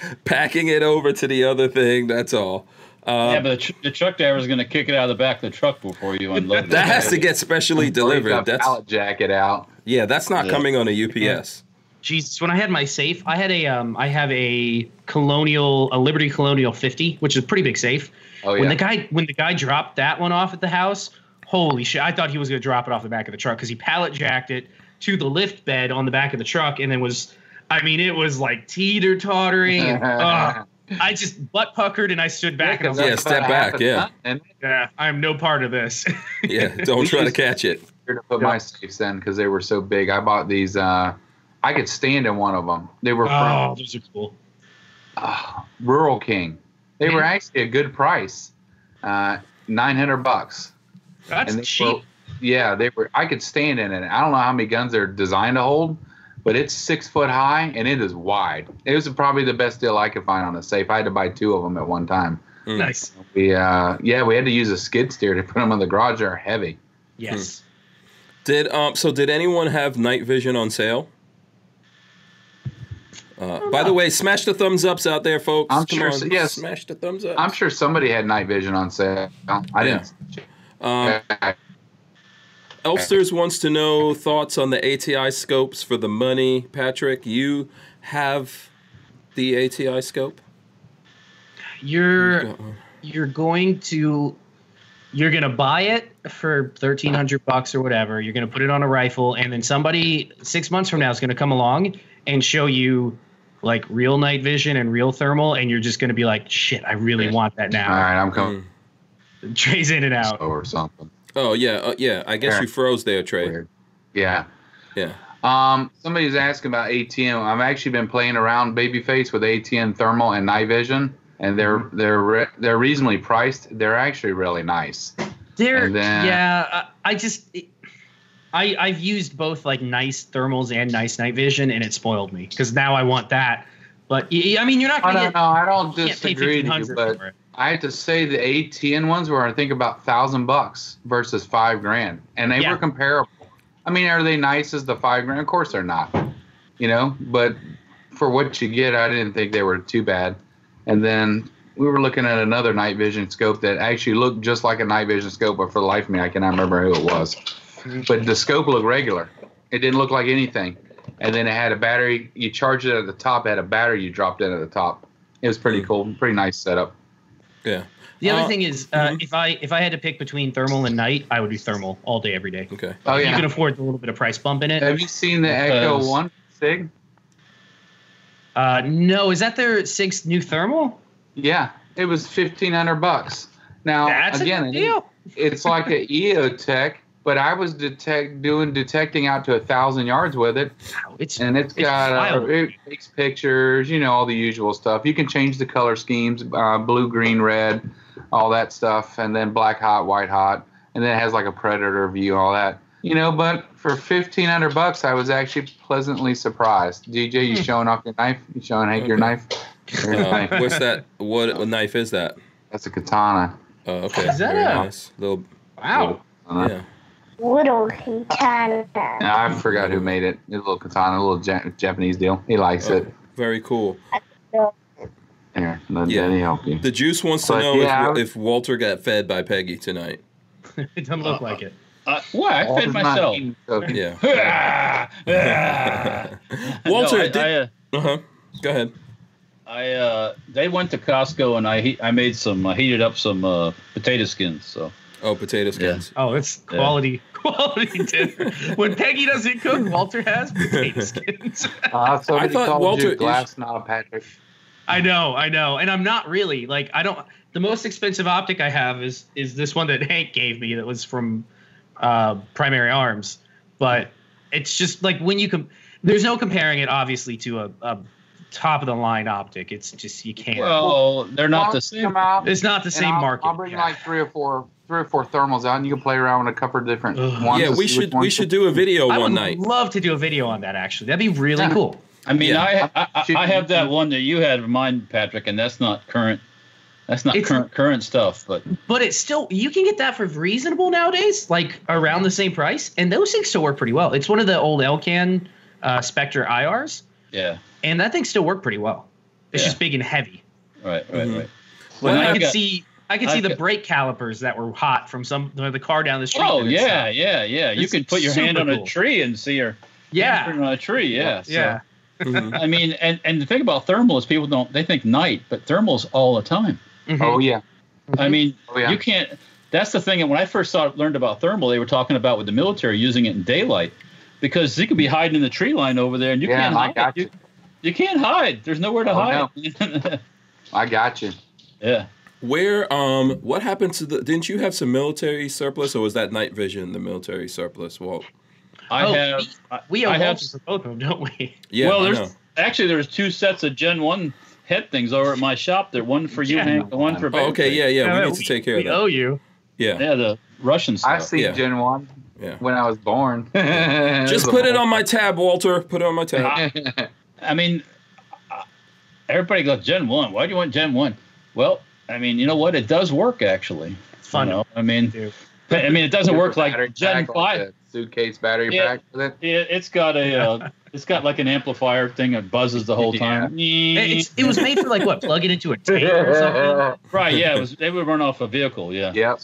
packing it over to the other thing. That's all. Um,
yeah, but the, tr- the truck driver's going to kick it out of the back of the truck before you unload it.
that has to get specially
Got
delivered. That's
pallet jacket out.
yeah. That's not
Yeah.
coming on a UPS.
Jesus, when I had my safe, I had a um, I have a colonial, a Liberty Colonial 50, which is a pretty big safe.
Oh yeah.
When the guy when the guy dropped that one off at the house, holy shit! I thought he was gonna drop it off the back of the truck because he pallet jacked it to the lift bed on the back of the truck, and then was, I mean, it was like teeter tottering. I just butt puckered and I stood back and I was
Yeah,
like,
that's
step
about
back,
half a
yeah.
ton, And
yeah, I'm no part of this.
Yeah, don't
We
try to
just-
catch it.
here to put my safes in because they were so big. I bought these. Uh, I could stand in one of them. They were
oh,
from
those are cool.
uh, Rural King. They were actually a good price, uh, nine hundred bucks.
That's
And they
cheap.
were- yeah, they were. I could stand in it. I don't know how many guns they're designed to hold, but it's six foot high and it is wide. It was probably the best deal I could find on a safe. I had to buy two of them at one time.
Mm.
Nice.
We uh, yeah, we had to use a skid steer to put them in the garage. They're heavy.
Yes.
Did um so did anyone have night vision on sale? Uh, by the way, smash the thumbs ups out there, folks.
I'm sure so- yes.
Smash the thumbs up.
I'm sure somebody had night vision on sale. I didn't.
Um, Elsters wants to know thoughts on the ATI scopes for the money. Patrick, you have the ATI scope?
You're
Got one.
you're going to you're going to buy it for 1300 bucks or whatever you're going to put it on a rifle and then somebody six months from now is going to come along and show you like real night vision and real thermal and you're just going to be like shit i really want that
All
now
right, I'm coming
trey's in and out
Hmm.
or something.
Oh yeah, uh, yeah. I guess
Yeah.
you froze there, Trey.
Weird. Yeah.
Yeah.
Um, somebody's asking about ATM. I've actually been playing around Babyface with ATM thermal and night vision, and they're
Mm-hmm.
they're re- they're reasonably priced. They're actually really nice.
There,
And then-
yeah, I, I just, I I've used both like nice thermals and nice night vision, and it spoiled me because now I want that. But y- y- I mean, you're not
I
gonna
don't
get,
know. I don't
you can't pay
disagree
fifteen
with
hundred
you, but
for it.
I have to say the ATN ones were I think about thousand bucks versus five grand, and they
Yeah.
were comparable. I mean, are they nice as the five grand? Of course they're not, you know. But for what you get, I didn't think they were too bad. And then we were looking at another night vision scope that actually looked just like a night vision scope, but for the life of me, I cannot remember who it was. But the scope looked regular. It didn't look like anything. And then it had a battery. You charged it at the top. It had a battery you dropped in at the top. It was pretty cool. Pretty nice setup.
Yeah.
The other
Uh,
thing is, uh, if I if I had to pick between thermal and night, I would do thermal all day, every day.
Okay.
Oh
You
yeah.
can afford the little bit of price bump in it.
Have you seen the Echo
Because-
One Sig?
Uh, no, is that their sixth new thermal?
Yeah, it was fifteen hundred bucks. Now
That's
again,
a good
it-
deal.
it's like an EO Tech, but I was detect doing detecting out to a thousand yards with it,
Wow, it's
and it's
It's
got
wild.
a, it takes pictures, you know, all the usual stuff. You can change the color schemes, uh, blue, green, red, all that stuff, and then black hot, white hot, and then it has like a predator view, all that. You know, but for fifteen hundred bucks, I was actually pleasantly surprised. DJ, you showing off your knife? You showing Hank your knife? Your
Uh,
knife.
what's that? What, what knife is that?
That's a katana.
Uh, okay.
Is that
Very
a-
nice. Little.
wow.
Uh,
Yeah.
Little Katana.
I forgot who made it. It's a little katana, a little ja- Japanese deal. He likes
Oh,
it.
very cool.
Here, let
Yeah.
Daddy help you.
The juice wants to
But,
know
yeah,
if,
I was-
if Walter got fed by Peggy tonight.
It doesn't look like it.
Uh, what? I fed
Walter's not
myself.
eating cookies.
Yeah.
Ah, ah.
Walter,
No, I,
did-
I, uh,
Uh huh. Go ahead.
I, uh, they went to Costco and I he- I made some I heated up some uh, potato skins. So
Oh, potato skins.
Oh, it's
Yeah.
quality, quality dinner. when Peggy doesn't cook, Walter has potato skins.
Uh, somebody
I thought
called
Walter
you
is-
glass knob, Patrick.
I know, I know, and I'm not really like I don't. The most expensive optic I have is is this one that Hank gave me that was from uh, Primary Arms, but it's just like when you com- there's no comparing it obviously to a, a top of the line optic. It's just you can't.
well, they're
Why
not the
don't you
same.
Come out,
it's not the
and
same
I'll,
market.
I'll bring
yeah.
like three or four, three or four thermals out, and you can play around with a couple of different
Ugh.
ones.
Yeah,
to
we
see
should
which one
we
you-
should do a video
I would
one night.
love to do a video on that. Actually, that'd be really
Yeah.
cool.
I mean,
Yeah.
I, I I have that one that you had in mind, Patrick, and that's not current. That's not
It's-
current current stuff, but
But it's still you can get that for reasonable nowadays, like around the same price, and those things still work pretty well. It's one of the old Elcan uh, Spectre IRs,
yeah,
and that thing still worked pretty well. It's
Yeah.
just big and heavy.
right, right,
Mm-hmm.
Mhm.
right.
Like,
Well,
I
I've
could
got-
see I could
I've
see the
got-
brake calipers that were hot from some the car down the street.
Oh
and it's
yeah,
not-
yeah, yeah. You
It's
could put your hand
super
on
cool.
a tree and see her.
yeah,
Put her on a tree. Yeah, so-
yeah.
Mhm.
I mean, and and the thing about thermal is people don't they think night, but thermals all the time.
Mhm.
Oh yeah,
Mm-hmm.
I mean,
oh yeah.
you can't. That's the thing. And when I first saw learned about thermal, they were talking about with the military using it in daylight, because you could be hiding in the tree line over there, and you
Yeah,
can't
I
hide.
got
you.
you.
you can't hide. There's nowhere to
Oh,
hide.
I got you.
yeah.
Where um what happened to the didn't you have some military surplus or was that night vision the military surplus? Well
I
Oh,
have. I-
We owe
I have.
Walter for both of them, don't we?
yeah,
well,
I
there's
know.
actually there's two sets of Gen One head things over at my shop. There, one for you,
Yeah.
Hank, the one for.
Oh, okay, yeah, yeah, we
that-
need to take care
Uh, we
of that.
owe you.
yeah.
Yeah, the Russian
I
stuff.
see
Yeah.
Gen One
Yeah.
when I was born.
Just put it on my tab, Walter. Put it on my tab.
I mean, uh, everybody goes Gen One. Why do you want Gen One? Well, I mean, you know what? It does work actually.
It's fun.
You know, I mean,
Dude.
I mean, it doesn't work
Battery
like Gen
pack, like
Five.
a suitcase battery
Yeah.
pack with it.
It, it's got a, uh, it's got like an amplifier thing that buzzes the whole time.
It, it's, it was made for like what? Plug it into a tank or something.
right? Yeah, it was, they would run off a vehicle. Yeah,
Yep.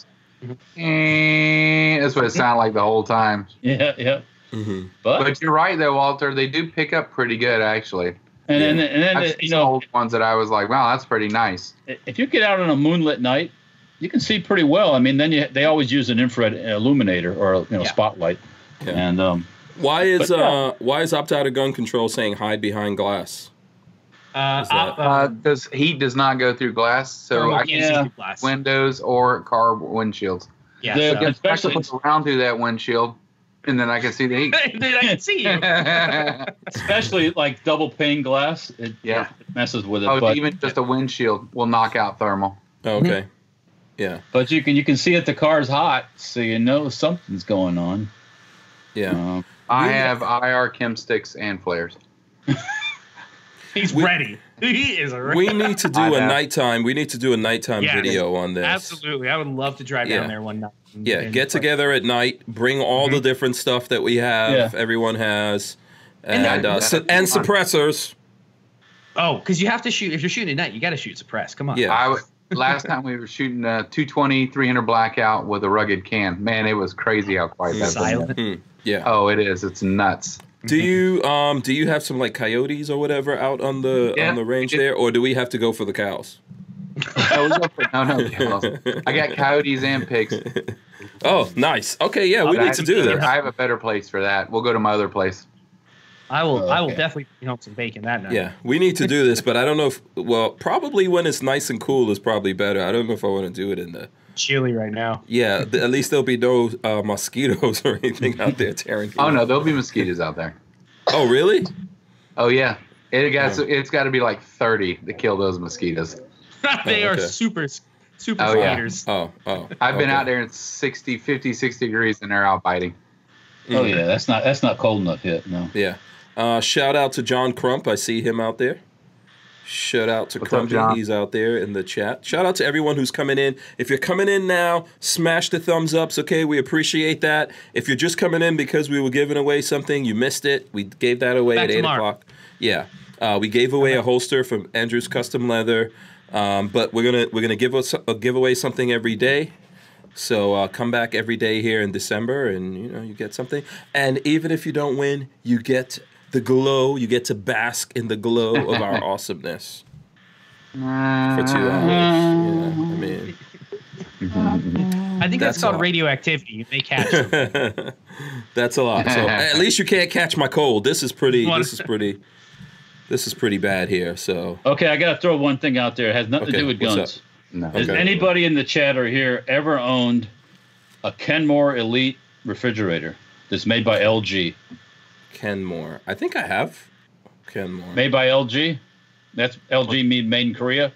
Eh, That's what it sounded like the whole time.
yeah, yeah.
hmm
But,
But you're right, though, Walter. They do pick up pretty good, actually.
and then and then
I've
uh,
seen
you
some
know
old ones that I was like, wow, that's pretty nice.
if you get out on a moonlit night, you can see pretty well. I mean, then you, they always use an infrared illuminator or you know
Yeah.
spotlight.
Yeah.
And um,
Why is
But, yeah.
uh why is opt out of gun control saying hide behind glass?
Uh,
Is that-
op- uh,
Because heat does not go through glass, so
thermal
I
can't
can
see
Oh, yeah.
through glass.
windows or car windshields.
yeah,
the-
so-
Yeah,
Especially-
especially around through that windshield. and then I can see the ink.
Dude, I can see you.
especially like double pane glass. It,
Yeah.
it messes with it.
oh,
but,
even just a windshield will knock out thermal.
Oh, okay. Yeah.
but you can you can see if the car's hot, so you know something's going on.
Yeah.
Um,
I
Yeah.
have IR chem sticks and flares.
He's
We-
ready. He is ready.
We need to do
I
a
know.
nighttime. We need to do a nighttime
Yeah.
video on this.
Absolutely. I would love to drive
Yeah.
down there one night. and-
Yeah,
and-
get together at night. Bring all the different stuff that we have.
Yeah.
Everyone has, and
And that-
uh, su- and
Fun.
suppressors.
Oh, because you have to shoot. If you're shooting at night, you got to shoot suppress. Come on.
Yeah.
I w- last time we were shooting a 220 300 blackout with a rugged can. Man, it was crazy how quiet that thing was.
Silent.
Yeah.
Oh, it is. It's nuts.
Do you um do you have some like coyotes or whatever out on the
Yeah.
on the range there, or do we have to go for the cows?
No, no, no, no. I got coyotes and pigs.
Oh, nice. Okay, yeah, we
But I
need to
have
do
a better-
this.
I have a better place for that. We'll go to my other place.
I will.
Oh,
I will
okay.
definitely bring home some bacon that night.
Yeah, we need to do this, but I don't know if well, probably when it's nice and cool is probably better. I don't know if I want to do it in the
Chili right now.
yeah. th- at least there'll be no uh, mosquitoes or anything out there tearing.
Oh
people.
no, there'll be mosquitoes out there.
Oh really?
Oh yeah, it got it's got to be like 30 to kill those mosquitoes.
they
Oh,
are
okay.
super, super
Oh, yeah.
spiders.
Oh oh.
I've been
okay.
out there in 60, 50, 60 degrees, and they're out biting.
Oh yeah, that's not that's not cold enough yet. No.
Mm, Yeah. Uh, shout out to John Crump. I see him out there. Shout out to
What's up,
Crumpy.
John?
He's out there in the chat. Shout out to everyone who's coming in. If you're coming in now, smash the thumbs ups, okay? We appreciate that. If you're just coming in because we were giving away something, you missed it. We gave that away
Back
at 8
tomorrow.
o'clock. Yeah. Uh, we gave away a holster from Andrew's Custom Leather. Um, but we're gonna we're gonna give us a give away something every day. So uh, come back every day here in December, and you know you get something. And even if you don't win, you get the glow. You get to bask in the glow of our awesomeness for two hours. Yeah, I mean,
I think that's,
That's
called
all.
radioactivity. You may catch. it.
that's a lot. So at least you can't catch my cold. This is pretty. This is pretty. This is pretty bad here. So
Okay, I gotta throw one thing out there. It has nothing
Okay,
to do with
what's
guns.
No.
Okay.
Has anybody in the chat or here ever owned a Kenmore Elite refrigerator that's made by LG?
Kenmore. I think I have Kenmore.
Made by LG? That's LG made made in Korea.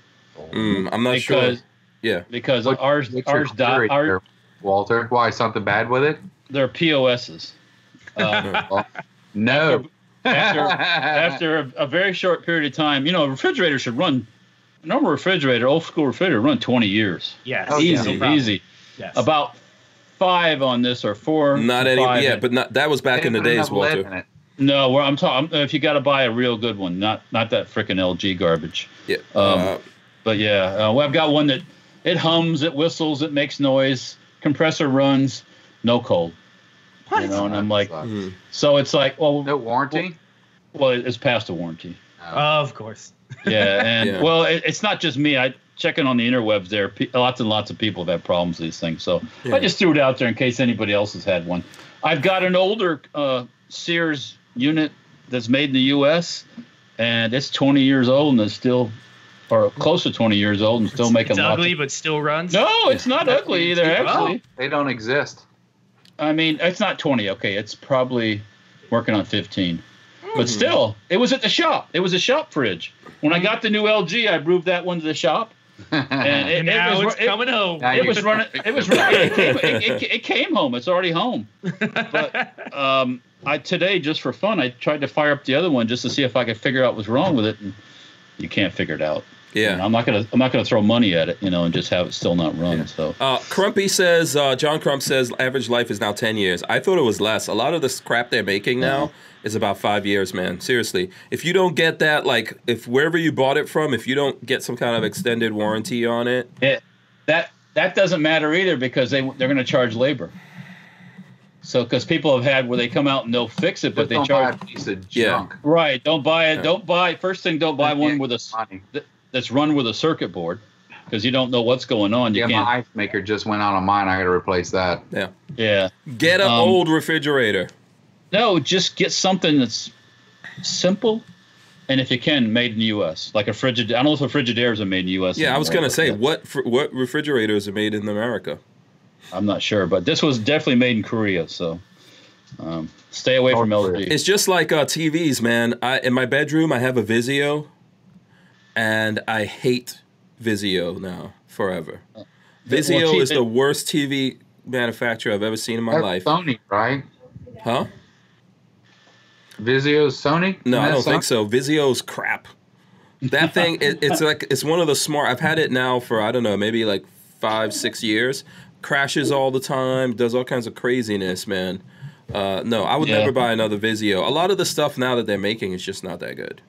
Mm, I'm not sure.
Because
Yeah.
because
What-
ours
what's your
ours di-
theory
our,
there, Walter, why something bad with it?
they're POSs. Uh,
No.
after after a, a very short period of time, you know, a refrigerator should run. A normal refrigerator, old school refrigerator, run twenty years.
Yes.
Oh, yeah.
easy,
No problem.
easy.
Yes.
About five on this or four.
Not any.
five.
Yeah, but not, that was back in the
They put
days,
enough lead
Walter.
in it.
No, where I'm talking. If you got to buy a real good one, not not that frickin' LG garbage.
Yeah.
Um,
uh,
But yeah, uh, well, I've got one that it hums, it whistles, it makes noise, compressor runs, no cold. You know, and I'm like, hmm.
mm.
so it's like, well,
no warranty.
well, it's past the warranty.
Of course.
Yeah, and
Yeah.
well, it, it's not just me. I checking on the interwebs there. Pe- lots and lots of people have had problems with these things. So
Yeah.
I just threw it out there in case anybody else has had one. I've got an older uh, Sears unit that's made in the U.S. and it's 20 years old and it's still, or close to 20 years old and still making
it's
lots.
ugly,
Of,
but still runs.
no, it's not ugly either.
Oh.
Actually,
They don't exist.
I mean, it's not 20. Okay, it's probably working on 15. But still, it was at the shop. It was a shop fridge. When I got the new LG, I moved that one to the shop. And it,
Uh-huh. And
it
now
was,
it's
it-
coming home.
Now
it
you-
was running. It was running. It came, it, it- it came home. It's already home. But um, I today just for fun, I tried to fire up the other one just to see if I could figure out what's wrong with it, and you can't figure it out. And
yeah.
I'm not gonna. I'm not gonna throw money at it, you know, and just have it still not run. So
Uh, Crumpy says, uh, John Crump says, average life is now 10 years. I thought it was less. A lot of this crap they're making now is about five years, man. Seriously. If you don't get that, like, if wherever you bought it from, if you don't get some kind of extended warranty on it,
it, that that doesn't matter either because they they're gonna charge labor. So because people have had where they come out and they'll fix it, but
Just
they
don't buy
charge.
a piece of
Yeah.
junk.
Right. Don't buy it.
Yeah.
Don't buy. First thing, don't buy
Yeah,
one with a s-
money.
that's run with a circuit board because you don't know what's going on. You
Yeah,
can't.
my ice maker just went out on mine. I got to replace that.
yeah.
yeah.
Get an
Um,
old refrigerator.
No, just get something that's simple, and if you can, made in the U.S. Like a frigid. I don't know if a Frigidaire's are made in the U.S.
Yeah, I was
anymore,
going to
but
say,
yeah,
what fr- what refrigerators are made in America?
I'm not sure, but this was definitely made in Korea. So, Um, stay away from LG.
It's just like uh, TVs, man. I in my bedroom I have a Vizio, and I hate Vizio now forever. Vizio
Well, T-
is the worst TV manufacturer I've ever seen in my
That's
life.
Sony, right?
Huh?
Vizio, Sony.
No, I don't
That's
think
Sony?
so. Vizio's crap. That thing, it, it's like it's one of the smart. I've had it now for I don't know, maybe like five, six years. Crashes all the time. Does all kinds of craziness, man. Uh, no, I would
Yeah.
never buy another Vizio. A lot of the stuff now that they're making is just not that good.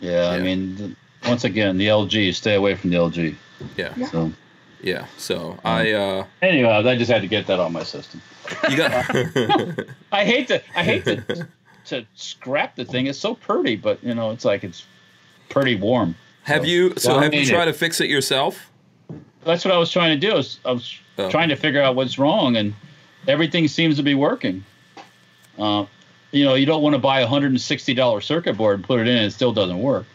Yeah, I
Yeah.
mean, th- once again, the LG. Stay away from the LG.
Yeah,
So
yeah.
Um,
So I, uh,
anyway, I just had to get that on my system.
you got.
I hate to, I hate to, to scrap the thing. It's so pretty, but you know, it's like it's pretty warm.
have you? So have you
Dominate.
tried to fix it yourself?
That's what I was trying to do. Is I was
Oh.
trying to figure out what's wrong, and everything seems to be working. Uh, you know, you don't want to buy a hundred and sixty dollar circuit board and put it in, and it still doesn't work.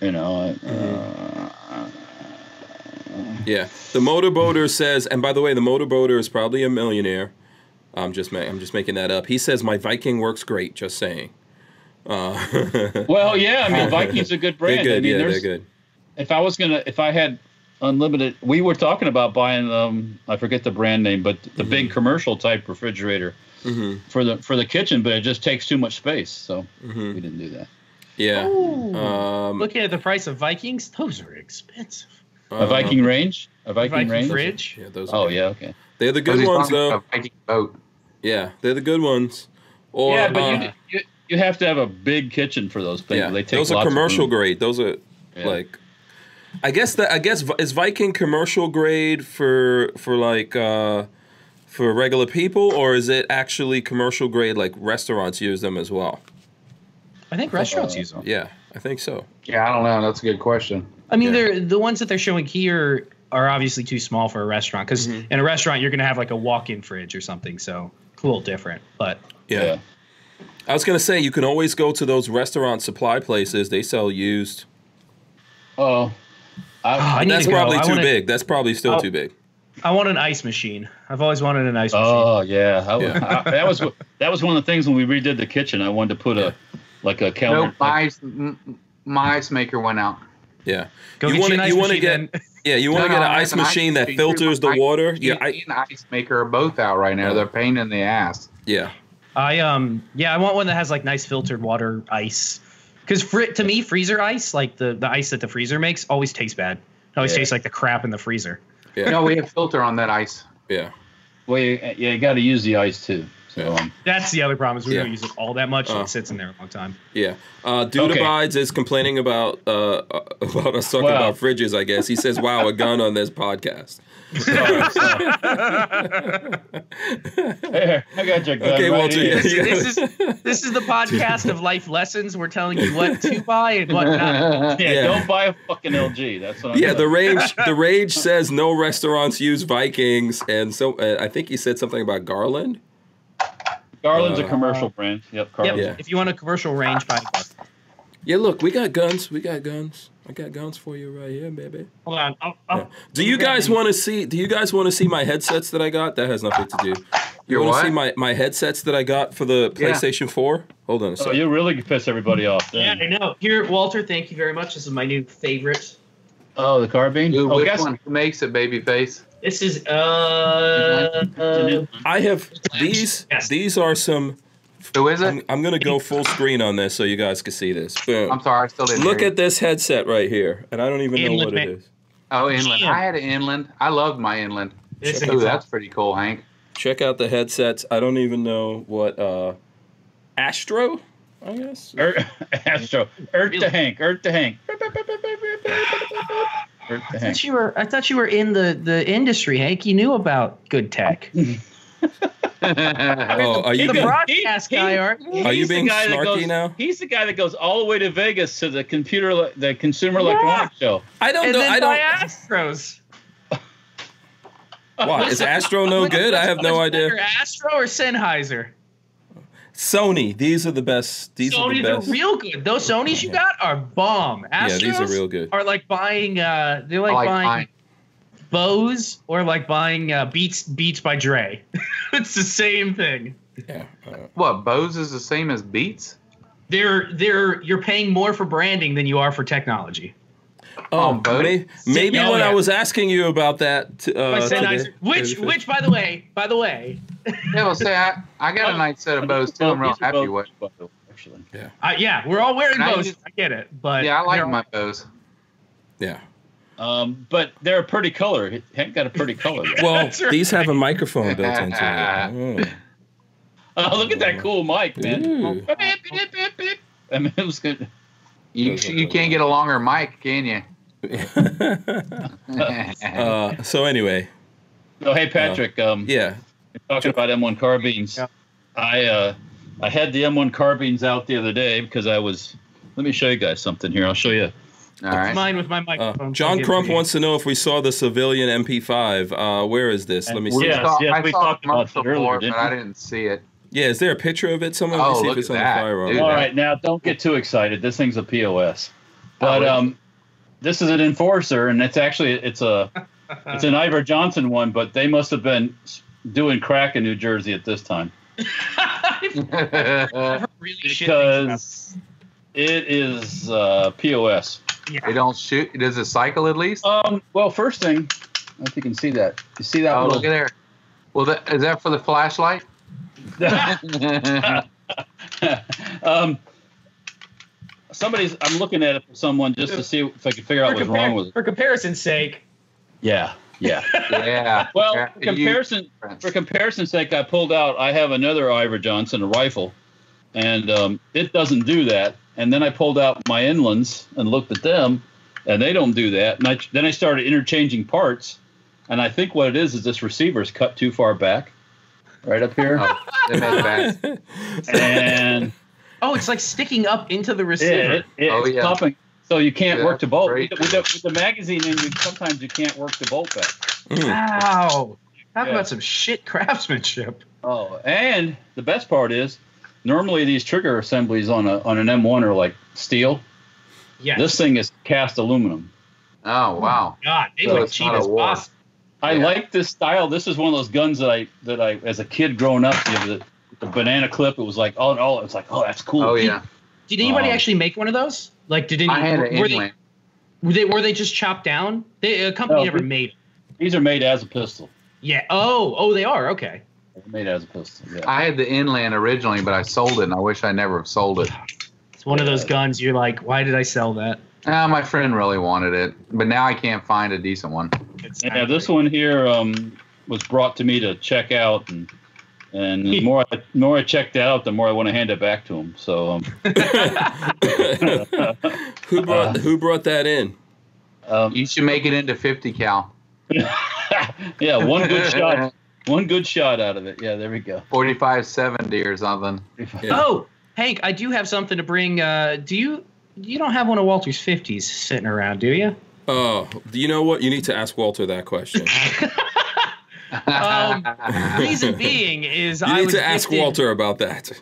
You know, uh,
Mm-hmm. Yeah. The motorboater says, and by the way, the motorboater is probably a millionaire. I'm just ma- I'm just making that up. He says my Viking works great. Just saying. Uh,
well, yeah. I mean, Viking's a good brand.
they're good.
I mean,
yeah,
there's-
they're good.
if I was gonna, if I had unlimited, we were talking about buying um, I forget the brand name, but the
Mm-hmm.
big commercial type refrigerator
Mhm.
for the for the kitchen, but it just takes too much space, so
Mhm.
we didn't do that.
Yeah.
Ooh.
Um, uh,
Looking at the price of Vikings, those are expensive.
Uh-huh.
A Viking range, a
Viking,
Viking, range.
fridge.
Yeah, those. Are
Oh
good.
yeah, okay.
They're the
Was
good
he
ones
talking
though.
about Viking boat.
Yeah, they're the good ones. Or,
yeah, but
uh,
you, you you have to have a big kitchen for those things.
yeah,
they take
those are
lots of
commercial
room.
grade. Those are
Yeah.
like. I guess that I guess Vi- is Viking commercial grade for for like uh, for regular people, or is it actually commercial grade like restaurants use them as well?
I think restaurants
Uh,
use them.
Yeah, I think so.
Yeah, I don't know. That's a good question.
I mean,
yeah.
they're the ones that they're showing here are obviously too small for a restaurant because
Mm-hmm.
in a restaurant you're going to have like a walk-in fridge or something, so it's a little different. But
Yeah.
Yeah.
I was gonna say you can always go to those restaurant supply places. They sell used.
Oh, I,
I need
That's
to go.
probably
I
too
wanna-
big. That's probably still
Oh.
too big.
I want an ice machine. I've always wanted an ice machine.
oh yeah. I-
Yeah.
I- that was that was one of the things when we redid the kitchen. I wanted to put a like a counter.
Nope, my ice, m- my ice maker went out.
Yeah.
Go
you
get
wanna-
you an ice
you wanna
machine.
get-
then.
Yeah, you want to
No,
get
no,
an
I
ice
have an ice
machine that
machine.
filters the
Ice-
water. Yeah,
Yeah,
I,
and ice maker are both out right now. They're a pain in the ass.
yeah,
I um yeah, I want one that has like nice filtered water ice. Because fr- to me, freezer ice, like the, the ice that the freezer makes, always tastes bad. It always
Yeah.
tastes like the crap in the freezer.
Yeah.
No, we have filter on that ice.
yeah,
Well, you, yeah, you got to use the ice too. So um,
That's the other problem is we
Yeah.
don't use it all that much.
Uh.
it sits in there a long time.
yeah. Uh, Dude
Okay.
abides is complaining about uh, uh, about us talking
Wow.
about fridges. I guess he says, "Wow, a gun on this podcast."
There, I got your gun
Okay,
right
Walter,
here.
yeah, yeah.
This is this is the podcast of life lessons. We're telling you what to buy and what not.
yeah,
uh, Yeah,
Yeah.
don't buy a fucking LG. That's what I'm
Yeah, the
doing.
rage the rage says no restaurants use Vikings, and so uh, I think he said something about Garland.
Garland's
uh,
a commercial brand. Yep,
Yep.
Garland's.
Oh, Yeah.
If you want a commercial range, buy.
Yeah, look, we got guns. We got guns. I got guns for you right here, baby.
Hold on. Oh, I'll,
Yeah. Do you guys want to see? Do you guys want to see my headsets that I got? That has nothing to do. You
Your
want to see
what?
my, my headsets that I got for the
Yeah.
PlayStation Four? Hold on a
So
second.
Oh, you really piss everybody off.
Yeah,
Then.
I know. Here, Walter. Thank you very much. This is my new favorite.
Oh, the carbine.
Dude,
oh,
which
guess
one makes it, baby face?
This is uh.
I have these.
Yes.
These are some.
Who is
I'm,
it?
I'm gonna go full screen on this so you guys can see this.
I'm
Boom.
sorry, I still didn't.
Look
hear you.
at this headset right here, and I don't even know
Inland
what it
Ma-
is.
oh inland.
Jim.
I had an inland. I loved my inland.
This
Ooh,
is
that's pretty cool, Hank.
Check out the headsets. I don't even know what. uh Astro, I guess.
Er, Astro. Ert
Really?
to Hank. Ert to Hank. Ert to
I
Hank.
thought you were. I thought you were in the the industry, Hank. You knew about good tech. You're
Oh, are you
the
being,
broadcast
he-
guy, aren't you?
Are you
He's the
being
guy that
snarky
goes-
now?
He's the guy that goes all the way to Vegas to the computer, the consumer electronics show.
I don't
And
know.
then
I
by
don't.
Astros.
Why is Astro Oh, no good? I have no
What's
idea.
better, Astro or Sennheiser?
Sony. These are the best. These are the
Sony's
best.
are real good. Those Sony's you got are bomb.
yeah,
Astros
these are real good.
are like buying. Uh, they're like,
I like
buying
mine.
Bose or like buying uh, Beats Beats by Dre. it's the same thing.
Yeah. Uh,
What Bose is the same as Beats?
They're they're you're paying more for branding than you are for technology.
oh,
Bo-
may, maybe
Yeah,
when
yeah.
I was asking you about that, t- uh,
By Sennheiser-
today-
which which by the way, by the way,
Yeah, well, say I, I got a nice set of Bose too. I'm real
These are
happy
both-
with.
by the way, Actually,
I, yeah, we're all wearing
And I
Bose. I,
use-
get it, but
Yeah, I like
they're-
my Bose.
yeah.
um, but they're a pretty color. Hank got a pretty color. there.
Well,
That's right.
these have a microphone built into it.
Oh, look at that cool mic,
Oh.
man.
Ooh.
Beep, beep, beep, beep. I mean, it was good.
You you can't get a longer mic, can you?
uh, so anyway,
Oh, hey, Patrick. Um,
yeah.
talking about M1 carbines.
Yeah.
I uh, I had the M1 carbines out the other day because I was. Let me show you guys something here. I'll show you.
All
it's
right.
mine with my microphone.
Uh, John Crump wants to know if we saw the civilian MP5. Uh, where is this? Let me see.
Yes,
Yeah.
Saw-
yes,
I
we
saw
talked
a
about
commercial
that earlier,
for it,
didn't
but I
we?
didn't see it.
is there a picture of it? Someone let me
Oh,
see if
look
it's on
at that,
the firearm.
dude.
All right, now don't get too excited. This thing's a POS,
Oh,
but
it's-
um, this is an enforcer, and it's actually it's a it's an Ivor Johnson one, but they must have been s- doing crack in New Jersey at this time
they
really shit
because
things
it is uh, POS.
about- yeah.
don't shoot. Does it cycle at least?
Um, well, first thing, I don't know if you can see that. You see that?
Oh,
little-
look at there. Well, that, is that for the flashlight?
um, somebody's. I'm looking at it for someone just to see if I can figure out
For,
what's
compar-
wrong with it.
for comparison's sake,
Yeah, yeah.
yeah.
Well,
Yeah,
for
you-
comparison for comparison's sake, I pulled out. I have another Ivor Johnson, a rifle, and um, it doesn't do that. And then I pulled out my Inlands and looked at them, and they don't do that. And I, then I started interchanging parts, and I think what it is is this receiver's cut too far back, right up here,
Oh, it made that.
and
oh, it's like sticking up into the receiver.
it, it,
Oh,
it's
yeah.
pumping. So you can't
Yeah,
work the bolt with
great.
the, with, the, with the magazine, and you, sometimes you can't work the bolt back.
Mm.
Wow.
Yeah.
Talk about some shit craftsmanship.
Oh, and the best part is, normally these trigger assemblies on a on an M1 are like steel.
Yes.
This thing is cast aluminum.
Oh, wow.
God, they
So
look
it's
cheap
not a
as
war.
possible.
I
Yeah.
like this style. This is one of those guns that I that I as a kid growing up, you know, the, the banana clip. It was like oh oh, it's like oh that's cool.
Oh, yeah.
Did anybody
Um,
actually make one of those? Like, did any,
I had
were,
an
were they,
inland.
were they were they just chopped down? They, a company
No,
never
we-
made. 'em.
These are made as a pistol.
Yeah. Oh, oh, they are. Okay.
They're Made as a pistol. Yeah.
I had the inland originally, but I sold it, and I wish I never have sold it.
It's one of those
Yeah.
guns. You're like, why did I sell that?
Ah, my friend really wanted it, but now I can't find a decent one.
It's
Yeah, this one here um, was brought to me to check out, and and the more I, the more I checked that out, the more I want to hand it back to him. So um,
Uh,
who brought who brought that in?
um,
You should make it into 50 cal.
yeah, one good shot, one good shot out of it. Yeah, there we go.
45 70 or something.
Yeah.
Oh, Hank, I do have something to bring. Uh, do you? You don't have one of Walter's fifties sitting around, do you?
Oh, do you know what? You need to ask Walter that question.
Um, reason being is
You
I
need
was
to ask
gifted-
Walter about that.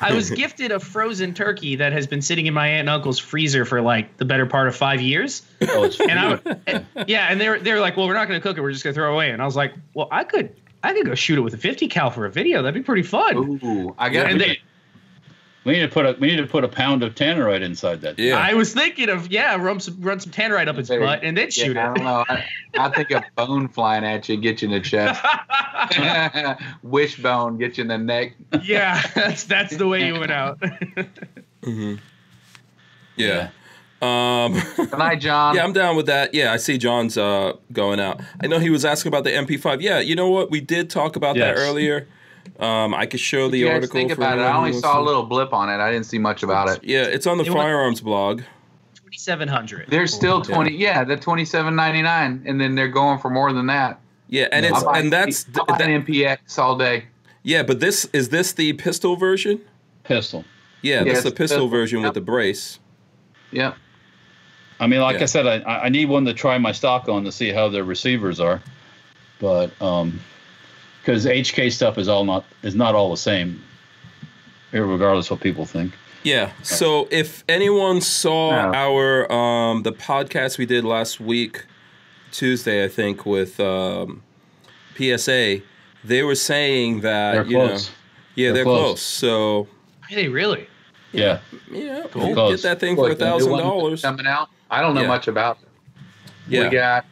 I was gifted a frozen turkey that has been sitting in my aunt and uncle's freezer for like the better part of five years.
Oh, it's
And I, yeah, and they're they're like, well, we're not going to cook it. We're just going to throw it away. And I was like, well, I could I could go shoot it with a fifty cal for a video. That'd be pretty fun.
Ooh, I got
And they,
we need to put a we need to put a pound of tannerite inside that.
Yeah.
I was thinking of yeah, run some run some tannerite up its
Very-
butt and then
Yeah,
shoot
I don't know. I, I think a bone flying at you get you in the chest.
it.
Wishbone get you in the neck.
yeah, that's that's the way you went out.
hmm Yeah. Um,
Good night, John.
yeah, I'm down with that. Yeah, I see John's uh, going out. I know he was asking about the MP5. Yeah, you know what? We did talk about
Yes.
that earlier. Um, I could show the
You guys
article.
think
for
about it.
anyone
I
who
only
wants
saw a
to-
little blip on it. I didn't see much about it.
Yeah, it's on the
It was-
firearms blog.
Twenty seven hundred.
They're still
Oh,
twenty. Yeah, the twenty seven ninety nine, and then they're going for more than that.
Yeah, and
I
it's
buy-
and that's
I buy
that-
an MPX all day.
yeah, but this is this the pistol version?
Pistol.
Yeah,
Yes,
that's the pistol
pistol,
version with
yep.
the brace.
Yep.
I mean, like
Yeah.
I said, I- I, I need one to try my stock on to see how their receivers are, but um, because HK stuff is all not is not all the same, regardless what people think.
Yeah. So if anyone saw
No.
our um the podcast we did last week, Tuesday, I think, with um PSA, they were saying that
They're
you know
close.
Yeah, they're,
They're
close.
close.
So
Are they really?
Yeah.
yeah,
Cool.
you get
Close.
that thing for a
Like the new
thousand
one
dollars.
coming out. I don't know
Yeah.
much about. It. We
Yeah,
got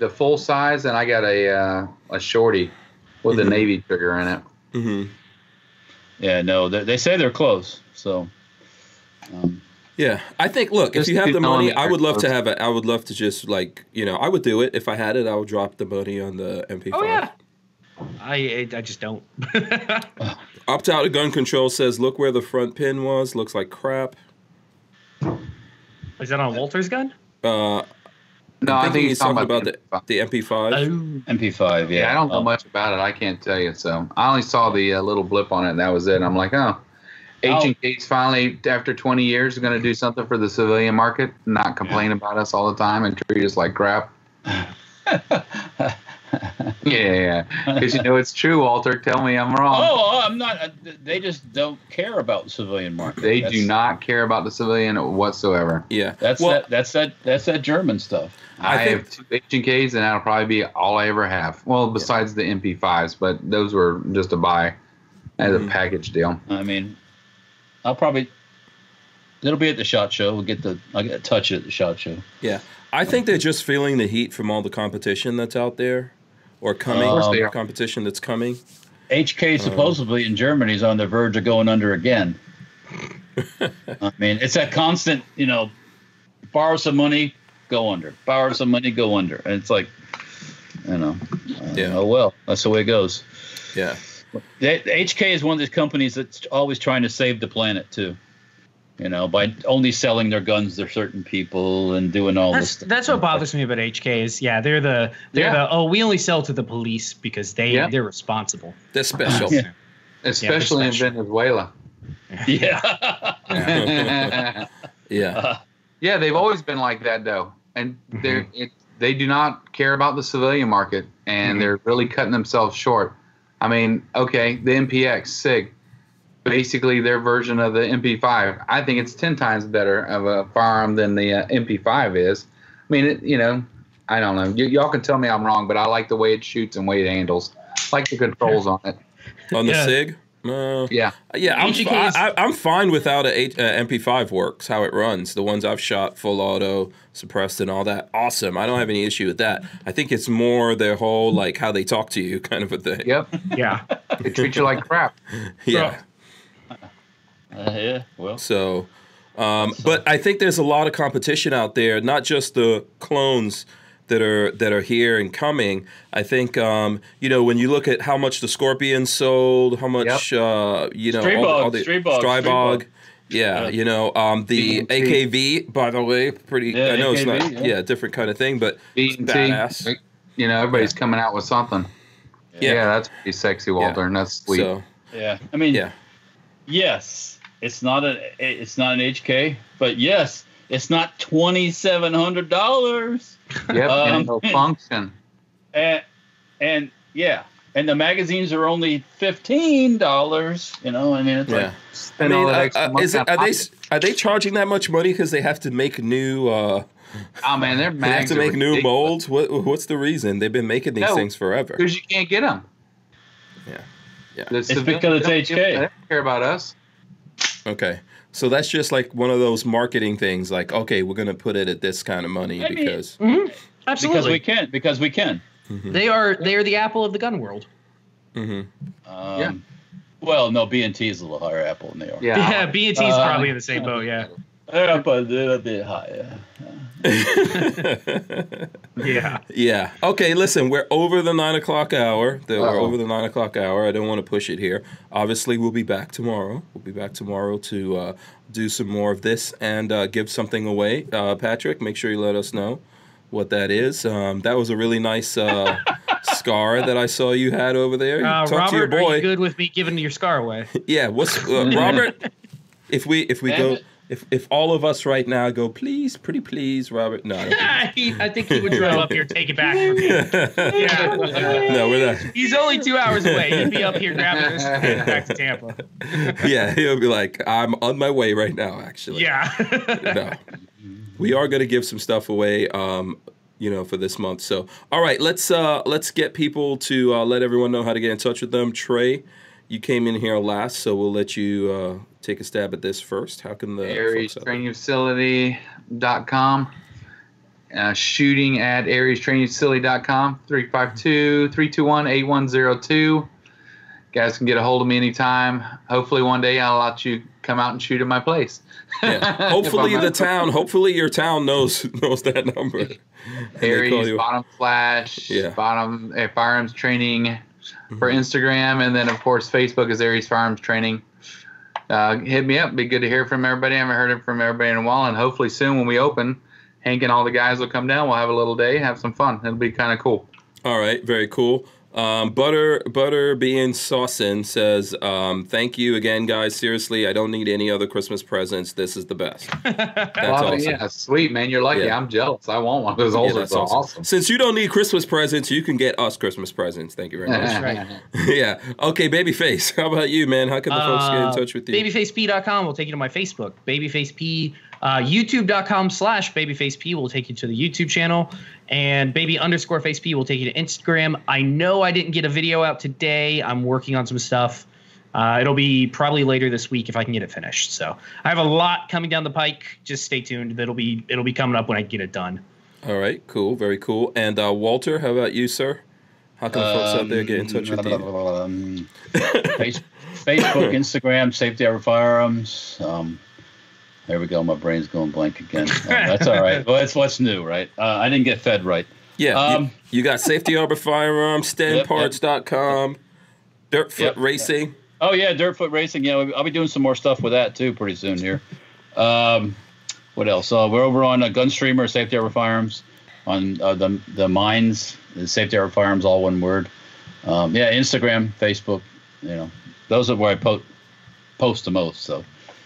the full size, and I got a uh, a shorty with
Mhm.
a navy trigger in it.
hmm
Yeah, no, they, they say they're close. So, um,
yeah. I think. Look, if
Just
you have
keep
the money,
telling me
I would
they're
love to
close.
have it. I would love to just like you know, I would do it if I had it. I would drop the money on the MP5.
Oh yeah. I I- I just don't.
Opt out of gun control says, look where the front pin was. Looks like crap.
Is that on Walter's gun?
Uh,
No, I think
he's talking about the, Oh. the MP5.
Oh,
MP5. Yeah.
Yeah, I don't know
Um,
much about it. I can't tell you. So I only saw the uh, little blip on it, and that was it. I'm like, oh, Agent Gates finally, after 20 years, is going to do something for the civilian market, not complain about us all the time and treat us like crap. yeah, because you know it's true, Walter. Tell me I'm wrong.
Oh, I'm not. uh, They just don't care about the civilian market.
they
That's-
do not care about the civilian whatsoever.
Yeah.
That's
well,
that. That's that. That's that German stuff.
I
I,
think-
have two Agent Ks, and that'll probably be all I ever have. Well, besides the MP5s, but those were just a buy as
Mhm.
a package deal.
I mean, I'll probably. It'll be at the shot show. We'll get the. I'll get to touch it at the shot show.
I think they're just feeling the heat from all the competition that's out there or coming.
Of course
they are.
Competition that's coming.
HK supposedly in Germany is on the verge of going under again. I mean, it's that constant, you know, borrow some money, go under. Borrow some money, go under. And it's like, you know, uh,
Yeah.
oh well, that's the way it goes.
Yeah.
They, HK is one of these companies that's always trying to save the planet too. You know, by only selling their guns to certain people and doing all this
that's
stuff.
that's what bothers me about HK is yeah they're the they're
Yeah.
the oh we only sell to the police because they
Yeah.
they're responsible.
They're special.
Yeah.
especially in
especially.
Venezuela.
Yeah.
yeah,
Yeah.
they've always been like that though, and they're it, they do not care about the civilian market, and they're really cutting themselves short. I mean, okay, the MPX Sig, basically their version of the MP5. I think it's ten times better of a firearm than the uh, MP5 is. I mean, it, you know, I don't know. Y- y'all can tell me I'm wrong, but I like the way it shoots and way it handles. I like the controls on it.
On the
Yeah.
SIG. Uh,
Yeah.
yeah, I'm,
HK
fi-
is-
I, I'm fine with how the H, uh, MP5 works, how it runs. The ones I've shot, full auto, suppressed, and all that. Awesome. I don't have any issue with that. I think it's more their whole, like, how they talk to you kind of a thing.
Yep.
Yeah,
They treat you like crap.
Yeah.
Uh, yeah. Well.
So, um, but I think there's a lot of competition out there, not just the clones that are that are here and coming. I think um, you know when you look at how much the Scorpion sold, how much uh, you know all the- all
Strybog,
the-
Strybog, Strybog.
Yeah,
Yeah.
you know um, the
BMT.
AKV. By the way, pretty.
Yeah,
I know it's not.
AKV,
Yeah.
yeah.
different kind of thing, but
B and
Badass.
T. You know, everybody's coming out with something.
Yeah.
Yeah, that's pretty sexy, Walter, and that's sweet.
so
Yeah. I mean.
yeah,
Yes, it's not an it's not an HK, but yes, it's not twenty seven hundred dollars.
Yep,
Um,
and it'll function.
And and yeah, and the magazines are only fifteen dollars. You know, I mean, it's
yeah. I
Spend
mean,
all that
uh,
extra
uh,
money
is it, are
on
they
pocket.
s- are they charging that much money because they have to make new? Uh,
Oh man, their
They have
mags
to
are
make new molds.
ridiculous.
What what's the reason? They've been making these
No.
things forever.
because you can't get them.
Yeah. Yeah.
The
It's
civilians
because it's
don't give-
HK.
They don't care about us.
Okay. So that's just like one of those marketing things like okay, we're going to put it at this kind of money
I mean-
because
because we
absolutely.
can because we can.
Mm-hmm. They are they are the apple of the gun world.
Mhm.
Um, Well, no, B and T is a little higher apple than they are.
Yeah,
Yeah, B and T is
Uh,
probably in the same boat. Yeah,
They're up a little bit higher.
yeah.
yeah. Okay, listen, we're over the nine o'clock hour. The, we're
Uh-oh.
over the nine o'clock hour. I don't want to push it here. Obviously, we'll be back tomorrow. We'll be back tomorrow to uh, do some more of this and uh, give something away. Uh, Patrick, make sure you let us know what that is. Um, that was a really nice uh, scar that I saw you had over there. You
Uh,
talk to your
Robert,
boy.
are you good with me giving your scar away?
Yeah, what's uh, Robert? If we if we
Damn
go
it.
if if all of us right now go please pretty please Robert no I don't think-
He- I think he would drive up here, and take it back from me. Yeah.
no we're not
He's only two hours away. He'd be up here grabbing this and taking it back to Tampa.
yeah he'll be like I'm on my way right now actually
Yeah.
no we are gonna give some stuff away um you know for this month so all right let's uh let's get people to uh, let everyone know how to get in touch with them Trey you came in here last, so we'll let you uh, take a stab at this first. How can the
Aries
folks out-
Training Facility.com. Uh, shooting at Aries Training Facility.com, 352 321 8102. Guys can get a hold of me anytime. Hopefully, one day I'll let you come out and shoot at my place. If
yeah.
I'm
Hopefully the
not-
town. Hopefully your town knows knows that number. And they call
Aries
you-
Bottom Flash,
Yeah. Mm-hmm.
Bottom uh, Firearms Training for Instagram, and then of course Facebook is Aries Firearms Training. Uh, hit me up. Be good to hear from everybody. I haven't heard from everybody in a while, and hopefully soon when we open, Hank and all the guys will come down. We'll have a little day, have some fun. It'll be kind of cool.
All right, very cool. Um, butter butter being saucin says um, thank you again, guys. Seriously, I don't need any other Christmas presents. This is the best. That's
Love it.
awesome.
Yeah, sweet man. You're lucky.
Yeah.
I'm jealous. I want one of those. Those
Yeah,
are
that's
so
awesome.
awesome.
Since you don't need Christmas presents, you can get us Christmas presents. Thank you very much.
right.
yeah. Okay, babyface. How about you, man? How can the folks get in
Uh,
touch with you?
Babyfacepea.com will take you to my Facebook. Babyfacepea. Uh, YouTube.com slash babyfacepea will take you to the YouTube channel. And baby underscore facepea will take you to Instagram. I know I didn't get a video out today. I'm working on some stuff. Uh, it'll be probably later this week if I can get it finished. So I have a lot coming down the pike. Just stay tuned. That'll be it'll be coming up when I get it done.
All right, cool, very cool. And uh, Walter, how about you, sir? How can the folks out there get in touch with you?
Um, Face- Facebook, Instagram, Safety Over Firearms. Um, there we go. My brain's going blank again. Oh, that's all right. Well, that's what's new, right? Uh, I didn't get fed right.
Yeah, you,
Um,
you got Safety Harbor Firearms, StanParts.com, Dirtfoot
Yep.
Racing.
Oh yeah, Dirtfoot Racing. Yeah, I'll be doing some more stuff with that too pretty soon here. Um, what else? Uh, we're over on uh, Gunstreamer, Safety Over Firearms, on uh, the the mines, the Safety Over Firearms, all one word. Um, yeah, Instagram, Facebook. You know, those are where I post post the most. So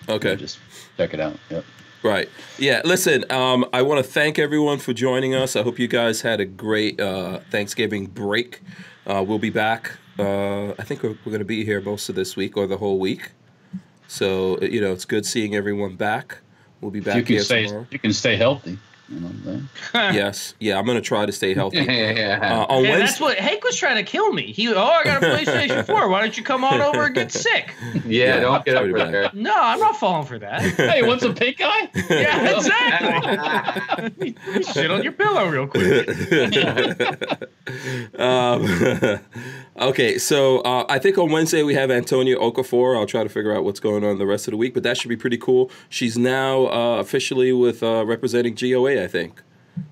Okay,
just check it out. Yep.
right. Yeah, listen, um, I want to thank everyone for joining us. I hope you guys had a great uh, Thanksgiving break. Uh, we'll be back. Uh, I think we're, we're going to be here most of this week or the whole week. So, uh, you know, it's good seeing everyone back. We'll be back
you can
here
stay
tomorrow.
you can stay healthy. You know, what I'm
yes. Yeah, I'm going to try to stay healthy. Uh,
yeah.
on
And that's
Wednesday,
what Hank was trying to kill me. He oh I got a PlayStation 4. Why don't you come on over and get sick?
yeah,
yeah,
Don't get up
sorry
for
about
there.
No, I'm not falling for that.
saying? hey, what's a pink eye?
Yeah, exactly. Shit on your pillow real quick.
um, okay, so uh, I think on Wednesday we have Antonia Okafor. I'll try to figure out what's going on the rest of the week, but that should be pretty cool. She's now uh, officially with uh, representing GOA, I think.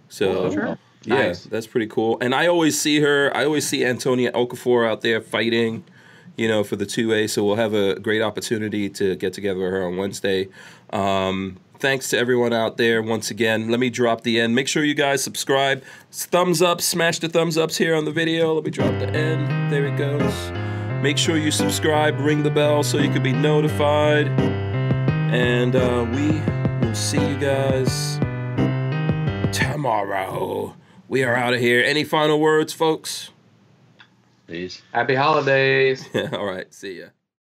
So
sure.
yeah,
Nice.
that's pretty cool. And I always see her. I always see Antonia Okafor out there fighting. You know, for the two A, so we'll have a great opportunity to get together with her on Wednesday. Um, thanks to everyone out there once again. Let me drop the end. Make sure you guys subscribe. Thumbs up, smash the thumbs ups here on the video. Let me drop the end. There it goes. Make sure you subscribe, ring the bell so you can be notified. And uh, we will see you guys tomorrow. We are out of here. Any final words, folks?
Please.
Happy holidays.
All right, see ya.